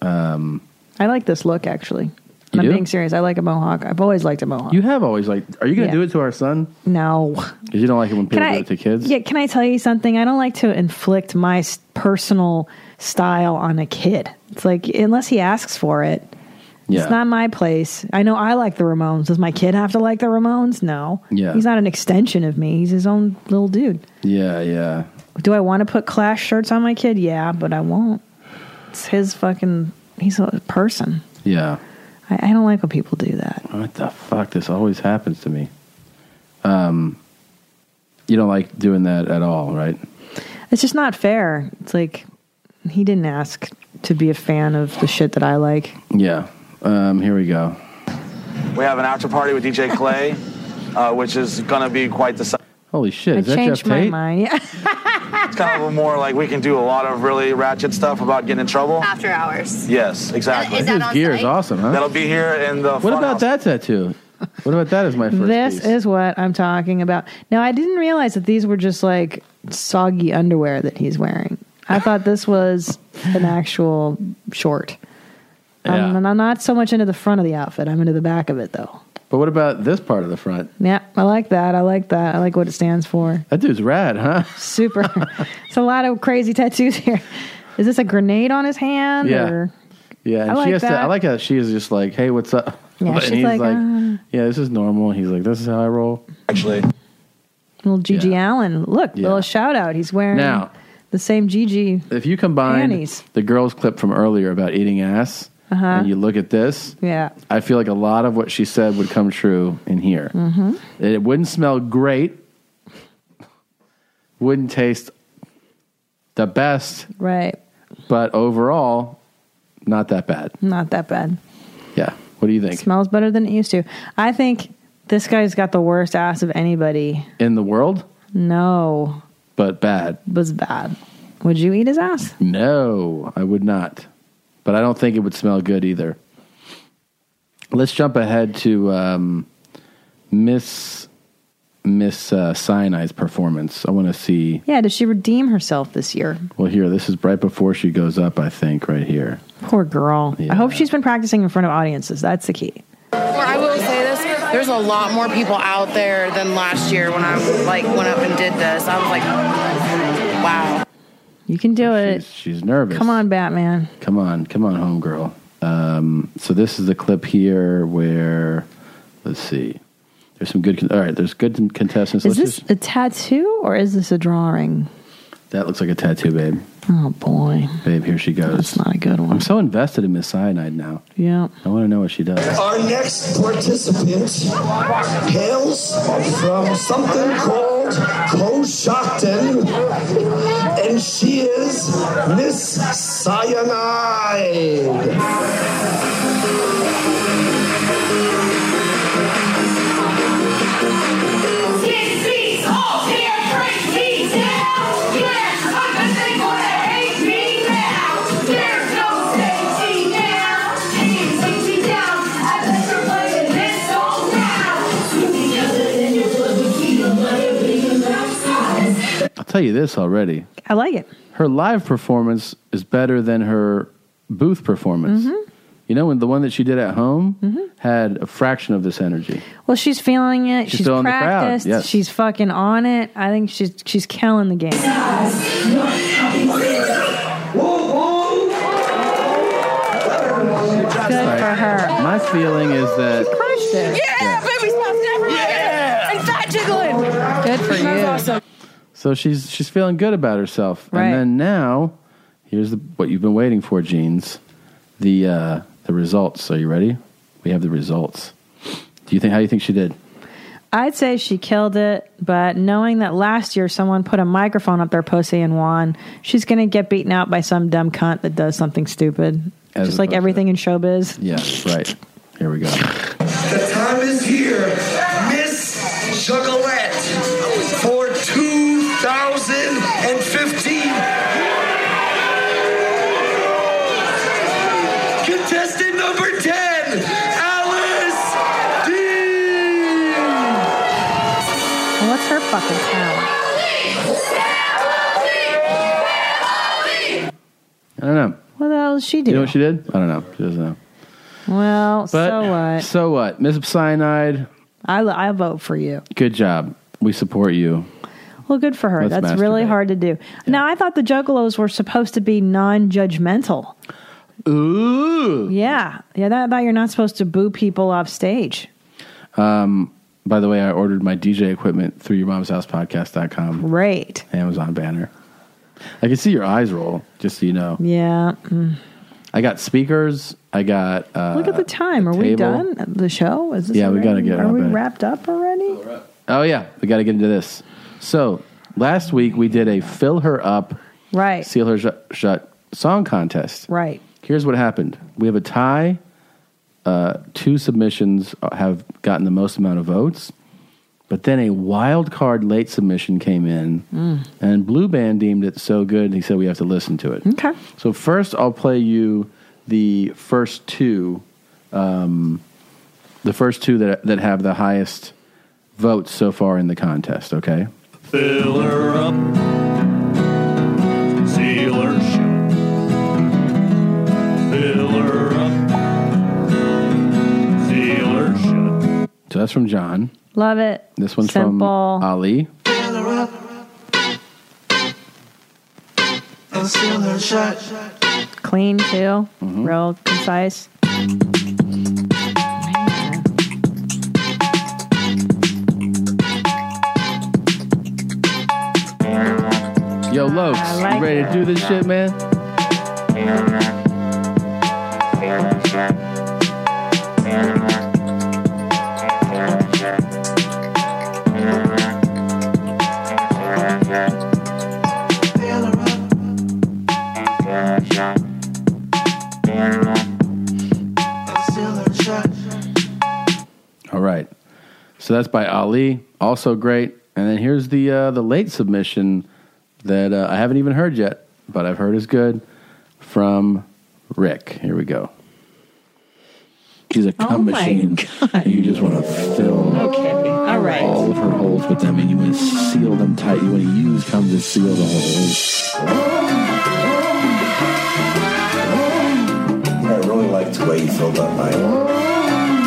Speaker 1: Um,
Speaker 2: I like this look actually. I'm
Speaker 1: do?
Speaker 2: being serious. I like a mohawk. I've always liked a mohawk.
Speaker 1: you have always like. Are you gonna
Speaker 2: Yeah.
Speaker 1: do it to our son?
Speaker 2: No.
Speaker 1: Because you don't like it when people do it to kids.
Speaker 2: Yeah, can I tell you something? I don't like to inflict my s- personal style on a kid. It's like unless he asks for it,
Speaker 1: Yeah.
Speaker 2: it's not my place. I know I like the Ramones. Does my kid have to like the Ramones? No.
Speaker 1: Yeah.
Speaker 2: he's not an extension of me. He's his own little dude.
Speaker 1: Yeah, yeah.
Speaker 2: Do I want to put Clash shirts on my kid? Yeah, but I won't. It's his fucking. He's a person.
Speaker 1: Yeah.
Speaker 2: I, I don't like when people do that.
Speaker 1: What the fuck? This always happens to me. Um, you don't like doing that at all, right?
Speaker 2: It's just not fair. It's like he didn't ask to be a fan of the shit that I like.
Speaker 1: Yeah. Um, here we go.
Speaker 7: We have an after party with DJ Clay, uh, which is going to be quite the. si-
Speaker 1: Holy shit! Is
Speaker 2: I
Speaker 1: that
Speaker 2: changed
Speaker 1: Jeff
Speaker 2: my
Speaker 1: Tate?
Speaker 2: mind. Uh, Yeah.
Speaker 7: It's kind of a more like we can do a lot of really ratchet stuff about getting in trouble.
Speaker 5: Uh,
Speaker 22: After hours.
Speaker 7: Yes, exactly.
Speaker 22: Is that on
Speaker 1: Gear is
Speaker 22: site?
Speaker 1: awesome, huh?
Speaker 7: That'll be here in the.
Speaker 1: What about that tattoo? What about that as my first
Speaker 2: This
Speaker 1: piece?
Speaker 2: is what I'm talking about. Now, I didn't realize that these were just like soggy underwear that he's wearing. I thought this was an actual short. Um,
Speaker 1: Yeah.
Speaker 2: and I'm not so much into the front of the outfit. I'm into the back of it, though.
Speaker 1: But what about this part of the front?
Speaker 2: Yeah, I like that. I like that. I like what it stands for.
Speaker 1: That dude's rad, huh?
Speaker 2: Super. it's a lot of crazy tattoos here. Is this a grenade on his hand?
Speaker 1: Yeah.
Speaker 2: Or?
Speaker 1: Yeah, and
Speaker 2: I
Speaker 1: she
Speaker 2: like
Speaker 1: has to.
Speaker 2: that.
Speaker 1: I like how she is just like, "Hey, what's up?"
Speaker 2: Yeah,
Speaker 1: and
Speaker 2: she's
Speaker 1: he's
Speaker 2: like, "Uh."
Speaker 1: "Yeah, this is normal." He's like, "This is how I roll." Actually,
Speaker 2: Little Gigi Allen. Look,
Speaker 1: Yeah.
Speaker 2: little shout out. He's wearing
Speaker 1: Now-
Speaker 2: the same Gigi.
Speaker 1: if you combine
Speaker 2: Panties.
Speaker 1: the girls clip from earlier about eating ass,
Speaker 2: Uh-huh.
Speaker 1: and you look at this,
Speaker 2: Yeah.
Speaker 1: I feel like a lot of what she said would come true in here.
Speaker 2: Mm-hmm.
Speaker 1: It wouldn't smell great. Wouldn't taste the best,
Speaker 2: Right.
Speaker 1: but overall, not that bad.
Speaker 2: Not that bad.
Speaker 1: Yeah. What do you think?
Speaker 2: Smells better than it used to. I think this guy's got the worst ass of anybody.
Speaker 1: In the world,
Speaker 2: No.
Speaker 1: but bad.
Speaker 2: Was bad. Would you eat his ass?
Speaker 1: No, I would not. But I don't think it would smell good either. Let's jump ahead to um, Miss Miss uh, Cyanide performance. I want to see.
Speaker 2: Yeah, did she redeem herself this year?
Speaker 1: Well, here, this is right before she goes up. I think right here.
Speaker 2: Poor girl. I hope she's been practicing in front of audiences. That's the key.
Speaker 4: I will say this: there's a lot more people out there than last year when I like went up and did this. I was like, wow.
Speaker 2: You can do it.
Speaker 1: She's nervous.
Speaker 2: Come on, Batman.
Speaker 1: Come on, come on, homegirl. Um, so this is the clip here where, let's see, there's some good. Con- all right, there's good con- contestants.
Speaker 2: Is
Speaker 1: Let's
Speaker 2: this a tattoo or is this a drawing?
Speaker 1: just- that looks like a tattoo, babe.
Speaker 2: Oh boy,
Speaker 1: babe, here she goes. That's
Speaker 2: not a good one.
Speaker 1: I'm so invested in Miss Cyanide now.
Speaker 2: Yeah.
Speaker 1: I want to know what she does.
Speaker 6: Our next participant hails from something called Coshocton, and she is Miss Cyanide.
Speaker 1: I'll tell you this already.
Speaker 2: I like it.
Speaker 1: Her live performance is better than her booth performance.
Speaker 2: Mm-hmm.
Speaker 1: You know, when the one that she did at home had a fraction of this energy.
Speaker 2: Well, she's feeling it.
Speaker 1: She's
Speaker 2: She's,
Speaker 1: still in the crowd,
Speaker 2: practiced.
Speaker 1: yes.
Speaker 2: She's fucking on it. I think she's she's killing the game.
Speaker 1: Good for her. My feeling is that
Speaker 2: crushed it.
Speaker 1: Yeah,
Speaker 4: baby spots everywhere. Yeah. And fat jiggling.
Speaker 2: Good for you.
Speaker 4: awesome.
Speaker 1: So she's she's feeling good about herself,
Speaker 2: Right.
Speaker 1: and then now, here's the, what you've been waiting for, jeans. The uh, the results. Are you ready? We have the results. Do you think? How do you think she did?
Speaker 2: I'd say she killed it, but knowing that last year someone put a microphone up their pussy and won, she's gonna get beaten out by some dumb cunt that does something stupid.
Speaker 1: As
Speaker 2: Just like
Speaker 1: opposed to-
Speaker 2: everything in showbiz.
Speaker 1: Yeah, right. Here we go.
Speaker 6: The time is here, Miss Chocolate, for 2015. Contestant number 10, Alice D.
Speaker 2: Well, What's her fucking talent?
Speaker 1: I don't know.
Speaker 2: What the hell does she do?
Speaker 1: You know what she did? I don't know. She doesn't know.
Speaker 2: well,
Speaker 1: But
Speaker 2: so what?
Speaker 1: So what? Miss Cyanide.
Speaker 2: I, I vote for you.
Speaker 1: Good job. We support you.
Speaker 2: Well, good for her.
Speaker 1: Let's
Speaker 2: That's really
Speaker 1: masturbate.
Speaker 2: hard to do. Now, I thought the juggalos were supposed to be non judgmental.
Speaker 1: Ooh.
Speaker 2: Yeah. Yeah, that, I thought you're not supposed to boo people off stage.
Speaker 1: Um, by the way, I ordered my DJ equipment through your mom's house podcast.com.
Speaker 2: Great.
Speaker 1: Amazon banner. I can see your eyes roll, just so you know.
Speaker 2: Yeah. Mm.
Speaker 1: I got speakers. I got. Uh,
Speaker 2: Look at the time. Are we
Speaker 1: table.
Speaker 2: done? The show? Is this
Speaker 1: Yeah, we
Speaker 2: already-
Speaker 1: gotta get
Speaker 2: Are
Speaker 1: up
Speaker 2: we
Speaker 1: at it.
Speaker 2: wrapped up already?
Speaker 1: Oh, yeah. We got to get into this. So, last week we did a fill her up,
Speaker 2: Right.
Speaker 1: seal her shut, shut song contest.
Speaker 2: Right.
Speaker 1: Here's what happened we have a tie. Uh, two submissions uh, have gotten the most amount of votes. But then a wild card late submission came in,
Speaker 2: Mm.
Speaker 1: and Blue Band deemed it so good, he said we have to listen to it.
Speaker 2: Okay.
Speaker 1: So first, I'll play you the first two, um, the first two that that have the highest votes so far in the contest. Okay.
Speaker 8: Fill her up, seal her shut. Fill her up, seal her shut.
Speaker 1: So that's from John.
Speaker 2: Love it.
Speaker 1: This one's from
Speaker 2: Simple.
Speaker 1: Ali.
Speaker 6: And seal her shut.
Speaker 2: Clean, too.
Speaker 1: Mm-hmm.
Speaker 2: Real concise.
Speaker 1: Yo, Lokes, you ready to do this shit, man?
Speaker 7: learn it all.
Speaker 1: All right. So that's by Ali, also great. And then here's the uh, the late submission that uh, I haven't even heard yet, but I've heard is good from Rick. Here we go.
Speaker 3: She's
Speaker 2: Oh
Speaker 3: a cum machine. You just want to fill all, of her holes with them, and you want to seal them tight. You want to use cum to seal the holes.
Speaker 9: I really liked the way you filled up my.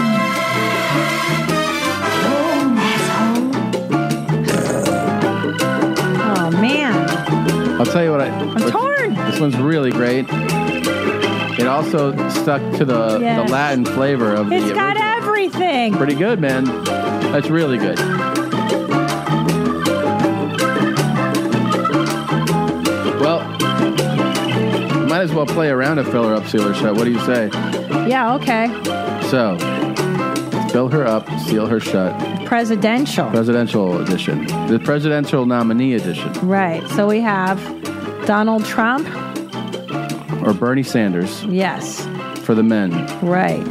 Speaker 2: Oh, man.
Speaker 1: I'll tell you what I. I'm
Speaker 2: torn.
Speaker 1: This one's really great. It also stuck to the,
Speaker 2: Yes.
Speaker 1: the Latin flavor of
Speaker 2: It's
Speaker 1: the.
Speaker 2: got
Speaker 1: original.
Speaker 2: everything.
Speaker 1: Pretty good, man. That's really good. Well, might as well play a round of fill her up, seal her shut. What do you say?
Speaker 2: Yeah, okay.
Speaker 1: So, fill her up, seal her shut.
Speaker 2: Presidential.
Speaker 1: Presidential edition. The presidential nominee edition.
Speaker 2: Right. So we have Donald Trump.
Speaker 1: Or Bernie Sanders
Speaker 2: Yes.
Speaker 1: for the men.
Speaker 2: Right.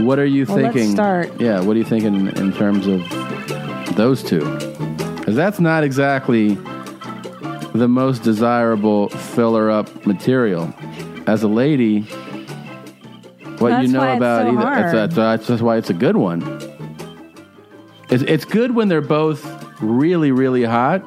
Speaker 1: What are you
Speaker 2: Well, let's
Speaker 1: thinking?
Speaker 2: start.
Speaker 1: Yeah, what are you thinking in terms of those two? Because that's not exactly the most desirable filler up material. As a lady, what
Speaker 3: That's
Speaker 1: you know
Speaker 3: why it's
Speaker 1: about
Speaker 3: so
Speaker 1: either.
Speaker 3: hard.
Speaker 1: That's, that's, that's why it's a good one. It's, it's good when they're both really, really hot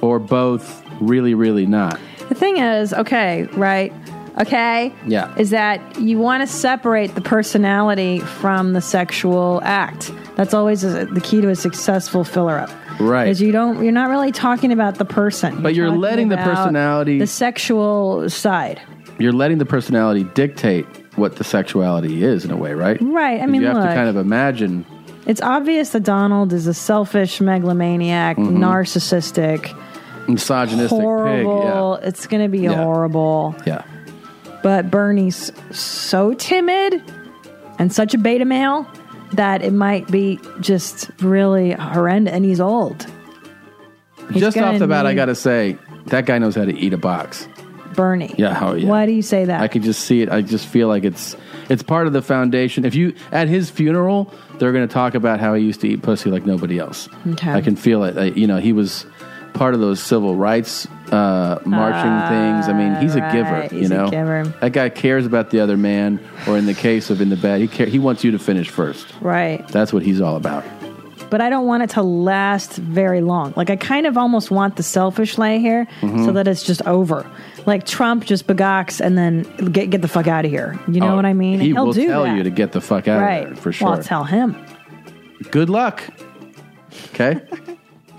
Speaker 1: or both really, really not.
Speaker 2: The thing is, okay, right? Okay.
Speaker 1: Yeah.
Speaker 2: Is that you want to separate the personality from the sexual act. That's always a, the key to a successful filler up.
Speaker 1: Right.
Speaker 2: Is you don't you're not really talking about the person.
Speaker 1: But you're
Speaker 2: talking
Speaker 1: letting the
Speaker 2: about
Speaker 1: personality-
Speaker 2: the sexual side.
Speaker 1: You're letting the personality dictate what the sexuality is in a way, right?
Speaker 2: Right. I mean,
Speaker 1: you have
Speaker 2: look.
Speaker 1: to kind of imagine
Speaker 2: It's obvious that Donald is a selfish megalomaniac,
Speaker 1: Mhm.
Speaker 2: narcissistic,
Speaker 1: misogynistic
Speaker 2: horrible. It's going to be
Speaker 1: Yeah.
Speaker 2: horrible.
Speaker 1: pig. Yeah.
Speaker 2: But Bernie's so timid and such a beta male that it might be just really horrendous. And he's old.
Speaker 1: Yeah. Just off
Speaker 2: gonna
Speaker 1: the bat, I
Speaker 2: need-
Speaker 1: got to say, that guy knows how to eat a box.
Speaker 2: Bernie.
Speaker 1: Yeah. How, yeah.
Speaker 2: Why do you say that?
Speaker 1: I could just see it. I just feel like it's it's part of the foundation. If you at his funeral, they're going to talk about how he used to eat pussy like nobody else.
Speaker 2: Okay.
Speaker 1: I can feel it. I, you know, he was part of those civil rights uh, marching things. I mean, he's a giver.
Speaker 2: Ah, Right,
Speaker 1: you
Speaker 2: he's a
Speaker 1: know,
Speaker 2: giver.
Speaker 1: that guy cares about the other man, or in the case of in the bed, he care, he wants you to finish first.
Speaker 2: right.
Speaker 1: That's what he's all about.
Speaker 2: But I don't want it to last very long. Like, I kind of almost want the selfish lay here
Speaker 1: Mhm.
Speaker 2: so that it's just over. Like, Trump just begocks and then get, get the fuck out of here. You know
Speaker 1: Oh,
Speaker 2: what I mean?
Speaker 1: He
Speaker 2: will
Speaker 1: will
Speaker 2: do
Speaker 1: tell
Speaker 2: that.
Speaker 1: you to get the fuck out
Speaker 2: right.
Speaker 1: of there for sure.
Speaker 2: Well, I'll tell him.
Speaker 1: Good luck. Okay.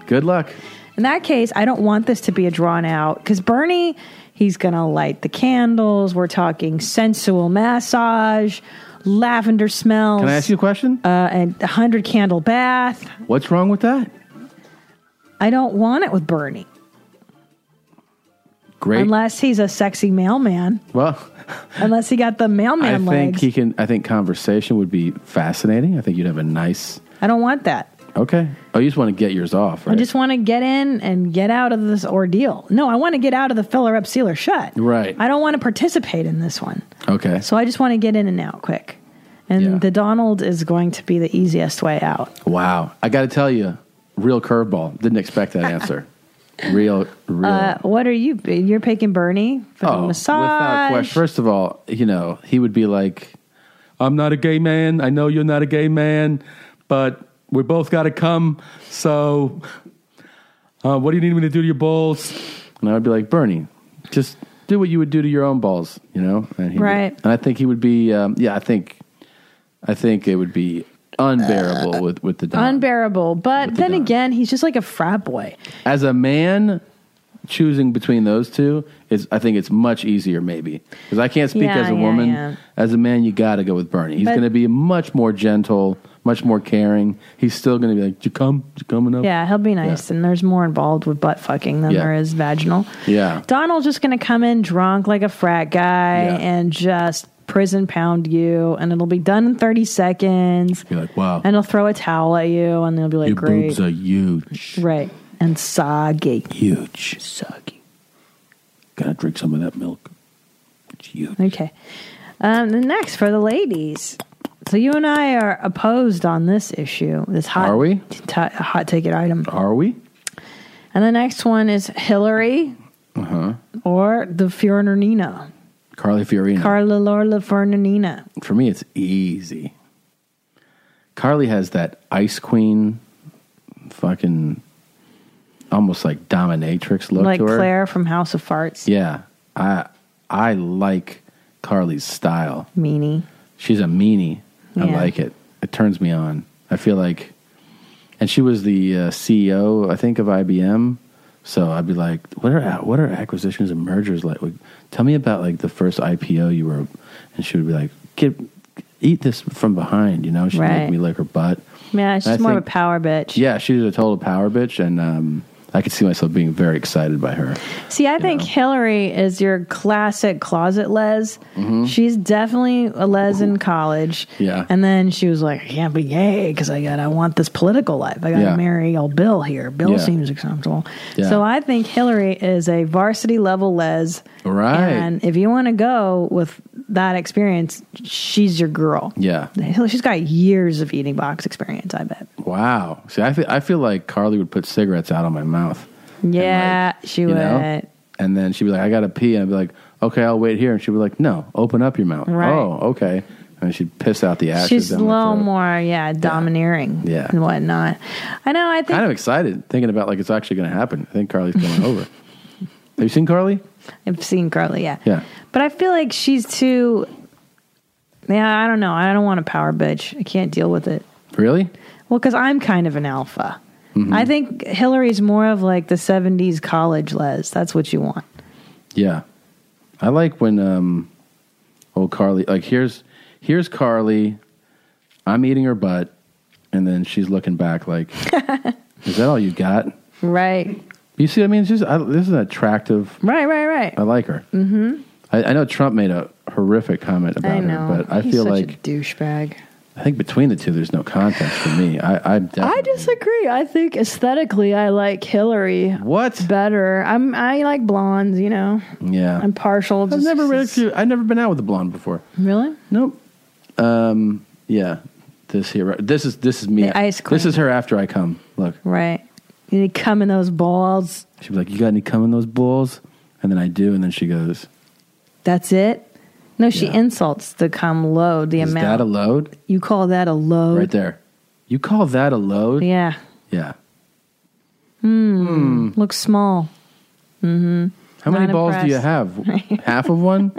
Speaker 1: Good luck.
Speaker 2: In that case, I don't want this to be a drawn out because Bernie, he's going to light the candles. We're talking sensual massage, lavender smells.
Speaker 1: Can I ask you a question?
Speaker 2: Uh, and a hundred candle bath.
Speaker 1: What's wrong with that?
Speaker 2: I don't want it with Bernie
Speaker 1: Great.
Speaker 2: unless he's a sexy mailman.
Speaker 1: well,
Speaker 2: Unless he got the
Speaker 1: I
Speaker 2: mailman
Speaker 1: think
Speaker 2: legs.
Speaker 1: he can. I think conversation would be fascinating. I think you'd have a nice.
Speaker 2: I don't want that.
Speaker 1: Okay. Oh, you just want to get yours off, right?
Speaker 2: I just want to get in and get out of this ordeal. No, I want to get out of the filler up, sealer shut.
Speaker 1: right.
Speaker 2: I don't want to participate in this one.
Speaker 1: Okay.
Speaker 2: So I just want to get in and out quick. And the Donald is going to be the easiest way out.
Speaker 1: Wow. I got to tell you, real curveball. Didn't expect that answer. real, real.
Speaker 2: Uh, what are you? You're picking Bernie for the
Speaker 1: Oh, Without
Speaker 2: massage.
Speaker 1: question. First of all, you know, he would be like, I'm not a gay man. I know you're not a gay man, but we both got to come. So, uh, what do you need me to do to your balls? And I would be like, Bernie, just do what you would do to your own balls, you know? And he would-
Speaker 2: Right.
Speaker 1: and I think he would be, um, yeah, I think, I think it would be unbearable with, with the Don.
Speaker 2: Unbearable. But then again, he's just like a frat boy.
Speaker 1: As a man, choosing between those two is, I think, it's much easier. Maybe because I can't speak
Speaker 2: Yeah,
Speaker 1: as a
Speaker 2: yeah,
Speaker 1: woman.
Speaker 2: yeah.
Speaker 1: As a man, you got to go with Bernie. He's
Speaker 2: But-
Speaker 1: going to be much more gentle, much more caring. He's still going to be like, "Did you come? Did you coming up?"
Speaker 2: Yeah, he'll be nice. And there's more involved with butt fucking than
Speaker 1: Yeah.
Speaker 2: there is vaginal.
Speaker 1: Yeah.
Speaker 2: Donald's just going to come in drunk like a frat guy
Speaker 1: Yeah.
Speaker 2: and just prison pound you, and it'll be done in 30 seconds.
Speaker 1: You're like, "Wow,
Speaker 2: And he'll throw a towel at you, and they'll be like,
Speaker 1: your
Speaker 2: great.
Speaker 1: boobs are huge,
Speaker 2: Right. And soggy.
Speaker 1: huge, soggy." Gotta drink some of that milk. It's huge.
Speaker 2: Okay. Um, the next for the ladies. So you and I are opposed on this issue. This hot
Speaker 1: Are we?
Speaker 2: t- hot ticket item.
Speaker 1: Are we?
Speaker 2: And the next one is Hillary
Speaker 1: Uh huh.
Speaker 2: or the Fiorentina.
Speaker 1: Carly Fiorina.
Speaker 2: Carla Lorla Fiorentina.
Speaker 1: For me, it's easy. Carly has that ice queen, fucking, almost like dominatrix look
Speaker 2: like
Speaker 1: to her.
Speaker 2: Claire from House of Farts.
Speaker 1: Yeah, I I like Carly's style.
Speaker 2: Meanie.
Speaker 1: She's a meanie. I
Speaker 2: Yeah.
Speaker 1: like it. It turns me on. I feel like, and she was the uh, CEO, I think, of IBM. So I'd be like, what are what are acquisitions and mergers like? Like, Tell me about like the first IPO you were, and she would be like, get eat this from behind. You know, she'd
Speaker 2: Right.
Speaker 1: make me lick her butt.
Speaker 2: Yeah, she's
Speaker 1: I
Speaker 2: more of
Speaker 1: think-
Speaker 2: a power bitch.
Speaker 1: Yeah, she was a total power bitch, and um, I could see myself being very excited by her.
Speaker 2: See, I think Hillary is your classic closet les.
Speaker 1: Mhm.
Speaker 2: She's definitely a les in college.
Speaker 1: Yeah.
Speaker 2: And then she was like, I can't be gay because I got I want this political life. I got to
Speaker 1: Yeah.
Speaker 2: marry old Bill here. Bill
Speaker 1: Yeah.
Speaker 2: seems acceptable.
Speaker 1: Yeah.
Speaker 2: So I think Hillary is a varsity level les.
Speaker 1: Right.
Speaker 2: And if you want to go with that experience, she's your girl.
Speaker 1: Yeah.
Speaker 2: Hillary, she's got years of eating box experience, I bet.
Speaker 1: Wow. See, I feel, I feel like Carly would put cigarettes out on my mouth.
Speaker 2: Yeah, she
Speaker 1: you
Speaker 2: would.
Speaker 1: know? And then she'd be like, I got to pee. And I'd be like, okay, I'll wait here. And she'd be like, no, open up your mouth.
Speaker 2: Right.
Speaker 1: Oh, okay. And she'd piss out the ashes.
Speaker 2: She's a
Speaker 1: down my
Speaker 2: little
Speaker 1: throat.
Speaker 2: more, yeah, domineering
Speaker 1: Yeah.
Speaker 2: and whatnot. I know. I think
Speaker 1: Kind of excited thinking about like it's actually going to happen. I think Carly's going over. Have you seen Carly?
Speaker 2: I've seen Carly, yeah.
Speaker 1: Yeah.
Speaker 2: But I feel like she's too. Yeah, I don't know. I don't want a power bitch. I can't deal with it.
Speaker 1: Really? Mm-hmm.
Speaker 2: Well, because I'm kind of an alpha. I think Hillary's more of like the 70s college les. That's what you want.
Speaker 1: Yeah. I like when um old Carly like here's here's Carly. I'm eating her butt and then she's looking back like is that all you got?
Speaker 2: Right.
Speaker 1: You see, I mean, it's just I, this is an attractive.
Speaker 2: Right, right, right.
Speaker 1: I like her.
Speaker 2: Mm hmm.
Speaker 1: I, I know Trump made a horrific comment
Speaker 2: I
Speaker 1: about
Speaker 2: know.
Speaker 1: her, but I
Speaker 2: He's
Speaker 1: feel
Speaker 2: such
Speaker 1: like
Speaker 2: a douchebag.
Speaker 1: I think between the two, there's no contest for me. I, I'm
Speaker 2: I disagree. I think aesthetically, I like Hillary.
Speaker 1: What
Speaker 2: better? I'm. I like blondes. You know.
Speaker 1: yeah.
Speaker 2: I'm partial.
Speaker 1: I've never really, I've never been out with a blonde before.
Speaker 2: Really?
Speaker 1: Nope. Um, yeah, this here, this is this is me.
Speaker 2: The ice
Speaker 1: This is her after I come. Look,
Speaker 2: Right. You need cum in those balls.
Speaker 1: she'd be like, "You got any cum in those balls?" And then I do, and then she goes,
Speaker 2: That's it. No, she insults the cum load. The
Speaker 1: "Is
Speaker 2: amount.
Speaker 1: that a load?"
Speaker 2: you call that a load?
Speaker 1: Right there. You call that a load?
Speaker 2: Yeah.
Speaker 1: Yeah.
Speaker 2: Hmm. Looks small. Mm-hmm.
Speaker 1: How many balls do you have? Half of one.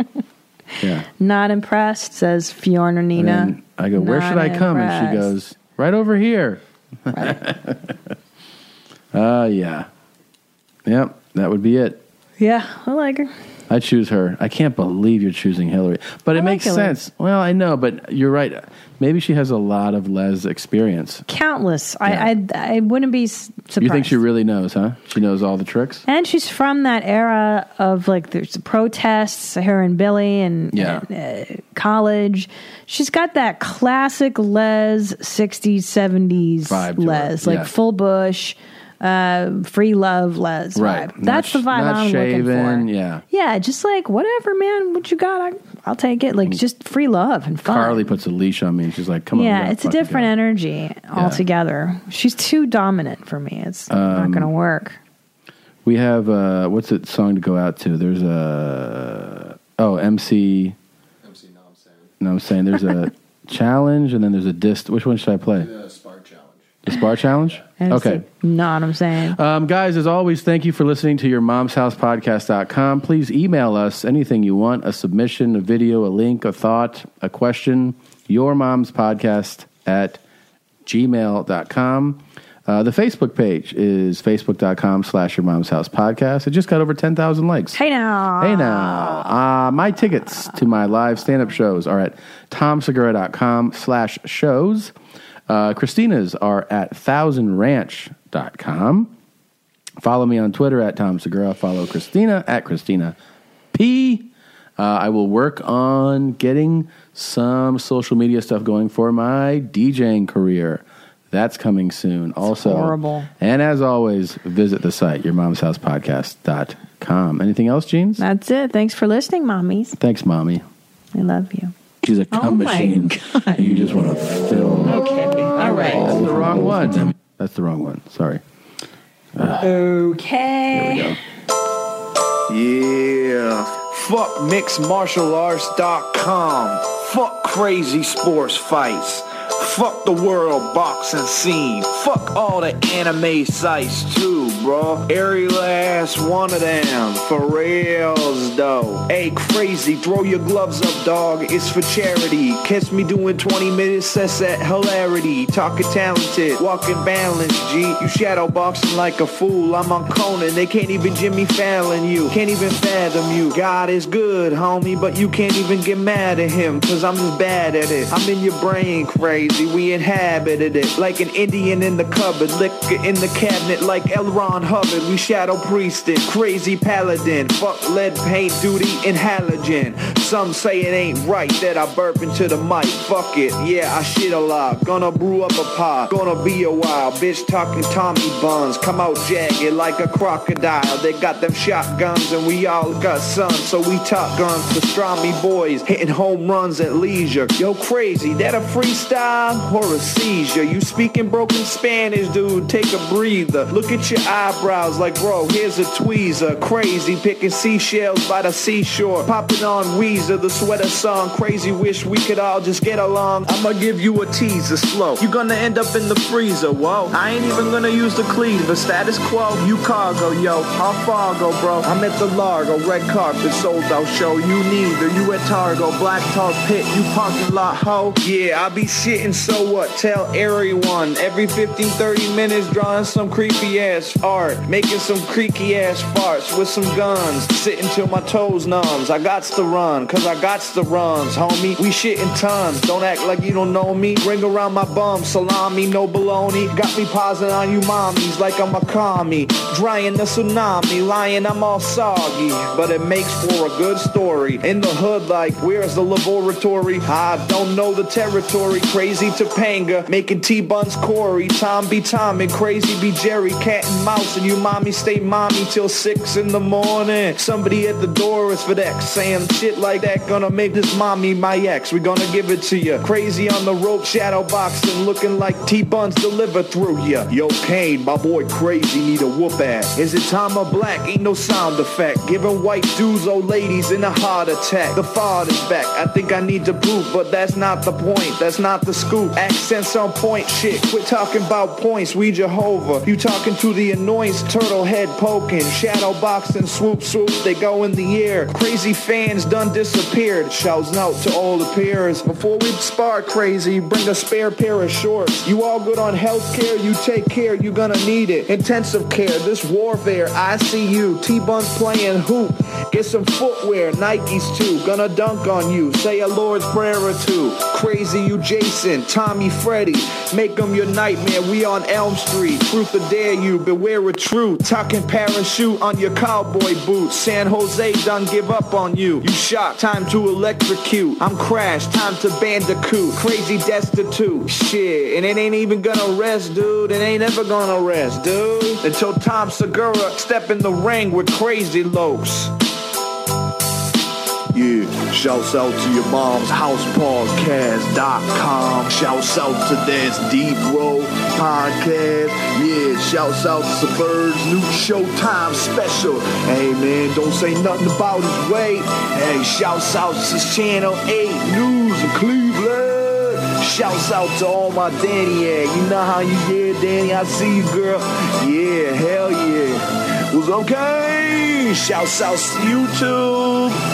Speaker 1: Yeah.
Speaker 2: Not impressed, says Fiona
Speaker 1: And
Speaker 2: Nina.
Speaker 1: then I go, "Where
Speaker 2: Not
Speaker 1: should I come?" And she
Speaker 2: impressed.
Speaker 1: goes, "Right over here." uh, yeah. Yep, that would be it.
Speaker 2: Yeah, I like her.
Speaker 1: I choose her. I can't believe you're choosing Hillary. But it makes
Speaker 2: Hillary.
Speaker 1: sense. Well, I know, but you're right. Maybe she has a lot of Les experience.
Speaker 2: Countless. I, I I wouldn't be s- surprised.
Speaker 1: You think she really knows, huh? She knows all the tricks?
Speaker 2: And she's from that era of like there's the protests, her and Billy, and,
Speaker 1: Yeah.
Speaker 2: and, uh, college. She's got that classic Les 60s, 70s
Speaker 1: Vibe to her,
Speaker 2: Les, like
Speaker 1: yeah.
Speaker 2: full bush, uh, free love Les
Speaker 1: Right.
Speaker 2: vibe. That's
Speaker 1: Not-
Speaker 2: the vibe
Speaker 1: not
Speaker 2: I'm
Speaker 1: shaven,
Speaker 2: looking for.
Speaker 1: yeah.
Speaker 2: Yeah, just like whatever, man, what you got, I, I'll take it. Like just free love and fun.
Speaker 1: Carly puts a leash on me and she's like, Mm. come on. we
Speaker 2: yeah,
Speaker 1: gotta
Speaker 2: it's a
Speaker 1: fucking go."
Speaker 2: different energy altogether. She's too dominant for me. It's not
Speaker 1: Um,
Speaker 2: going to work.
Speaker 1: We have, uh, what's that song to go out to? There's a, oh, MC. MC No, I'm saying there's a challenge and then there's a dist. Which one should I play?
Speaker 11: The spar challenge.
Speaker 1: The Spar Challenge? Okay.
Speaker 2: Know what I'm saying?
Speaker 1: Um, guys, as always, thank you for listening to your mom's house podcast.com. Please email us anything you want a submission, a video, a link, a thought, a question. Your mom's podcast at gmail.com. Uh, the Facebook page is facebook.com slash your mom's house podcast. It just got over 10,000 likes.
Speaker 2: Hey now.
Speaker 1: Hey now. Uh, my tickets to my live stand-up shows are at tomsegura.com slash shows. Uh, Christina's are at thousandranch.com. Follow me on Twitter at Tom Segura. Follow Christina at Christina P. Uh, I will work on getting some social media stuff going for my DJing career. That's coming soon. Also,
Speaker 2: horrible.
Speaker 1: And as always, visit the site, yourmomshousepodcast.com. Anything else, Jeans?
Speaker 2: That's it. Thanks for listening, mommies.
Speaker 1: Thanks, Mommy.
Speaker 10: We love you.
Speaker 3: She's a cum machine. and You just want to fill. Okay. All right. All
Speaker 1: That's the wrong one. That's the wrong one. Sorry.
Speaker 12: Okay.
Speaker 7: Yeah. Fuck mixedmartialarts.com. Fuck crazy sports fights. Fuck the world boxing scene. Fuck all the anime sites too, bro. Every last one of them. For reals though. Hey, crazy, throw your gloves up, dog. It's for charity. Catch me doing 20 minutes sets at hilarity. Talking talented, walking balance, G. You shadow boxing like a fool. I'm on Conan. They can't even Jimmy Fallon you. Can't even fathom you. God is good, homie, but you can't even get mad at him. Cause I'm just bad at it. I'm in your brain crazy. We inhabited it. Like an Indian in the cupboard. Liquor in the cabinet like L. Ron Hubbard. We shadow priested. Crazy paladin. Fuck lead paint duty and halogen. Some say it ain't right that I burp into the mic. Fuck it. Yeah, I shit a lot. Gonna brew up a pot. Gonna be a while. Bitch talking Tommy buns. Come out jagged like a crocodile. They got them shotguns and we all got some. So we top guns. Pastrami boys hitting home runs at leisure. Yo, crazy. That a freestyle or a seizure? You speaking broken Spanish, dude. Take a breather. Look at your eyebrows like, bro, here's a tweezer. Crazy picking seashells by the seashore. Popping on Weezer, the sweater song. Crazy wish we could all just get along. I'ma give you a teaser slow. You're gonna end up in the freezer. Whoa, I ain't even gonna use the cleaver. Status quo, you cargo, yo. How Fargo, bro? I'm at the Largo, red carpet, sold out show. You neither, you at Targo, black tar pit, you parking lot ho. Yeah, I be shitting, so what? Tell everyone. Every 15, 30 minutes, drawing some creepy ass art. Making some creaky ass farts with some guns. Sitting till my toes numbs. I got to run, cause I got the runs, homie. We shitting tons. Don't act like you don't know me. Ring around my bum, salami, no baloney. Got me pausing on you mommies like I'm a commie. Drying the tsunami, lying, I'm all soggy. But it makes for a good story. In the hood, like, where's the laboratory? I don't know the territory. Crazy Topanga, making T-Buns Corey. Tom be Tom and crazy be Jerry. Cat and mouse and you mommy stay mommy till six in the morning. Somebody at the door is for that saying shit like that. Gonna make this mommy my ex. We gonna give it to you. Crazy on the rope, shadow boxing, looking like T-Buns deliver through ya. Yo, Kane, my boy crazy need a whoop ass. Is it time or black? Ain't no sound effect. Giving white dudes old ladies in a heart attack. The father's back. I think I need to poop, but that's not the point. That's not the scoop. Accents on point shit. Quit talking about points. We Jehovah. You talking to the annoyance, turtle head poking. Shadow boxing, swoop, swoop. They go in the air. Crazy fans done disappeared. Shouts out to all the peers. Before we spar crazy, bring a spare pair of shorts. You all good on health care, you take care, you gonna need it. Intensive care, this warfare, ICU, T-Buns playing hoop. Get some footwear, Nikes too, gonna dunk on you. Say a Lord's Prayer or two. Crazy you Jason, Tommy Freddy. Make 'em your nightmare, we on Elm Street. Truth or dare you, beware of truth. Talking parachute on your cowboy boots. San Jose done give up on you. You shocked, time to electrocute. I'm crashed, time to bandicoot. Crazy destitute, shit. And it ain't even gonna rest, dude. It ain't ever gonna rest, dude. Until Tom Segura step in the ring with Crazy Lokes. Yeah, shouts out to your mom's housepodcast.com. Shouts out to this Deep Row podcast. Yeah, shouts out to Suburb's new Showtime special. Hey man, don't say nothing about his weight. Hey, shouts out to Channel 8 News in Cleveland. Shouts out to all my Danny yeah. You know how you get Danny. I see you, girl. Yeah, hell yeah. Was okay. Shouts out to YouTube.